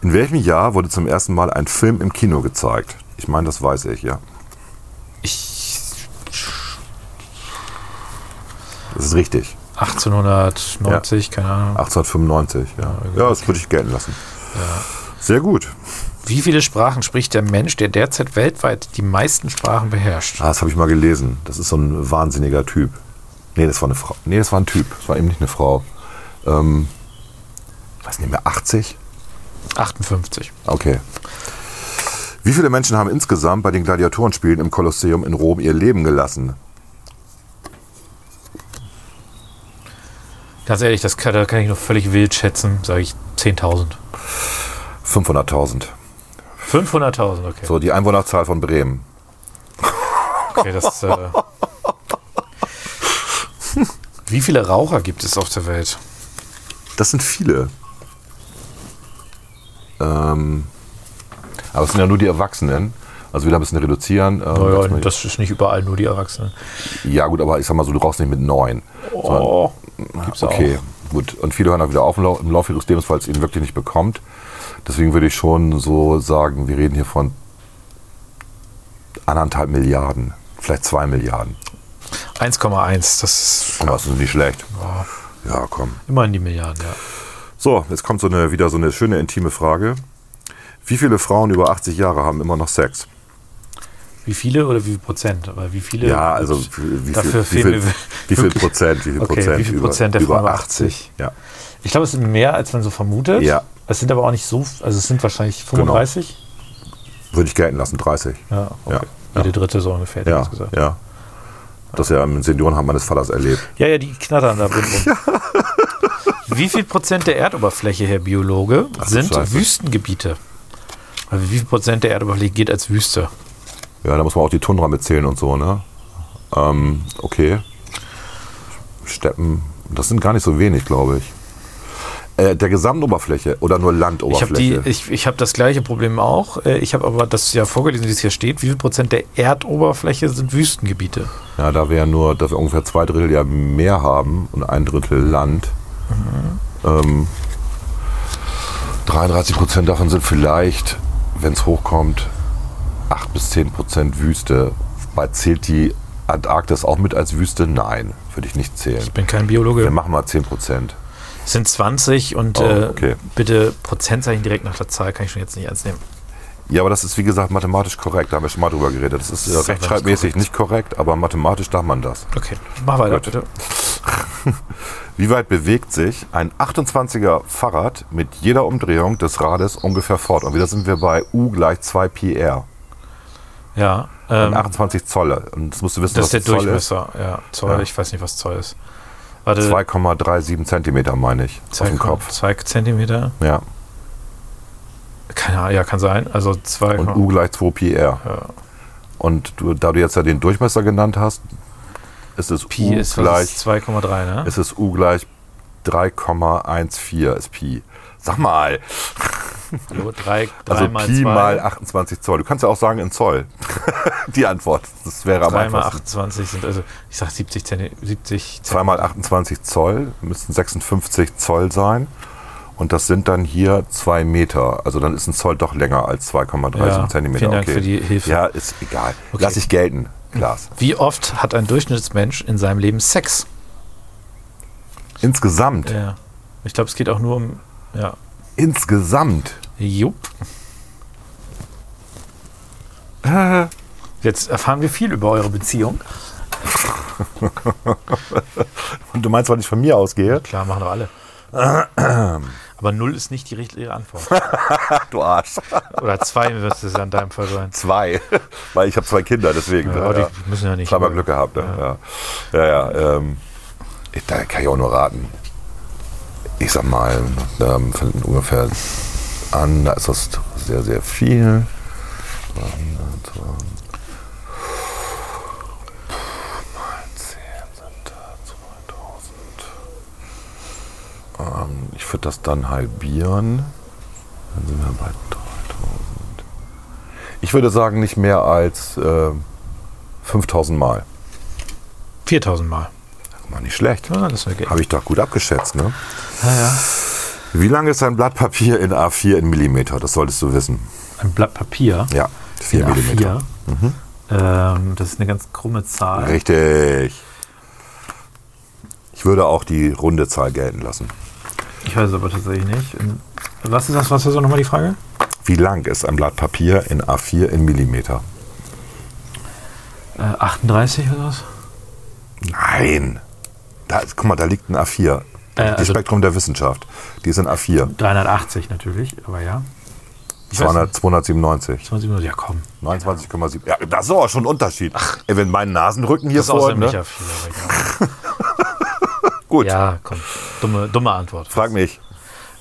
Speaker 2: In welchem Jahr wurde zum ersten Mal ein Film im Kino gezeigt? Ich meine, das weiß ich, ja.
Speaker 1: Ich,
Speaker 2: Das ist richtig.
Speaker 1: 1890, keine Ahnung.
Speaker 2: 1895, ja. Ja, das würde ich gelten lassen. Sehr gut.
Speaker 1: Wie viele Sprachen spricht der Mensch, der derzeit weltweit die meisten Sprachen beherrscht?
Speaker 2: Ah, das habe ich mal gelesen. Das ist so ein wahnsinniger Typ. Nee, das war eine Frau. Nee, das war ein Typ. Das war eben nicht eine Frau. Ähm, weiß nicht mehr, 80?
Speaker 1: 58.
Speaker 2: Okay. Wie viele Menschen haben insgesamt bei den Gladiatorenspielen im Kolosseum in Rom ihr Leben gelassen?
Speaker 1: Ganz ehrlich, das kann, da kann ich noch völlig wild schätzen, sage ich 10.000.
Speaker 2: 500.000.
Speaker 1: 500.000, okay.
Speaker 2: So die Einwohnerzahl von Bremen.
Speaker 1: Okay, das. Äh, wie viele Raucher gibt es auf der Welt?
Speaker 2: Das sind viele. Ähm, aber es sind ja nur die Erwachsenen. Also wieder ein bisschen reduzieren. Ähm, dass
Speaker 1: Naja,
Speaker 2: man-
Speaker 1: das ist nicht überall nur die Erwachsenen.
Speaker 2: ja gut, aber ich sag mal so, du rauchst nicht mit neun.
Speaker 1: Oh, gibt's auch.
Speaker 2: Okay, gut. Und viele hören auch wieder auf im Lau- im Laufe ihres Lebens, weil es ihnen wirklich nicht bekommt. Deswegen würde ich schon so sagen, wir reden hier von anderthalb Milliarden, vielleicht zwei Milliarden.
Speaker 1: 1,1, das ist
Speaker 2: Aber das ist nicht schlecht. Ja, komm.
Speaker 1: immerhin die Milliarden, ja.
Speaker 2: So, jetzt kommt so eine, wieder so eine schöne intime Frage. Wie viele Frauen über 80 Jahre haben immer noch Sex?
Speaker 1: Wie viele oder wie viel Prozent? Aber wie viele?
Speaker 2: Ja, also wie viel,
Speaker 1: Dafür
Speaker 2: wie viel,
Speaker 1: fehlen mir
Speaker 2: wie viel
Speaker 1: wirklich-
Speaker 2: Prozent? Wie viel
Speaker 1: Okay,
Speaker 2: Prozent,
Speaker 1: wie viel
Speaker 2: über,
Speaker 1: Prozent der
Speaker 2: über
Speaker 1: Frauen
Speaker 2: 80?
Speaker 1: 80?
Speaker 2: Ja.
Speaker 1: Ich glaube, es sind mehr, als man so vermutet.
Speaker 2: Ja. Genau.
Speaker 1: Es sind aber auch nicht so, also es sind wahrscheinlich 35.
Speaker 2: Würde ich gelten lassen, 30.
Speaker 1: Ja, okay.
Speaker 2: Ja.
Speaker 1: Jede dritte so ungefähr, hätte ich
Speaker 2: Ja,
Speaker 1: jetzt gesagt.
Speaker 2: ja. Das ja im Seniorenheim meines Vaters erlebt.
Speaker 1: Ja, ja, die knattern da drin rum. [LAUGHS] Wie viel Prozent der Erdoberfläche, Herr Biologe,
Speaker 2: du
Speaker 1: sind
Speaker 2: Scheiße.
Speaker 1: Wüstengebiete? Also wie viel Prozent der Erdoberfläche geht als Wüste?
Speaker 2: Ja, da muss man auch die Tundra mitzählen und so, ne? Ähm, okay. Steppen, das sind gar nicht so wenig, glaube ich. Äh, der Gesamtoberfläche oder nur
Speaker 1: Ich habe
Speaker 2: Landoberfläche?
Speaker 1: die, ich, ich hab das gleiche Problem auch. Äh, Ich habe aber das ja vorgelesen, wie es hier steht. Wie viel Prozent der Erdoberfläche sind Wüstengebiete?
Speaker 2: ja, da wäre nur, dass wir ungefähr zwei Drittel ja Meer haben und ein Drittel Land. Ähm, 33 Prozent davon sind vielleicht, wenn es hochkommt, 8 bis 10 Prozent Wüste. Wobei zählt die Antarktis auch mit als Wüste? Nein, würde ich nicht zählen.
Speaker 1: Ich bin kein
Speaker 2: Wir
Speaker 1: Biologe.
Speaker 2: machen mal 10 Prozent.
Speaker 1: Es sind 20 und
Speaker 2: Oh,
Speaker 1: äh,
Speaker 2: okay.
Speaker 1: bitte Prozentzeichen direkt nach der Zahl kann ich schon jetzt nicht ernst nehmen.
Speaker 2: Ja, aber das ist wie gesagt mathematisch korrekt, da haben wir schon mal drüber geredet. Das ist äh,
Speaker 1: Mathematisch
Speaker 2: rechtschreibmäßig nicht korrekt, aber mathematisch darf man das.
Speaker 1: Okay, mach weiter
Speaker 2: Gut.
Speaker 1: bitte.
Speaker 2: Wie weit bewegt sich ein 28er Fahrrad mit jeder Umdrehung des Rades ungefähr fort? Und wieder sind wir bei U gleich 2 PR.
Speaker 1: Ja,
Speaker 2: Und
Speaker 1: ähm,
Speaker 2: 28 Zoll. Und das musst du wissen,
Speaker 1: das ist der
Speaker 2: was Zoll
Speaker 1: Durchmesser. Ja, Zoll,
Speaker 2: Ja.
Speaker 1: ich weiß nicht, was Zoll ist. Warte,
Speaker 2: ist. 2,37 Zentimeter, meine ich. Auf dem Kopf.
Speaker 1: 2 Zentimeter?
Speaker 2: Ja.
Speaker 1: Keine Ahnung, ja, kann sein. Also 2,
Speaker 2: Und U gleich 2 PR.
Speaker 1: Ja.
Speaker 2: Und du, da du jetzt ja den Durchmesser genannt hast, ist es
Speaker 1: Pi
Speaker 2: U
Speaker 1: ist
Speaker 2: gleich
Speaker 1: gleich 2,3, ne?
Speaker 2: Es ist U gleich 3,14 ist Pi. Sag mal,
Speaker 1: Jo, drei, drei
Speaker 2: also
Speaker 1: mal
Speaker 2: Pi
Speaker 1: zwei,
Speaker 2: mal 28 Zoll. Du kannst ja auch sagen in Zoll. [LAUGHS] Die Antwort, das wäre am
Speaker 1: drei mal
Speaker 2: einfachsten.
Speaker 1: 28 sind, also ich sag 70 Zentimeter. 70 Zentimeter.
Speaker 2: 2 mal 28 Zoll müssten 56 Zoll sein. Und das sind dann hier 2 Meter. Also dann ist ein Zoll doch länger als 2,37
Speaker 1: Ja,
Speaker 2: Zentimeter.
Speaker 1: vielen Dank für die Hilfe.
Speaker 2: Ja, ist egal.
Speaker 1: Okay.
Speaker 2: Lass ich gelten, Klaas.
Speaker 1: Wie oft hat ein Durchschnittsmensch in seinem Leben Sex?
Speaker 2: Insgesamt,
Speaker 1: Ja. Ich glaube, es geht auch nur um, ja,
Speaker 2: insgesamt [LAUGHS]
Speaker 1: Jupp. Jetzt erfahren wir viel über eure Beziehung.
Speaker 2: Und du meinst, weil ich von mir ausgehe?
Speaker 1: Klar, machen
Speaker 2: [CLEARS THROAT]
Speaker 1: doch alle. Aber null ist nicht die richtige Antwort.
Speaker 2: Du Arsch.
Speaker 1: Oder zwei müsste es ja in deinem Fall sein.
Speaker 2: Zwei. [LAUGHS] Weil ich habe zwei Kinder, deswegen.
Speaker 1: Ja, aber die müssen ja nicht.
Speaker 2: Zweimal Glück gehabt, ne? Ja, ja. ja ähm, ich, da kann ich auch nur raten. Ich sag mal, ähm, fängt ungefähr an, da ist das sehr, sehr viel. Ähm, Ich würde das dann halbieren. Dann sind wir bei 3000. Ich würde sagen, nicht mehr als äh, 5000 Mal.
Speaker 1: 4000 Mal.
Speaker 2: Mal nicht schlecht.
Speaker 1: Ja, das wäre
Speaker 2: Habe ich doch gut abgeschätzt, ne?
Speaker 1: ja, ja.
Speaker 2: Wie lang ist ein Blatt Papier in A4 in Millimeter? Das solltest du wissen.
Speaker 1: Ein Blatt Papier.
Speaker 2: Ja, 4
Speaker 1: in
Speaker 2: Millimeter.
Speaker 1: A4. Ähm, das ist eine ganz krumme Zahl.
Speaker 2: Richtig. Ich würde auch die runde Zahl gelten lassen.
Speaker 1: Ich weiß es aber tatsächlich nicht. In- Was ist das? Was ist auch nochmal die Frage?
Speaker 2: Wie lang ist ein Blatt Papier in A4 in Millimeter?
Speaker 1: Äh, 38 oder was?
Speaker 2: Nein. Da, ist- guck mal, da liegt ein A4.
Speaker 1: Äh,
Speaker 2: das
Speaker 1: also-
Speaker 2: Spektrum der Wissenschaft. Die sind A4.
Speaker 1: 380 natürlich, aber ja. Ich weiß
Speaker 2: 200, 297.
Speaker 1: nicht. Ja, komm.
Speaker 2: 29,7. Ja, das ist aber schon ein Unterschied. Ey, wenn mein Nasenrücken hier
Speaker 1: Das ist auch
Speaker 2: vor.
Speaker 1: ziemlich
Speaker 2: Ne?
Speaker 1: viel. aber egal.
Speaker 2: Gut,
Speaker 1: [LAUGHS] Ja, komm. Dumme, dumme Antwort.
Speaker 2: frag mich.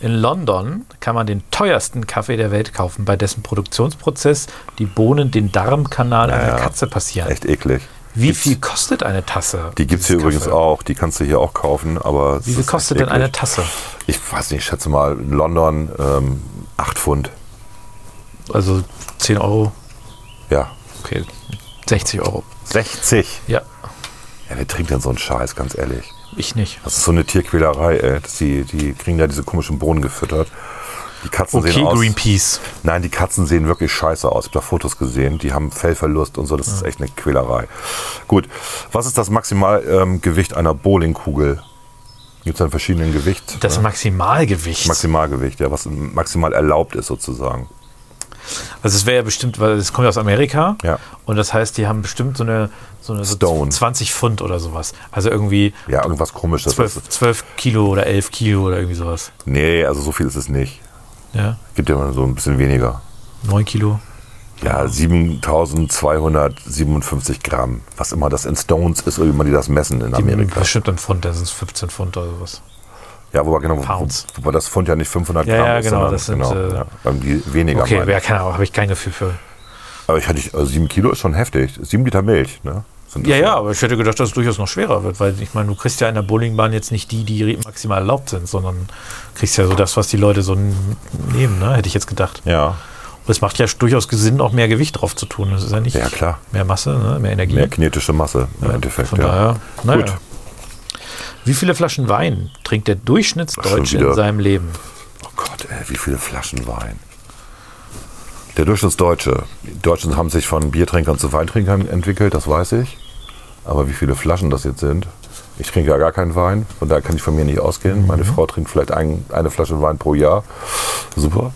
Speaker 1: In London kann man den teuersten Kaffee der Welt kaufen, bei dessen Produktionsprozess die Bohnen den Darmkanal einer Katze passieren.
Speaker 2: Echt eklig.
Speaker 1: Wie viel kostet eine Tasse?
Speaker 2: Die gibt es
Speaker 1: dieses
Speaker 2: hier übrigens
Speaker 1: Kaffee?
Speaker 2: auch. Die kannst du hier auch kaufen. Aber es
Speaker 1: Wie viel
Speaker 2: ist
Speaker 1: kostet
Speaker 2: echt
Speaker 1: denn eine
Speaker 2: eklig.
Speaker 1: Tasse?
Speaker 2: Ich weiß nicht, ich schätze mal in London ähm, 8 Pfund.
Speaker 1: Also 10 Euro,
Speaker 2: Ja.
Speaker 1: okay, 60 Euro.
Speaker 2: 60.
Speaker 1: Ja,
Speaker 2: Ja, wer trinkt denn so einen Scheiß, ganz ehrlich?
Speaker 1: ich nicht.
Speaker 2: Das ist so eine Tierquälerei, ey. Dass die, die kriegen da diese komischen Bohnen gefüttert. Die Katzen
Speaker 1: Okay,
Speaker 2: sehen aus.
Speaker 1: Greenpeace.
Speaker 2: Nein, die Katzen sehen wirklich scheiße aus. Ich habe da Fotos gesehen. Die haben Fellverlust und so. Das ist echt eine Quälerei. Gut. Was ist das Maximalgewicht ähm, Gewicht einer Bowlingkugel? Gibt es ein verschiedenen Gewicht?
Speaker 1: Das
Speaker 2: ne?
Speaker 1: Maximalgewicht.
Speaker 2: Maximalgewicht, ja, was maximal erlaubt ist sozusagen.
Speaker 1: Also es wäre ja bestimmt, weil es kommt ja aus Amerika
Speaker 2: Ja.
Speaker 1: und das heißt, die haben bestimmt so eine, so eine so
Speaker 2: Stone.
Speaker 1: 20 Pfund oder sowas. Also irgendwie
Speaker 2: Ja, irgendwas komisches.
Speaker 1: 12, 12 Kilo oder 11 Kilo oder irgendwie sowas.
Speaker 2: Nee, also so viel ist es nicht.
Speaker 1: Ja,
Speaker 2: Gibt ja mal so ein bisschen weniger.
Speaker 1: 9 Kilo.
Speaker 2: Ja, 7257 Gramm. Was immer das in Stones ist oder wie man die das messen in
Speaker 1: Die
Speaker 2: Amerika.
Speaker 1: bestimmt in Pfund, das sind 15 Pfund oder sowas.
Speaker 2: Ja, wobei, genau, wo-
Speaker 1: Pounds.
Speaker 2: wobei das Pfund ja nicht 500
Speaker 1: Ja,
Speaker 2: Gramm
Speaker 1: ja,
Speaker 2: ist.
Speaker 1: genau,
Speaker 2: sondern-
Speaker 1: das sind, äh,
Speaker 2: ja, irgendwie weniger.
Speaker 1: Okay,
Speaker 2: meine
Speaker 1: ja,
Speaker 2: ich.
Speaker 1: keine Ahnung, habe ich kein Gefühl für.
Speaker 2: Aber ich hatte, also 7 Kilo ist schon heftig. 7 Liter Milch, ne? Sind das
Speaker 1: Ja, ja, aber ich hätte gedacht, dass es durchaus noch schwerer wird, weil ich meine, du kriegst ja in der Bowlingbahn jetzt nicht die, die maximal erlaubt sind, sondern kriegst ja so das, was die Leute so n- nehmen, ne? hätte ich jetzt gedacht.
Speaker 2: Ja,
Speaker 1: Und es macht ja durchaus Sinn, auch mehr Gewicht drauf zu tun. Das ist ja nicht
Speaker 2: Ja, klar.
Speaker 1: mehr Masse, ne? mehr Energie.
Speaker 2: mehr kinetische Masse im Endeffekt.
Speaker 1: Von
Speaker 2: ja.
Speaker 1: daher, naja.
Speaker 2: Gut.
Speaker 1: Wie viele Flaschen Wein trinkt der
Speaker 2: Ach,
Speaker 1: Durchschnittsdeutsche
Speaker 2: schon wieder.
Speaker 1: in seinem Leben?
Speaker 2: Oh Gott, ey, wie viele Flaschen Wein. Der Durchschnittsdeutsche. Die Deutschen haben sich von Biertrinkern zu Weintrinkern entwickelt, das weiß ich. Aber wie viele Flaschen das jetzt sind, ich trinke ja gar keinen Wein, von daher kann ich von mir nicht ausgehen.
Speaker 1: Mhm.
Speaker 2: Meine Frau trinkt vielleicht ein, eine Flasche Wein pro Jahr. Super,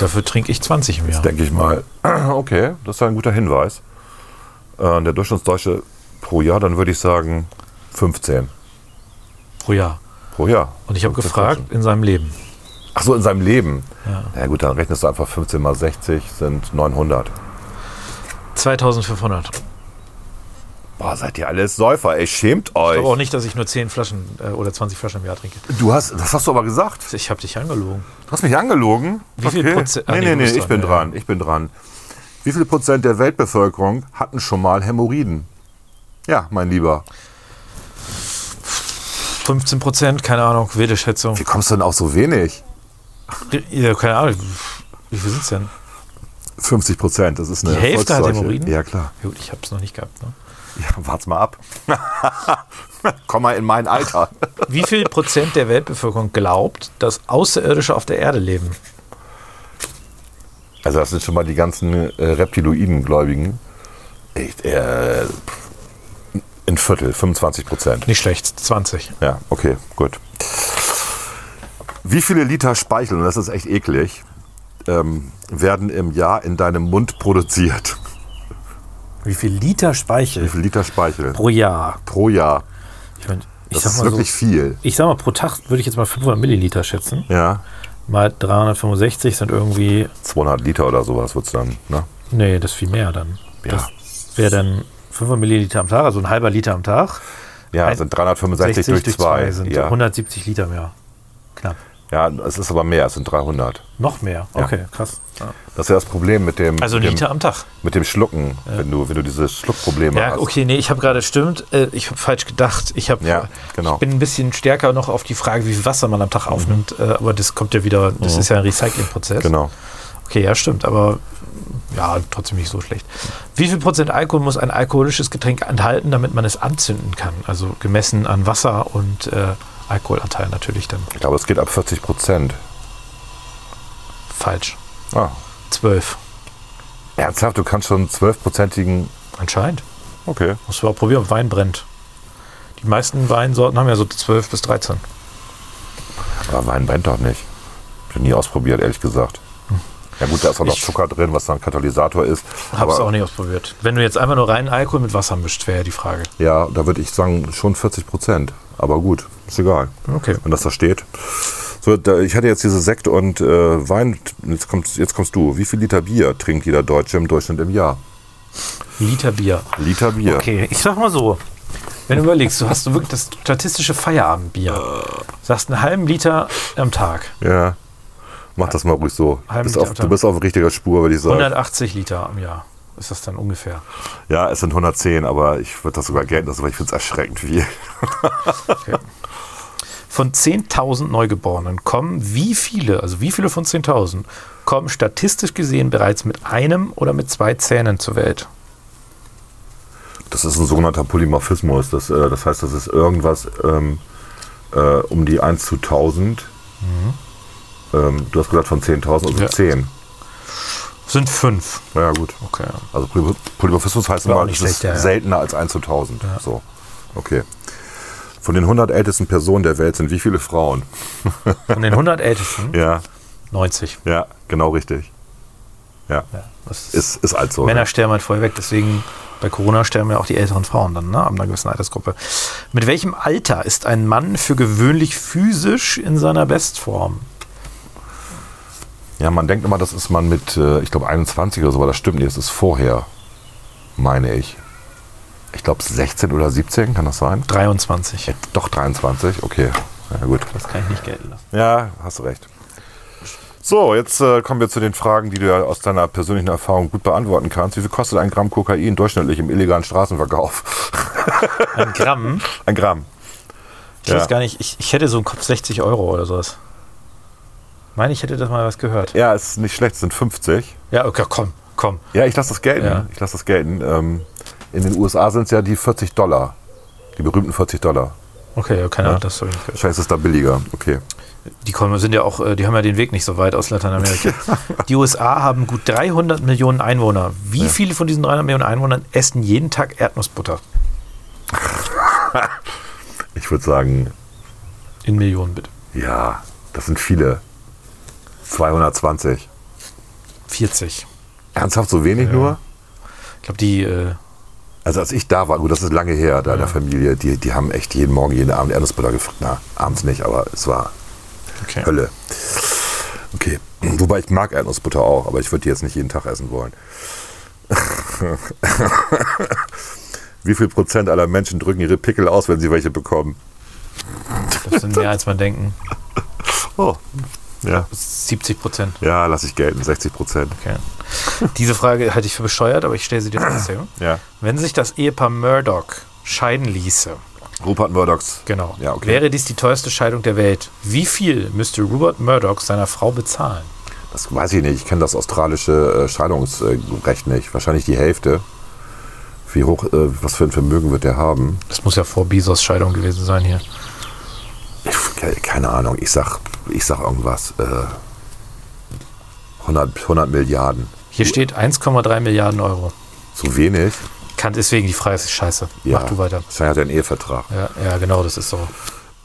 Speaker 1: Dafür trinke ich 20 im Jahr.
Speaker 2: denke ich mal. [CLEARS THROAT] Okay, das ist ein guter Hinweis. Äh, der Durchschnittsdeutsche pro Jahr, dann würde ich sagen 15
Speaker 1: Pro Jahr.
Speaker 2: pro Jahr.
Speaker 1: Und ich habe
Speaker 2: 15
Speaker 1: gefragt, in seinem Leben.
Speaker 2: Ach so, in seinem Leben. Ja. Na gut, dann rechnest du einfach 15 mal 60 sind 900.
Speaker 1: 2500.
Speaker 2: Boah, seid ihr alles Säufer, ey, schämt
Speaker 1: Ich
Speaker 2: euch.
Speaker 1: glaube auch nicht, dass ich nur 10 Flaschen äh, oder 20 Flaschen im Jahr trinke.
Speaker 2: Du hast, das hast du aber gesagt.
Speaker 1: Ich habe dich angelogen.
Speaker 2: Du hast mich angelogen.
Speaker 1: Wie viel Prozent- ah,
Speaker 2: Nee,
Speaker 1: nee,
Speaker 2: nee,
Speaker 1: du
Speaker 2: nee,
Speaker 1: bist
Speaker 2: ich bin
Speaker 1: dran, ja.
Speaker 2: dran, ich bin dran. Wie viel Prozent der Weltbevölkerung hatten schon mal Hämorrhoiden? Ja, mein Lieber.
Speaker 1: 15 Prozent, keine Ahnung, wilde Schätzung.
Speaker 2: Wie kommst du denn auf so wenig?
Speaker 1: Ja, keine Ahnung, wie viel sind es denn?
Speaker 2: 50 Prozent, das ist eine
Speaker 1: Die Hälfte hat
Speaker 2: Volksseuche.
Speaker 1: Hämorrhoiden?
Speaker 2: Ja, klar.
Speaker 1: Gut, ich habe es noch nicht gehabt. Ne?
Speaker 2: Ja, wart's mal ab. [LAUGHS] Komm mal in mein Alter.
Speaker 1: Wie viel Prozent der Weltbevölkerung glaubt, dass Außerirdische auf der Erde leben?
Speaker 2: Also das sind schon mal die ganzen äh, Reptiloiden-Gläubigen. Echt, äh, ein Viertel, 25 Prozent.
Speaker 1: Nicht schlecht, 20.
Speaker 2: Ja, okay, gut. Wie viele Liter Speichel, und das ist echt eklig, ähm, werden im Jahr in deinem Mund produziert?
Speaker 1: Wie viel Liter
Speaker 2: Wie
Speaker 1: Speichel
Speaker 2: viele Liter Speichel
Speaker 5: pro Jahr.
Speaker 2: pro Jahr?
Speaker 5: Ich, mein, ich
Speaker 2: Das
Speaker 5: sag
Speaker 2: ist
Speaker 5: mal so,
Speaker 2: wirklich viel.
Speaker 5: ich sag mal, pro Tag würde ich jetzt mal 500 Milliliter schätzen.
Speaker 2: Ja,
Speaker 5: Mal 365 sind irgendwie,
Speaker 2: 200 Liter oder sowas wird es dann. Ne?
Speaker 5: nee, das ist viel mehr dann.
Speaker 2: Ja,
Speaker 5: Das wäre dann 500 Milliliter am Tag, also ein halber Liter am Tag.
Speaker 2: ja
Speaker 5: ein-
Speaker 2: sind 365 durch 2.
Speaker 5: sind
Speaker 2: Ja.
Speaker 5: 170 Liter mehr. Knapp.
Speaker 2: ja, es ist aber mehr, es sind 300.
Speaker 5: Noch mehr.
Speaker 2: Ja.
Speaker 5: Okay, krass. Ja.
Speaker 2: Das ist ja das Problem mit dem,
Speaker 1: Also ein
Speaker 2: mit dem,
Speaker 1: Liter am Tag.
Speaker 2: mit dem Schlucken, wenn, du, wenn du diese Schluckprobleme
Speaker 1: Ja,
Speaker 2: hast.
Speaker 1: okay, nee, ich habe gerade stimmt, äh, ich habe falsch gedacht. Ich, hab,
Speaker 2: Ja, genau. Mhm.
Speaker 1: ich bin ein bisschen stärker noch auf die Frage, wie viel Wasser man am Tag aufnimmt, äh, aber das kommt ja wieder, das ist ja ein Recyclingprozess.
Speaker 2: Genau.
Speaker 1: Okay, ja, stimmt, aber ja, trotzdem nicht so schlecht. Wie viel Prozent Alkohol muss ein alkoholisches Getränk enthalten, damit man es anzünden kann? Also gemessen an Wasser und äh, Alkoholanteil natürlich dann
Speaker 2: Ich glaube, es geht ab 40 Prozent.
Speaker 1: falsch.
Speaker 2: Ah,
Speaker 1: Zwölf.
Speaker 2: ernsthaft, du kannst schon 12-prozentigen.
Speaker 1: Anscheinend.
Speaker 2: Okay.
Speaker 1: Musst du mal probieren, ob Wein brennt. Die meisten Weinsorten haben ja so 12 bis 13.
Speaker 2: Aber Wein brennt doch nicht. Ich nie ausprobiert, ehrlich gesagt. Ja gut, da ist auch noch Zucker drin, was dann Katalysator ist.
Speaker 1: Hab's auch nicht ausprobiert. Wenn du jetzt einfach nur reinen Alkohol mit Wasser mischt, wäre ja die Frage.
Speaker 2: Ja, da würde ich sagen, schon 40 Prozent. Aber gut, ist egal.
Speaker 1: Okay.
Speaker 2: Wenn das da steht. So, da, ich hatte jetzt diese Sekt und äh, Wein. Jetzt kommst, jetzt kommst du. Wie viel Liter Bier trinkt jeder Deutsche im Durchschnitt im Jahr?
Speaker 1: Liter Bier.
Speaker 2: Liter Bier.
Speaker 5: Okay, ich sag mal so,
Speaker 1: Wenn du überlegst, du hast so wirklich das statistische Feierabendbier. Sagst einen halben Liter am Tag.
Speaker 2: Ja. Mach das mal ruhig so.
Speaker 1: Halben
Speaker 2: Bist
Speaker 1: Liter
Speaker 2: auf,
Speaker 1: unter.
Speaker 2: du bist auf richtiger Spur, würde ich sagen.
Speaker 1: 180 Liter am Jahr ist das dann ungefähr.
Speaker 2: Ja, es sind 110, aber ich würde das sogar gelten lassen, weil ich finde es erschreckend viel.
Speaker 1: Von 10.000 Neugeborenen kommen wie viele, also wie viele von 10.000, kommen statistisch gesehen bereits mit einem oder mit zwei Zähnen zur Welt?
Speaker 2: Das ist ein sogenannter Polymorphismus. Das, äh, das heißt, das ist irgendwas ähm, äh, um die 1 zu 1000. Ähm, du hast gesagt von 10.000, also
Speaker 1: Mhm. Ja.
Speaker 2: 10.
Speaker 1: Sind fünf.
Speaker 2: Ja, gut.
Speaker 1: Okay.
Speaker 2: Also Poly- Polymorphismus heißt
Speaker 1: War auch
Speaker 2: immer,
Speaker 1: nicht
Speaker 2: es ist
Speaker 1: schlecht, ja, ja.
Speaker 2: seltener als 1 zu 1000. So. Okay. Von den 100 ältesten Personen der Welt sind wie viele Frauen?
Speaker 1: Von den 100 Ältesten
Speaker 2: Ja,
Speaker 1: 90.
Speaker 2: ja, genau richtig. Ja,
Speaker 1: Das
Speaker 2: ist, ist alt so. ne?
Speaker 1: Männer sterben halt vorher weg, deswegen bei Corona sterben ja auch die älteren Frauen dann, ne, ab einer gewissen Altersgruppe. Mit welchem Alter ist ein Mann für gewöhnlich physisch in seiner Bestform?
Speaker 2: Ja, man denkt immer, das ist man mit, äh, ich glaube, 21 oder so, aber das stimmt nicht, das ist vorher, meine ich. Ich glaube, 16 oder 17, kann das sein?
Speaker 1: 23.
Speaker 2: Doch, 23, okay. Ja, gut.
Speaker 1: Das kann ich nicht gelten lassen.
Speaker 2: Ja, hast du recht. So, jetzt äh, kommen wir zu den Fragen, die du ja aus deiner persönlichen Erfahrung gut beantworten kannst. Wie viel kostet ein Gramm Kokain durchschnittlich im illegalen Straßenverkauf? [LAUGHS]
Speaker 1: Ein Gramm?
Speaker 2: Ein Gramm.
Speaker 1: Ich weiß gar nicht, ich, ich hätte so im Kopf 60 Euro oder sowas. Meine ich hätte das mal was gehört.
Speaker 2: Ja, ist nicht schlecht, es sind 50.
Speaker 1: Ja, okay, komm, komm.
Speaker 2: Ja, ich lasse das gelten.
Speaker 1: Ja.
Speaker 2: Ich lasse das gelten. Ähm, in den USA sind es ja die 40 Dollar. Die berühmten 40 Dollar.
Speaker 1: Okay, ja, keine Ahnung, das habe ich nicht gehört.
Speaker 2: Scheiße, ist da billiger. Okay.
Speaker 1: Die kommen, sind ja auch, äh, die haben ja den Weg nicht so weit aus Lateinamerika. die USA haben gut 300 Millionen Einwohner. Wie viele von diesen 300 Millionen Einwohnern essen jeden Tag Erdnussbutter?
Speaker 2: Ich würde sagen,
Speaker 1: In Millionen bitte.
Speaker 2: ja, das sind viele. 220.
Speaker 1: 40.
Speaker 2: Ernsthaft so wenig nur?
Speaker 1: Ich glaube, die, äh,
Speaker 2: Also als ich da war, gut, das ist lange her, da in der Familie, die, die haben echt jeden Morgen, jeden Abend Erdnussbutter gefressen. Na, abends nicht, aber es war
Speaker 1: okay.
Speaker 2: Hölle. Okay. Wobei ich mag Erdnussbutter auch, aber ich würde die jetzt nicht jeden Tag essen wollen. [LAUGHS] Wie viel Prozent aller Menschen drücken ihre Pickel aus, wenn sie welche bekommen?
Speaker 1: das sind mehr als man denken.
Speaker 2: Oh. Ja.
Speaker 1: 70 Prozent.
Speaker 2: Ja, lass ich gelten, 60 Prozent.
Speaker 1: Okay. Diese Frage halte ich für bescheuert, aber ich stelle sie dir trotzdem.
Speaker 2: Ja.
Speaker 1: Wenn sich das Ehepaar Murdoch scheiden ließe,
Speaker 2: Rupert Murdochs.
Speaker 1: genau,
Speaker 2: Ja, okay.
Speaker 1: wäre dies die teuerste Scheidung der Welt. Wie viel müsste Rupert Murdoch seiner Frau bezahlen?
Speaker 2: Das weiß ich nicht. Ich kenne das australische äh, Scheidungsrecht nicht. Wahrscheinlich die Hälfte. Wie hoch, äh, was für ein Vermögen wird der haben?
Speaker 1: Das muss ja vor Bezos Scheidung gewesen sein hier.
Speaker 2: Ich, ke- keine Ahnung. Ich sag, ich sag irgendwas. Äh, 100, 100 Milliarden.
Speaker 1: Hier steht 1,3 Milliarden Euro.
Speaker 2: Zu wenig?
Speaker 1: Kann deswegen die Frage ist scheiße. Mach du weiter.
Speaker 2: Wahrscheinlich hat er einen Ehevertrag.
Speaker 1: Ja, ja, genau, das ist so.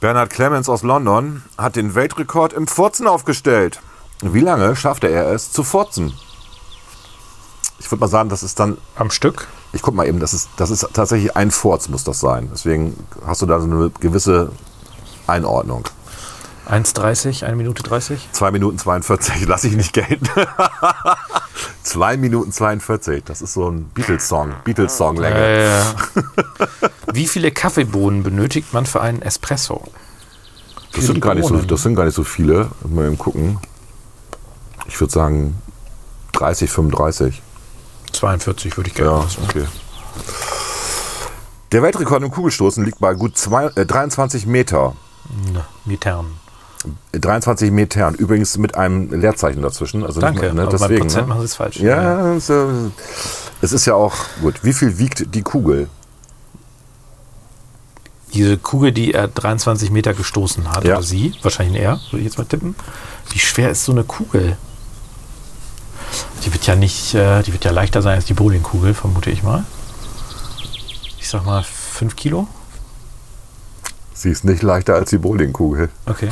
Speaker 2: Bernhard Clemens aus London hat den Weltrekord im Furzen aufgestellt. Wie lange schaffte er es zu furzen? Ich würde mal sagen, das ist dann
Speaker 1: Am Stück?
Speaker 2: Ich guck mal eben, das ist, das ist tatsächlich ein Furz, muss das sein. Deswegen hast du da so eine gewisse Einordnung.
Speaker 1: 1,30, 1 Minute 30?
Speaker 2: 2 Minuten [LAUGHS] 42 lasse ich nicht gelten. 2 Minuten 42, das ist so ein Beatles-Song, Beatles-Song-Länge.
Speaker 1: Äh, wie viele Kaffeebohnen benötigt man für einen Espresso?
Speaker 2: das, sind gar nicht so, das sind gar nicht so viele. Mal eben gucken. Ich würde sagen 30, 35.
Speaker 1: 42 würde ich gerne.
Speaker 2: Ja, okay. Der Weltrekord im Kugelstoßen liegt bei gut zwei, äh, 23 Meter.
Speaker 1: Na, Metern.
Speaker 2: 23 Metern, übrigens mit einem Leerzeichen dazwischen. Also
Speaker 1: Danke,
Speaker 2: nicht, mal- ne,
Speaker 1: aber beim
Speaker 2: deswegen,
Speaker 1: Prozent
Speaker 2: ne?
Speaker 1: machen sie es falsch.
Speaker 2: Ja, es, äh, es ist ja auch gut. Wie viel wiegt die Kugel?
Speaker 1: Diese Kugel, die er 23 Meter gestoßen hat,
Speaker 2: Ja.
Speaker 1: oder sie, wahrscheinlich er, würde ich jetzt mal tippen. Wie schwer ist so eine Kugel? Die wird ja nicht, äh, die wird ja leichter sein als die Bowlingkugel, vermute ich mal. Ich sag mal 5 Kilo?
Speaker 2: Sie ist nicht leichter als die Bowlingkugel.
Speaker 1: Okay.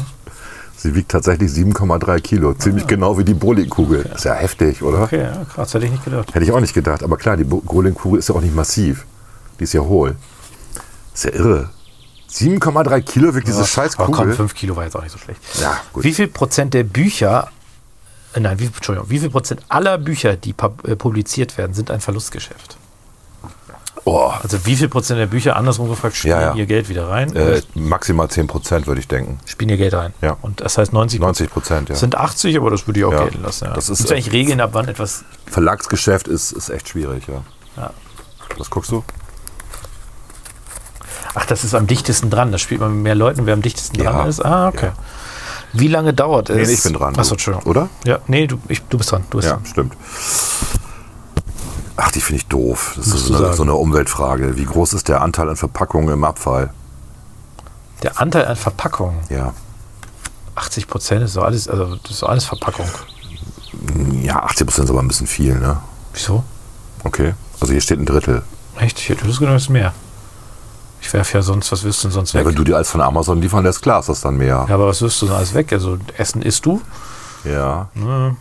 Speaker 2: Sie wiegt tatsächlich 7,3 Kilo. Ziemlich genau wie die Bowlingkugel. Ist ja heftig, oder?
Speaker 1: Ah. Okay, ja, krass, hätte ich nicht gedacht.
Speaker 2: Hätte ich auch nicht gedacht. Aber klar, die Bo- Bowlingkugel ist ja auch nicht massiv. Die ist ja hohl. Ist ja irre. 7,3 Kilo wiegt diese scheiß
Speaker 1: Aber komm,
Speaker 2: Kugel.
Speaker 1: 5 Kilo war jetzt auch nicht so schlecht.
Speaker 2: Ja, gut.
Speaker 1: Wie viel Prozent der Bücher, äh, nein, wie, viel- Entschuldigung, wie viel Prozent aller Bücher, die pub- äh, publiziert werden, sind ein Verlustgeschäft?
Speaker 2: Oh,
Speaker 1: Also wie viel Prozent der Bücher, andersrum gefragt, spielen
Speaker 2: Ja, ja.
Speaker 1: ihr Geld wieder rein?
Speaker 2: äh, maximal 10 Prozent würde ich denken.
Speaker 1: spielen ihr Geld rein.
Speaker 2: Ja.
Speaker 1: Und das heißt 90
Speaker 2: 90 Prozent, ja.
Speaker 1: Das sind 80, aber das würde ich auch
Speaker 2: Ja.
Speaker 1: gelten lassen. Ja.
Speaker 2: Das ist- äh,
Speaker 1: Gibt's eigentlich Regeln, ab wann etwas
Speaker 2: Verlagsgeschäft ist, ist echt schwierig, ja.
Speaker 1: Ja.
Speaker 2: Was guckst du?
Speaker 1: Ach, das ist am dichtesten dran. Das spielt man mit mehr Leuten, wer am dichtesten
Speaker 2: Ja.
Speaker 1: dran ist. Ah, okay. Wie lange dauert es?
Speaker 2: Nee, ich bin dran.
Speaker 1: Achso, Entschuldigung.
Speaker 2: Oder?
Speaker 1: Ja, nee, du, ich, du bist dran. Du bist
Speaker 2: Ja,
Speaker 1: dran.
Speaker 2: stimmt. Ach, die finde ich doof. Das ist
Speaker 1: Musst du
Speaker 2: so eine,
Speaker 1: sagen.
Speaker 2: so eine Umweltfrage. Wie groß ist der Anteil an Verpackungen im Abfall?
Speaker 1: Der Anteil an Verpackung,
Speaker 2: Ja.
Speaker 1: 80 Prozent ist so alles, also das ist so alles Verpackung.
Speaker 2: Ja, 80 Prozent ist aber ein bisschen viel, ne?
Speaker 1: Wieso?
Speaker 2: Okay. Also hier steht ein Drittel.
Speaker 1: Echt? Ich hätte das gedacht, es ist mehr. Ich werfe ja sonst, was wirst du denn sonst
Speaker 2: Ja,
Speaker 1: weg?
Speaker 2: wenn du dir alles von Amazon liefern lässt, klar ist das dann mehr.
Speaker 1: Ja, aber was wirst du denn alles weg? Also Essen isst du?
Speaker 2: Ja. Ja,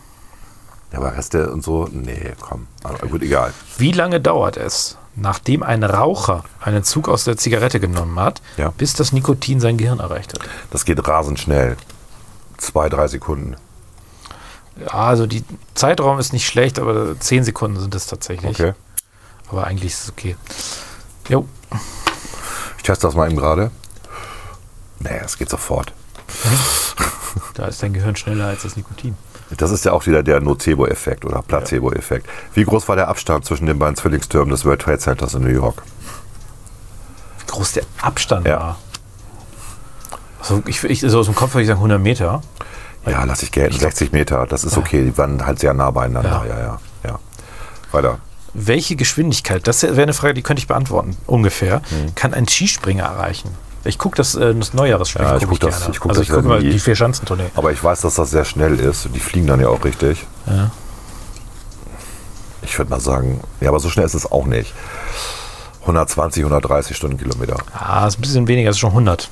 Speaker 2: aber Reste und so, nee, komm. Aber gut, egal.
Speaker 1: Wie lange dauert es, nachdem ein Raucher einen Zug aus der Zigarette genommen hat,
Speaker 2: Ja.
Speaker 1: bis das Nikotin sein Gehirn erreicht hat?
Speaker 2: Das geht rasend schnell. Zwei, drei Sekunden.
Speaker 1: Ja, also die Zeitraum ist nicht schlecht, aber 10 Sekunden sind es tatsächlich.
Speaker 2: Okay.
Speaker 1: Aber eigentlich ist es okay. Jo,
Speaker 2: Ich teste das mal eben gerade. Nee, es geht sofort.
Speaker 1: da ist dein Gehirn schneller als das Nikotin.
Speaker 2: Das ist ja auch wieder der Nocebo-Effekt oder Placebo-Effekt. Wie groß war der Abstand zwischen den beiden Zwillingstürmen des World Trade Centers in New York?
Speaker 1: Wie groß der Abstand
Speaker 2: Ja.
Speaker 1: war. Also ich, ich, so aus dem Kopf würde ich sagen 100 Meter.
Speaker 2: Ja, lass ich gelten. 60 Meter, das ist okay. Die waren halt sehr nah beieinander. Ja,
Speaker 1: Ja.
Speaker 2: ja, ja. Weiter.
Speaker 1: Welche Geschwindigkeit, das wäre eine Frage, die könnte ich beantworten, ungefähr,
Speaker 2: Mhm.
Speaker 1: kann ein Skispringer erreichen? Ich gucke das, äh, das Neujahresspiel.
Speaker 2: Ja, ich guck
Speaker 1: guck
Speaker 2: das-
Speaker 1: gerne.
Speaker 2: ich guck
Speaker 1: also
Speaker 2: das
Speaker 1: ich gucke
Speaker 2: ja
Speaker 1: mal
Speaker 2: nie.
Speaker 1: die Vier-Schanzentournee.
Speaker 2: Aber ich weiß, dass das sehr schnell ist. Die fliegen dann ja auch richtig.
Speaker 1: Ja.
Speaker 2: Ich würde mal sagen, ja, aber so schnell ist es auch nicht. 120, 130 Stundenkilometer.
Speaker 1: Ah, ist ein bisschen weniger, ist schon 100.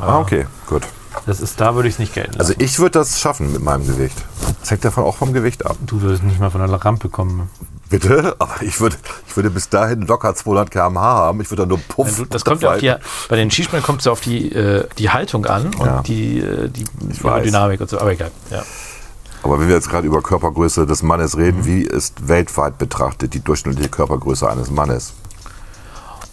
Speaker 2: Ah, okay, gut.
Speaker 5: Das ist, da würde ich es nicht gelten
Speaker 2: Also
Speaker 5: lassen.
Speaker 2: ich würde das schaffen mit meinem Gewicht. Das hängt davon auch vom Gewicht ab.
Speaker 5: du würdest nicht mal von der Rampe kommen.
Speaker 2: Bitte? Aber ich würde, ich würde bis dahin locker 200 km/h haben. Ich würde dann nur
Speaker 1: Wenn
Speaker 2: puff.
Speaker 1: du, das kommt ja auf die, bei den Skispringen kommt es ja auf die, äh, die Haltung an und
Speaker 2: Ja.
Speaker 1: die, äh, die
Speaker 2: weiß.
Speaker 1: Aerodynamik und so. Aber egal. Ja.
Speaker 2: Aber wenn wir jetzt gerade über Körpergröße des Mannes
Speaker 1: Mhm.
Speaker 2: reden, wie ist weltweit betrachtet die durchschnittliche Körpergröße eines Mannes?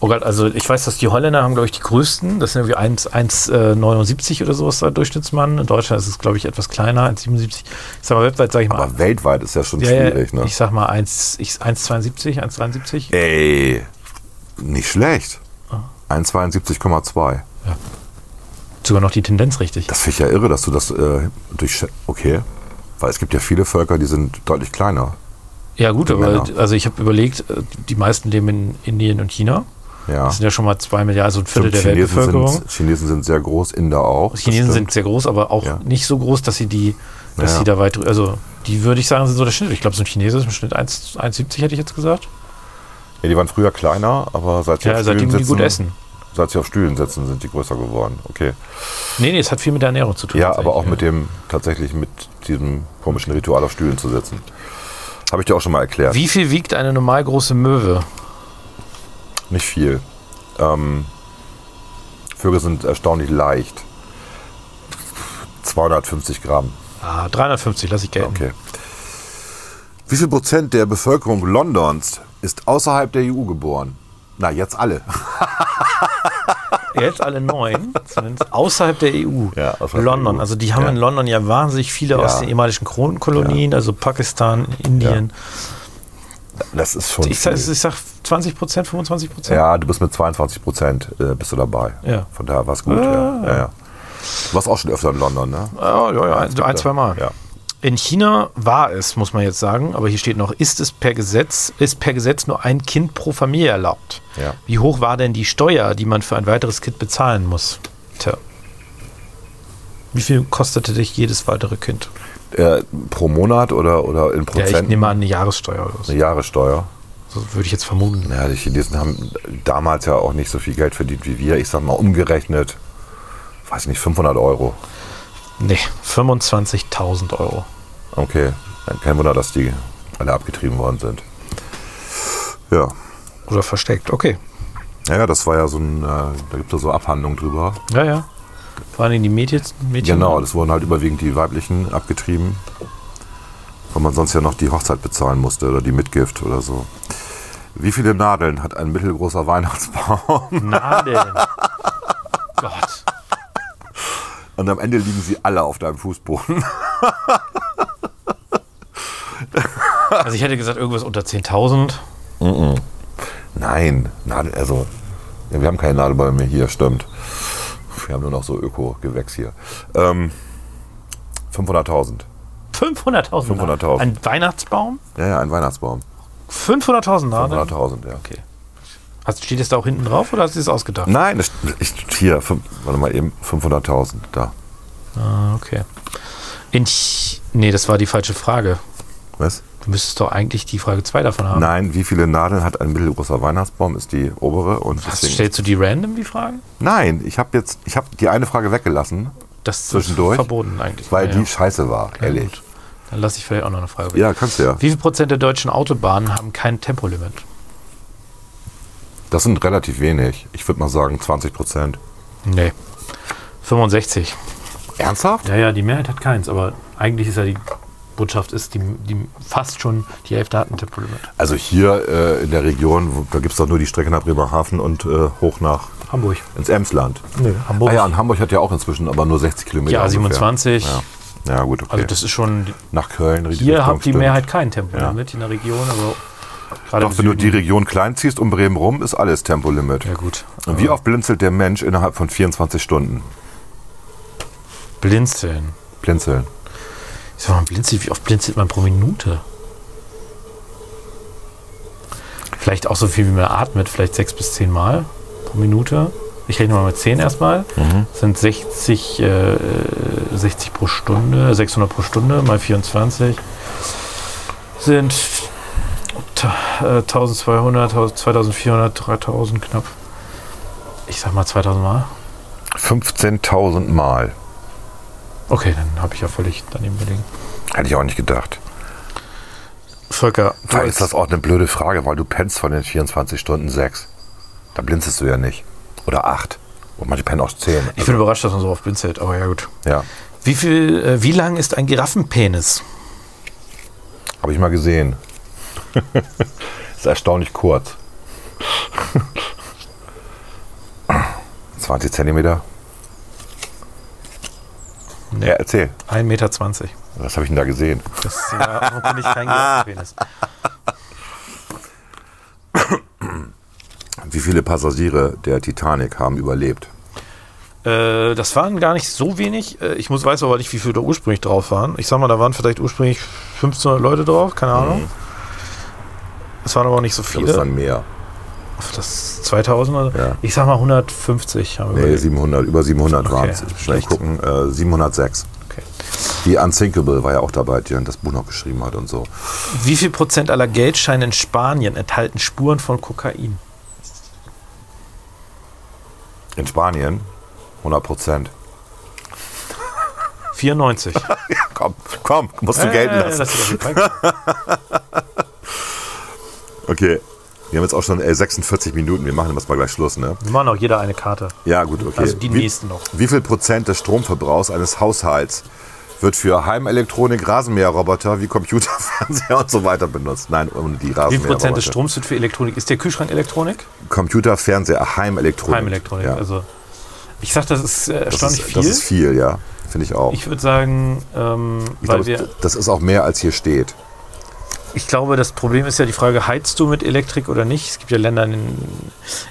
Speaker 1: Oh Gott, also ich weiß, dass die Holländer haben, glaube ich, die größten. Das sind irgendwie 1,79 1, äh, 79 oder sowas der Durchschnittsmann. In Deutschland ist es, glaube ich, etwas kleiner, 1,77. Ich sag mal, weltweit sage ich mal.
Speaker 2: Aber weltweit ist ja schon
Speaker 1: Ah. ja, ja,
Speaker 2: schwierig, ne?
Speaker 1: Ich sag mal 1, ich- 1,72, 1,73.
Speaker 2: Ey, nicht schlecht.
Speaker 1: Ah.
Speaker 2: 1,72,2.
Speaker 1: Sogar noch die Tendenz richtig.
Speaker 2: Das finde ich ja irre, dass du das äh, durch. Okay. Weil es gibt ja viele Völker, die sind deutlich kleiner.
Speaker 1: ja gut, aber
Speaker 2: Männer.
Speaker 1: also ich habe überlegt, äh, die meisten leben in Indien und China.
Speaker 2: Ja.
Speaker 1: Das sind ja schon mal zwei Milliarden, so ein Viertel
Speaker 2: Stimmt,
Speaker 1: der Weltbevölkerung.
Speaker 2: sind, Chinesen sind sehr groß, Inder auch. das
Speaker 1: Chinesen
Speaker 2: stimmt.
Speaker 1: sind sehr groß, aber auch
Speaker 2: Ja.
Speaker 1: nicht so groß, dass sie die, dass
Speaker 2: Ja.
Speaker 1: sie da weit drü- Also die würde ich sagen, sind so der Schnitt. Ich glaube, so ein Chinese ist im Schnitt 1 1,70 hätte ich jetzt gesagt.
Speaker 2: Ja, die waren früher kleiner, aber seit sie
Speaker 1: Ja,
Speaker 2: auf
Speaker 1: seitdem
Speaker 2: Stühlen
Speaker 1: die gut
Speaker 2: sitzen,
Speaker 1: essen.
Speaker 2: seit sie auf Stühlen sitzen, sind die größer geworden. Okay.
Speaker 1: Nee, nee, es hat viel mit der Ernährung zu tun.
Speaker 2: Ja, aber auch mit
Speaker 1: tatsächlich,
Speaker 2: dem, tatsächlich mit diesem komischen Ritual auf Stühlen zu sitzen. Habe ich dir auch schon mal
Speaker 1: ja.
Speaker 2: erklärt.
Speaker 1: Wie viel wiegt eine normal große Möwe?
Speaker 2: Nicht viel. Ähm, Vögel sind erstaunlich leicht. 250 Gramm.
Speaker 1: Ah, 350, lasse ich gelten.
Speaker 2: Okay. Wie viel Prozent der Bevölkerung Londons ist außerhalb der EU geboren? Na, jetzt alle.
Speaker 1: [LAUGHS] Jetzt alle neun, zumindest außerhalb der EU.
Speaker 2: Ja, außerhalb der
Speaker 1: London.
Speaker 2: EU.
Speaker 1: Also die haben
Speaker 2: Ja.
Speaker 1: in London ja wahnsinnig viele
Speaker 2: Ja.
Speaker 1: aus den ehemaligen Kronenkolonien, also Pakistan, Indien.
Speaker 2: Das ist schon.
Speaker 1: Ich, sag,
Speaker 2: viel.
Speaker 1: ich sag 20 Prozent, 25 Prozent.
Speaker 2: Ja, du bist mit 22 Prozent äh, bist du dabei.
Speaker 1: Ja. Ah.
Speaker 2: Von daher war es gut. ja. Ja, ja. Du warst auch schon öfter in London, ne?
Speaker 1: ja, ja, ein, ein, zwei Mal.
Speaker 2: Ja.
Speaker 1: In China war es, muss man jetzt sagen, aber hier steht noch, ist es per Gesetz, ist per Gesetz nur ein Kind pro Familie erlaubt.
Speaker 2: Ja.
Speaker 1: Wie hoch war denn die Steuer, die man für ein weiteres Kind bezahlen muss? Tja. Wie viel kostete dich jedes weitere Kind?
Speaker 2: Äh, pro Monat oder, oder in
Speaker 1: Ja, ich
Speaker 2: Prozent?
Speaker 1: nehme an, eine Jahressteuer oder so.
Speaker 2: eine Jahressteuer.
Speaker 1: so würde ich jetzt vermuten.
Speaker 2: Ja, die Chinesen haben damals ja auch nicht so viel Geld verdient wie wir. Ich sag mal umgerechnet, weiß nicht, 500 Euro.
Speaker 1: Nee, 25.000 Euro.
Speaker 2: Okay, dann kein Wunder, dass die alle abgetrieben worden sind. Ja,
Speaker 1: Oder versteckt, okay.
Speaker 2: naja, das war ja so ein, äh, da gibt es so Abhandlungen drüber.
Speaker 1: Ja, ja. Vor allem die Mädchen. Mädchen
Speaker 2: Genau, das wurden halt überwiegend die weiblichen abgetrieben, weil man sonst ja noch die Hochzeit bezahlen musste oder die Mitgift oder so. Wie viele Nadeln hat ein mittelgroßer Weihnachtsbaum? [LAUGHS]
Speaker 5: Nadeln.
Speaker 1: Gott.
Speaker 2: Und am Ende liegen sie alle auf deinem Fußboden. [LAUGHS]
Speaker 1: Also ich hätte gesagt, irgendwas unter 10.000.
Speaker 2: Nein, Nadel, also ja, wir haben keine Nadelbäume hier, stimmt. Wir haben nur noch so Öko-Gewächs hier. Ähm, 500.000.
Speaker 1: 500.000.
Speaker 2: 500.000.
Speaker 1: Ein Weihnachtsbaum?
Speaker 2: Ja, ja, ein Weihnachtsbaum.
Speaker 1: 500.000 Nadeln?
Speaker 2: 500.000, ja.
Speaker 1: Okay. Hast, steht es da auch hinten drauf oder hast du es ausgedacht?
Speaker 2: Nein, das, ich, hier, fünf, warte mal eben, 500.000, da.
Speaker 1: Ah, okay. In Ch nee, das war die falsche Frage.
Speaker 2: Was?
Speaker 1: Du müsstest doch eigentlich die Frage 2 davon haben.
Speaker 2: Nein, wie viele Nadeln hat ein mittelgroßer Weihnachtsbaum, ist die obere. Und
Speaker 1: Hast,
Speaker 2: deswegen-
Speaker 1: stellst du die random, die Fragen?
Speaker 2: Nein, ich habe jetzt, ich habe die eine Frage weggelassen,
Speaker 1: Das ist
Speaker 2: Zwischendurch?
Speaker 1: verboten eigentlich.
Speaker 2: weil
Speaker 1: Ja,
Speaker 2: die
Speaker 1: ja.
Speaker 2: scheiße war, ehrlich.
Speaker 1: gut. Dann lasse ich vielleicht auch noch eine Frage.
Speaker 2: Ja, kannst du ja.
Speaker 1: Wie viel Prozent der deutschen Autobahnen haben kein Tempolimit?
Speaker 2: Das sind relativ wenig. Ich würde mal sagen 20 Prozent.
Speaker 1: Nee. 65.
Speaker 2: Ernsthaft?
Speaker 5: Ja, ja, die Mehrheit hat keins, aber eigentlich ist ja die Botschaft, ist die, die fast schon die Hälfte hat ein Tempolimit.
Speaker 2: Also hier äh, in der Region, wo, da gibt es doch nur die Strecke nach Bremerhaven und äh, hoch nach
Speaker 5: Hamburg.
Speaker 2: ins Emsland.
Speaker 5: Nö, Hamburg.
Speaker 2: Ah ja, und Hamburg hat ja auch inzwischen aber nur 60 Kilometer.
Speaker 1: Ja,
Speaker 2: ungefähr.
Speaker 1: 27.
Speaker 2: Ja. ja, gut, okay.
Speaker 1: Also das ist schon.
Speaker 2: nach Köln, richtig.
Speaker 1: Hier hat die Mehrheit kein Tempolimit in der Region, aber gerade
Speaker 2: Doch,
Speaker 1: im
Speaker 2: wenn du die
Speaker 1: Süden-
Speaker 2: Region klein ziehst um Bremen rum, ist alles Tempolimit.
Speaker 1: Ja gut.
Speaker 2: Und wie oft blinzelt der Mensch innerhalb von 24 Stunden?
Speaker 1: Blinzeln.
Speaker 2: Blinzeln.
Speaker 1: Ich sag mal, blinzelt, wie oft blinzelt man pro Minute? Vielleicht auch so viel wie man atmet, vielleicht sechs bis zehn Mal pro Minute. Ich rechne mal mit zehn erstmal. Das sind 60, äh, 60 pro Stunde, 600 pro Stunde mal 24 sind ta- äh, 1200, 2400, 3000 knapp. Ich sag mal 2000 Mal.
Speaker 2: 15.000 Mal.
Speaker 1: Okay, dann habe ich ja völlig daneben gelegen.
Speaker 2: Hätte ich auch nicht gedacht.
Speaker 1: Volker, du
Speaker 2: Weil
Speaker 1: als-
Speaker 2: ist das auch eine blöde Frage, weil du pennst von den 24 Stunden sechs. Da blinzelst du ja nicht. Oder acht. Und manche pennen auch zehn.
Speaker 1: Ich bin überrascht, dass man so oft blinzelt, aber ja gut.
Speaker 2: ja,
Speaker 1: Wie viel, äh, wie lang ist ein Giraffenpenis?
Speaker 2: habe ich mal
Speaker 1: [LAUGHS]
Speaker 2: gesehen. ist erstaunlich kurz. 20 Zentimeter?
Speaker 1: Nee.
Speaker 2: Ja, erzähl.
Speaker 1: 1,20 Meter. zwanzig.
Speaker 2: Was habe ich denn da gesehen?
Speaker 1: Das ist ja offenkundig kein [LAUGHS] Giraffenpenis.
Speaker 2: Wie viele Passagiere der Titanic haben überlebt?
Speaker 1: Äh, das waren gar nicht so wenig. Äh, ich muss, weiß aber nicht, wie viele da ursprünglich drauf waren. Ich sag mal, da waren vielleicht ursprünglich 1500 Leute drauf, keine
Speaker 2: Mhm.
Speaker 1: Ahnung. Es waren aber auch nicht so
Speaker 2: Da ist
Speaker 1: viele.
Speaker 2: dann mehr.
Speaker 1: Das 2000
Speaker 2: Ja.
Speaker 1: Ich sag mal 150 haben wir
Speaker 2: Nee,
Speaker 1: überlebt.
Speaker 2: 700, über 700 waren es.
Speaker 1: ja,
Speaker 2: Schnell
Speaker 1: schlecht.
Speaker 2: gucken. Äh, 706.
Speaker 1: Okay.
Speaker 2: Die Unsinkable war ja auch dabei, die dann das Buch noch geschrieben hat und so.
Speaker 1: Wie viel Prozent aller Geldscheine in Spanien enthalten Spuren von Kokain?
Speaker 2: In Spanien 100 Prozent. [LAUGHS]
Speaker 1: 94.
Speaker 2: Komm, komm, musst du gelten
Speaker 1: Äh,
Speaker 2: lassen.
Speaker 1: das ist auf jeden Fall gut. Äh.
Speaker 2: Okay. Wir haben jetzt auch schon äh, 46 Minuten. Wir machen jetzt mal gleich Schluss, ne?
Speaker 1: Wir machen auch jeder eine Karte.
Speaker 2: Ja, gut, okay.
Speaker 1: Also die
Speaker 2: wie,
Speaker 1: nächsten noch.
Speaker 2: Wie viel Prozent des Stromverbrauchs eines Haushalts wird für Heimelektronik, Rasenmäherroboter wie Computer, Fernseher und so weiter benutzt? Nein, ohne die Rasenmäherroboter.
Speaker 1: Wie viel Prozent des Stroms sind für Elektronik? Ist der Kühlschrank Elektronik?
Speaker 2: Computer, Fernseher, Heimelektronik.
Speaker 1: Heimelektronik.
Speaker 2: Ja.
Speaker 1: Also ich sag, das ist äh,
Speaker 2: das,
Speaker 1: erstaunlich
Speaker 2: ist,
Speaker 1: viel.
Speaker 2: das ist viel, ja. Finde ich auch.
Speaker 1: ich würde sagen, ähm,
Speaker 2: Ich
Speaker 1: weil
Speaker 2: glaube,
Speaker 1: wir,
Speaker 2: das ist auch mehr, als hier steht.
Speaker 1: ich glaube, das Problem ist ja die Frage, heizt du mit Elektrik oder nicht? Es gibt ja Länder, in denen,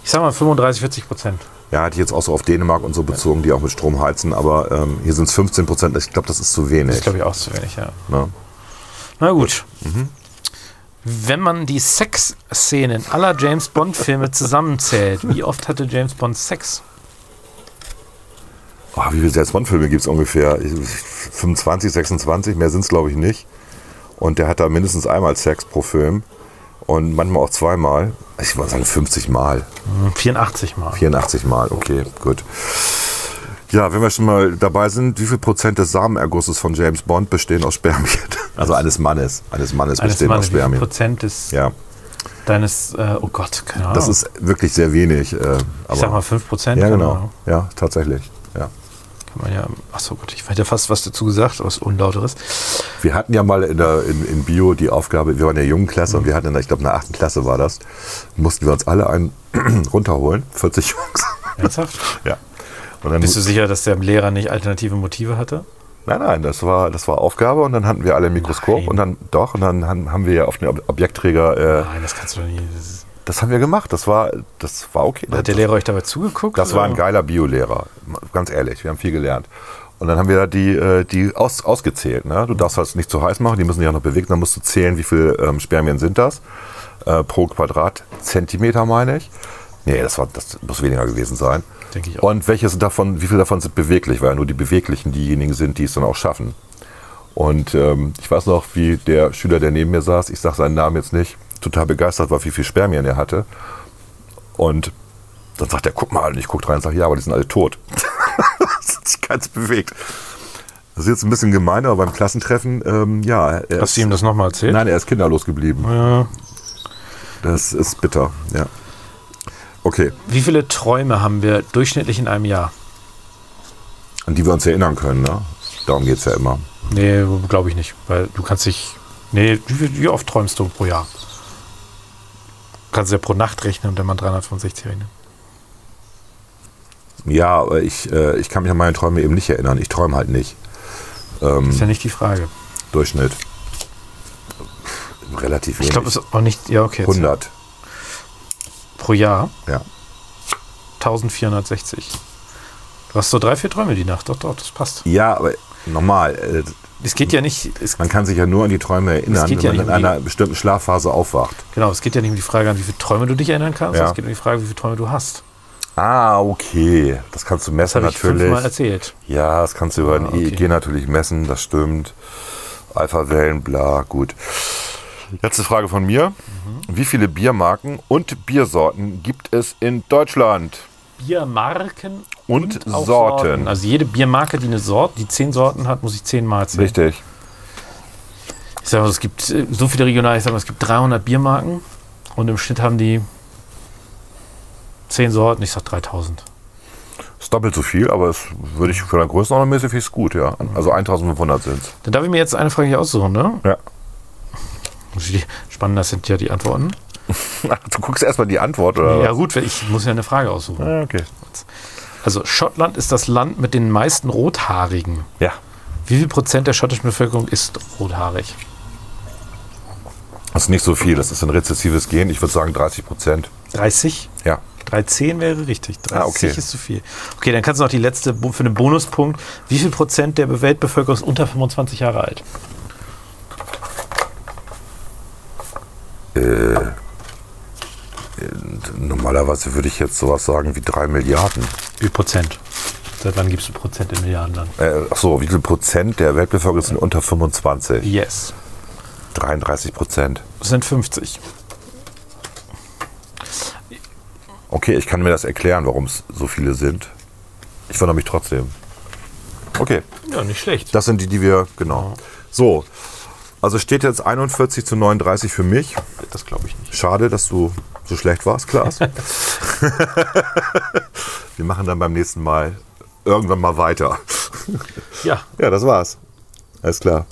Speaker 1: ich sag mal 35, 40 Prozent.
Speaker 2: Ja, hatte ich jetzt auch so auf Dänemark und so bezogen, die auch mit Strom heizen, aber ähm, hier sind es 15 Prozent. Ich glaube, das ist zu
Speaker 1: Das
Speaker 2: wenig.
Speaker 1: ist, glaube ich, auch zu wenig, ja.
Speaker 2: ne?
Speaker 1: Na gut.
Speaker 2: Mhm.
Speaker 1: Wenn man die Sexszenen aller James Bond-Filme zusammenzählt, wie oft hatte James Bond Sex?
Speaker 2: Ah, wie viele James Bond-Filme gibt es ungefähr? Ich- 25, 26, mehr sind es, glaube ich, nicht. Und der hat da mindestens einmal Sex pro Film und manchmal auch zweimal. Ich würde sagen 50 Mal,
Speaker 1: Hm, 84 Mal.
Speaker 2: 84 Mal, okay, gut. Ja, wenn wir schon mal dabei sind, wie viel Prozent des Samenergusses von James Bond bestehen aus Spermien? [LAUGHS] Also eines Mannes, eines Mannes
Speaker 1: Eines
Speaker 2: bestehen aus
Speaker 1: Mannes, wie viel
Speaker 2: Spermien.
Speaker 1: Prozent des,
Speaker 2: Ja,
Speaker 1: deines, äh, oh Gott, keine Ahnung.
Speaker 2: das ist wirklich sehr wenig. Äh, aber
Speaker 1: ich sag mal 5 Prozent.
Speaker 2: Ja, genau. Ja, tatsächlich. Ja.
Speaker 1: Kann Kann man ja, achso Gott, ich hätte fast was dazu gesagt, was Unlauteres.
Speaker 2: Wir hatten ja mal in, der, in, in Bio die Aufgabe, wir waren in der jungen Klasse und
Speaker 1: Mhm.
Speaker 2: wir hatten in der, ich glaube, in der achten Klasse war das, mussten wir uns alle einen [CLEARS THROAT] runterholen, 40 Jungs.
Speaker 6: Ernsthaft?
Speaker 2: ja. Und dann,
Speaker 6: Bist du sicher, dass der Lehrer nicht alternative Motive hatte?
Speaker 2: nein, nein, das war, das war Aufgabe und dann hatten wir alle ein Mikroskop
Speaker 6: Nein.
Speaker 2: und dann, doch, und dann han- haben wir ja auf den Ob- Objektträger, äh,
Speaker 6: Nein, das kannst du doch nicht. Das ist,
Speaker 2: das haben wir gemacht, das war, das war okay.
Speaker 6: hat der Lehrer euch dabei zugeguckt?
Speaker 2: Das war ein
Speaker 6: oder?
Speaker 2: geiler Biolehrer, ganz ehrlich. Wir haben viel gelernt. Und dann haben wir da die, äh, die aus, ausgezählt. Ne? Du darfst das nicht zu heiß machen, die müssen dich auch noch bewegen. Dann musst du zählen, wie viele ähm, Spermien sind das äh, pro Quadratzentimeter, meine ich. Nee, das, war, das muss weniger gewesen sein.
Speaker 6: Denke ich auch.
Speaker 2: Und welches davon, wie viele davon sind beweglich, weil nur die Beweglichen diejenigen sind, die es dann auch schaffen. Und ähm, ich weiß noch, wie der Schüler, der neben mir saß, ich sage seinen Namen jetzt nicht, total begeistert war, wie viel Spermien er hatte. Und dann sagt er, guck mal, und ich gucke rein und sage, ja, aber die sind alle tot. [LAUGHS] das hat sich ganz bewegt. Das ist jetzt ein bisschen gemein, aber beim Klassentreffen, ähm, ja. er
Speaker 6: Hast du
Speaker 2: ist-
Speaker 6: ihm das nochmal erzählt? Äh,
Speaker 2: Nein, er ist kinderlos geblieben.
Speaker 6: Ja.
Speaker 2: Das ist bitter, ja. Okay,
Speaker 1: Wie viele Träume haben wir durchschnittlich in einem Jahr?
Speaker 2: an die wir uns erinnern können, ne? Darum geht es ja immer.
Speaker 1: Nee, glaube ich nicht, weil du kannst dich. Nee, wie, viel- wie oft träumst du pro Jahr? Du kannst ja pro Nacht rechnen und dann mal 365 rechnen.
Speaker 2: Ja, aber ich, äh, ich kann mich an meine Träume eben nicht erinnern. Ich träume halt nicht.
Speaker 6: Hm.
Speaker 1: Ist ja nicht die Frage.
Speaker 2: Durchschnitt. Relativ wenig.
Speaker 1: Ich glaube, es ist auch nicht. Ja, okay. jetzt.
Speaker 2: 100.
Speaker 1: Pro Jahr
Speaker 2: Ja.
Speaker 1: 1460. Du hast so drei, vier Träume die Nacht. Doch, doch, das passt.
Speaker 2: ja, aber nochmal, äh,
Speaker 1: Es geht ja nicht. Es,
Speaker 2: man kann sich ja nur an die Träume erinnern,
Speaker 1: geht
Speaker 2: wenn
Speaker 1: ja
Speaker 2: man
Speaker 1: nicht
Speaker 2: in
Speaker 1: um die-
Speaker 2: einer bestimmten Schlafphase aufwacht.
Speaker 1: genau, es geht ja nicht um die Frage, an wie viele Träume du dich erinnern kannst. sondern
Speaker 2: Ja.
Speaker 1: Es geht um die Frage, wie viele Träume du hast.
Speaker 2: Ah, okay. Das kannst du messen
Speaker 1: Das habe ich fünfmal Ah,
Speaker 2: natürlich.
Speaker 1: erzählt.
Speaker 2: Ja, das kannst du über ein EEG natürlich messen, das stimmt. Alpha-Wellen, bla, gut. Letzte Frage von mir.
Speaker 1: Mhm.
Speaker 2: Wie viele Biermarken und Biersorten gibt es in Deutschland?
Speaker 1: Biermarken
Speaker 2: Und,
Speaker 1: auch
Speaker 2: Sorten.
Speaker 1: Also jede Biermarke, die eine Sorte, die zehn Sorten hat, muss ich zehnmal zählen.
Speaker 2: Richtig.
Speaker 1: Ich sag mal, es gibt äh, so viele regionale, ich sag mal, es gibt 300 Biermarken und im Schnitt haben die 10 Sorten, ich sag 3000.
Speaker 2: Ist doppelt so viel, aber es würde
Speaker 1: Mhm.
Speaker 2: ich für eine Größenordnung mäßig finde ich's gut, ja. Also 1500 sind es.
Speaker 1: Dann darf ich mir jetzt eine Frage hier aussuchen, ne?
Speaker 2: Ja.
Speaker 1: Muss ich die- Spannend, das sind ja die Antworten.
Speaker 2: [LAUGHS] Du guckst erstmal die Antwort, oder?
Speaker 1: Ja gut, ich muss ja eine Frage aussuchen.
Speaker 2: Äh. Ja, okay.
Speaker 1: Also Schottland ist das Land mit den meisten Rothaarigen.
Speaker 2: Ja.
Speaker 1: Wie viel Prozent der schottischen Bevölkerung ist rothaarig?
Speaker 2: Das ist nicht so viel. Das ist ein rezessives Gen. Ich würde sagen 30 Prozent.
Speaker 1: 30?
Speaker 2: Ja.
Speaker 1: 310 wäre richtig. 30
Speaker 2: Ah, okay.
Speaker 1: ist zu viel. Okay, dann kannst du noch die letzte Bo- für einen Bonuspunkt. Wie viel Prozent der Weltbevölkerung ist unter 25 Jahre alt?
Speaker 2: Äh, normalerweise würde ich jetzt sowas sagen wie 3 Milliarden.
Speaker 1: Wie viel Prozent? Seit wann gibst du Prozent in Milliardenland?
Speaker 2: Äh, ach so, wie viel Prozent der Weltbevölkerung sind unter 25?
Speaker 1: Yes.
Speaker 2: 33 Prozent.
Speaker 1: Das sind 50.
Speaker 2: Okay, ich kann mir das erklären, warum es so viele sind. Ich wundere mich trotzdem. Okay,
Speaker 1: Ja, nicht schlecht.
Speaker 2: das sind die, die wir, genau. So, also steht jetzt 41 zu 39 für mich.
Speaker 1: Das glaube ich nicht.
Speaker 2: Schade, dass du so schlecht warst, Klaas. wir machen dann beim nächsten Mal irgendwann mal weiter.
Speaker 1: Ja,
Speaker 2: Ja, das war's. Alles klar.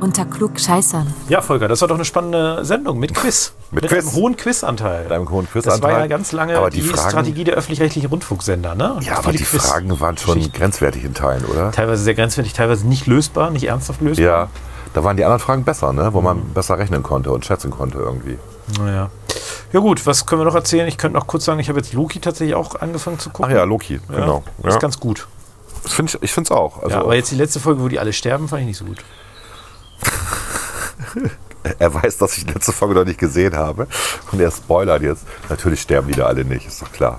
Speaker 7: Unter Klugscheißern.
Speaker 1: ja, Volker, das war doch eine spannende Sendung mit Quiz.
Speaker 2: Mit Quiz.
Speaker 1: einem hohen Quizanteil.
Speaker 2: Mit einem hohen
Speaker 1: Das war
Speaker 2: Quizanteil.
Speaker 1: ja ganz lange
Speaker 2: Aber die Fragen-
Speaker 1: Strategie der öffentlich-rechtlichen Rundfunksender, ne?
Speaker 2: Ja, aber
Speaker 1: Viele
Speaker 2: die
Speaker 1: Quiz-
Speaker 2: Fragen waren schon
Speaker 1: Geschichten.
Speaker 2: grenzwertig in Teilen, oder?
Speaker 1: Teilweise sehr grenzwertig, teilweise nicht lösbar, nicht ernsthaft lösbar.
Speaker 2: Ja, da waren die anderen Fragen besser, ne? wo man besser rechnen konnte und schätzen konnte irgendwie.
Speaker 1: Naja. Ja gut, was können wir noch erzählen? Ich könnte noch kurz sagen, ich habe jetzt Loki tatsächlich auch angefangen zu
Speaker 2: Ach
Speaker 1: gucken.
Speaker 2: ja, Loki,
Speaker 1: Ja,
Speaker 2: genau.
Speaker 1: Ist
Speaker 2: Ja.
Speaker 1: ganz gut.
Speaker 2: Das find ich ich finde es auch. Also,
Speaker 1: Ja, aber jetzt die letzte Folge, wo die alle sterben, fand ich nicht so gut.
Speaker 2: er weiß, dass ich die letzte Folge noch nicht gesehen habe und er spoilert jetzt. Natürlich sterben die da alle nicht, ist
Speaker 1: [LAUGHS]
Speaker 2: doch klar.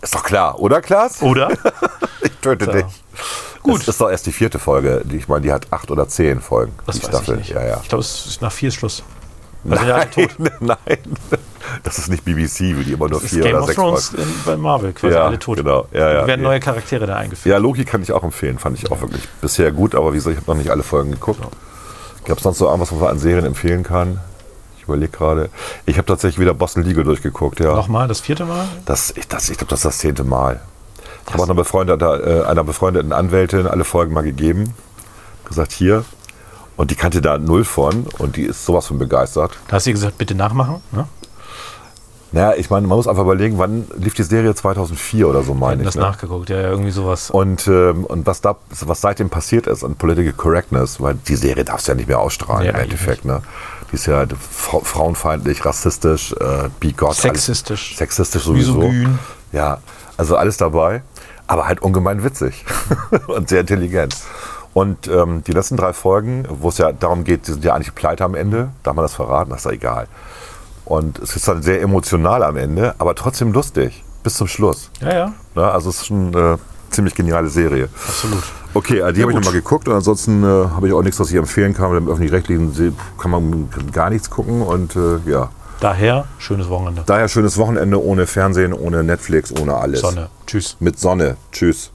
Speaker 2: Ist doch klar, oder Klaas?
Speaker 1: Oder?
Speaker 2: Ich töte
Speaker 1: Klar.
Speaker 2: dich. Gut. Das ist doch erst die vierte Folge. Die- Ich meine, die hat acht oder zehn Folgen.
Speaker 1: Das
Speaker 2: die
Speaker 1: weiß
Speaker 2: Staffel.
Speaker 1: ich nicht.
Speaker 2: Ja, ja.
Speaker 1: Ich glaube, es ist nach vier ist Schluss. Also, ja,
Speaker 2: Nein, [LAUGHS] nein. Das ist nicht BBC, wie die immer nur
Speaker 1: Das ist
Speaker 2: vier
Speaker 1: Game
Speaker 2: oder
Speaker 1: of
Speaker 2: sechs
Speaker 1: Thrones
Speaker 2: Folgen.
Speaker 1: in, bei Marvel, quasi
Speaker 2: Ja,
Speaker 1: alle tot.
Speaker 2: genau. Ja, ja.
Speaker 1: Da werden
Speaker 2: Ja.
Speaker 1: neue Charaktere da eingeführt.
Speaker 2: Ja, Loki kann ich auch empfehlen, fand ich auch wirklich bisher gut, aber wie gesagt, ich habe noch nicht alle Folgen geguckt. Gab es sonst so irgendwas, was man an Serien empfehlen kann? Ich überlege gerade. Ich habe tatsächlich wieder Boston Legal durchgeguckt, ja.
Speaker 1: Nochmal, das vierte Mal?
Speaker 2: Das, ich das, ich glaube, das ist das zehnte Mal. Ich habe auch einer befreundeten, äh, einer befreundeten Anwältin alle Folgen mal gegeben. Gesagt, hier. Und die kannte da null von und die ist sowas von begeistert.
Speaker 1: Da hast du ihr gesagt, bitte nachmachen. Ne?
Speaker 2: Naja, ich meine, man muss einfach überlegen, wann lief die Serie 2004 oder so, meine
Speaker 1: Hätten
Speaker 2: ich. ne?
Speaker 1: das nachgeguckt, ja, ja, irgendwie sowas.
Speaker 2: Und, ähm, und was, da, was seitdem passiert ist an Political Correctness, weil die Serie darfst du ja nicht mehr ausstrahlen
Speaker 1: Nee,
Speaker 2: im
Speaker 1: eigentlich
Speaker 2: Endeffekt. Ne? Die ist ja halt fra frauenfeindlich, rassistisch, äh, bigot.
Speaker 1: Sexistisch.
Speaker 2: Alles, sexistisch sowieso.
Speaker 1: Misogyn.
Speaker 2: Ja, also alles dabei, aber halt ungemein witzig [LAUGHS] und sehr intelligent. Und ähm, die letzten drei Folgen, wo es ja darum geht, die sind ja eigentlich pleite am Ende, darf man das verraten, das ist ja egal. Und es ist dann sehr emotional am Ende, aber trotzdem lustig, bis zum Schluss.
Speaker 1: Ja, ja.
Speaker 2: Ne? Also es ist schon eine ziemlich geniale Serie.
Speaker 1: Absolut.
Speaker 2: Okay, also die habe ich nochmal geguckt und ansonsten äh, habe ich auch nichts, was ich empfehlen kann. Weil Im öffentlich-rechtlichen Se- kann man gar nichts gucken und äh, ja.
Speaker 1: Daher, schönes Wochenende.
Speaker 2: Daher schönes Wochenende ohne Fernsehen, ohne Netflix, ohne alles.
Speaker 1: Sonne. Tschüss.
Speaker 2: Mit Sonne. Tschüss.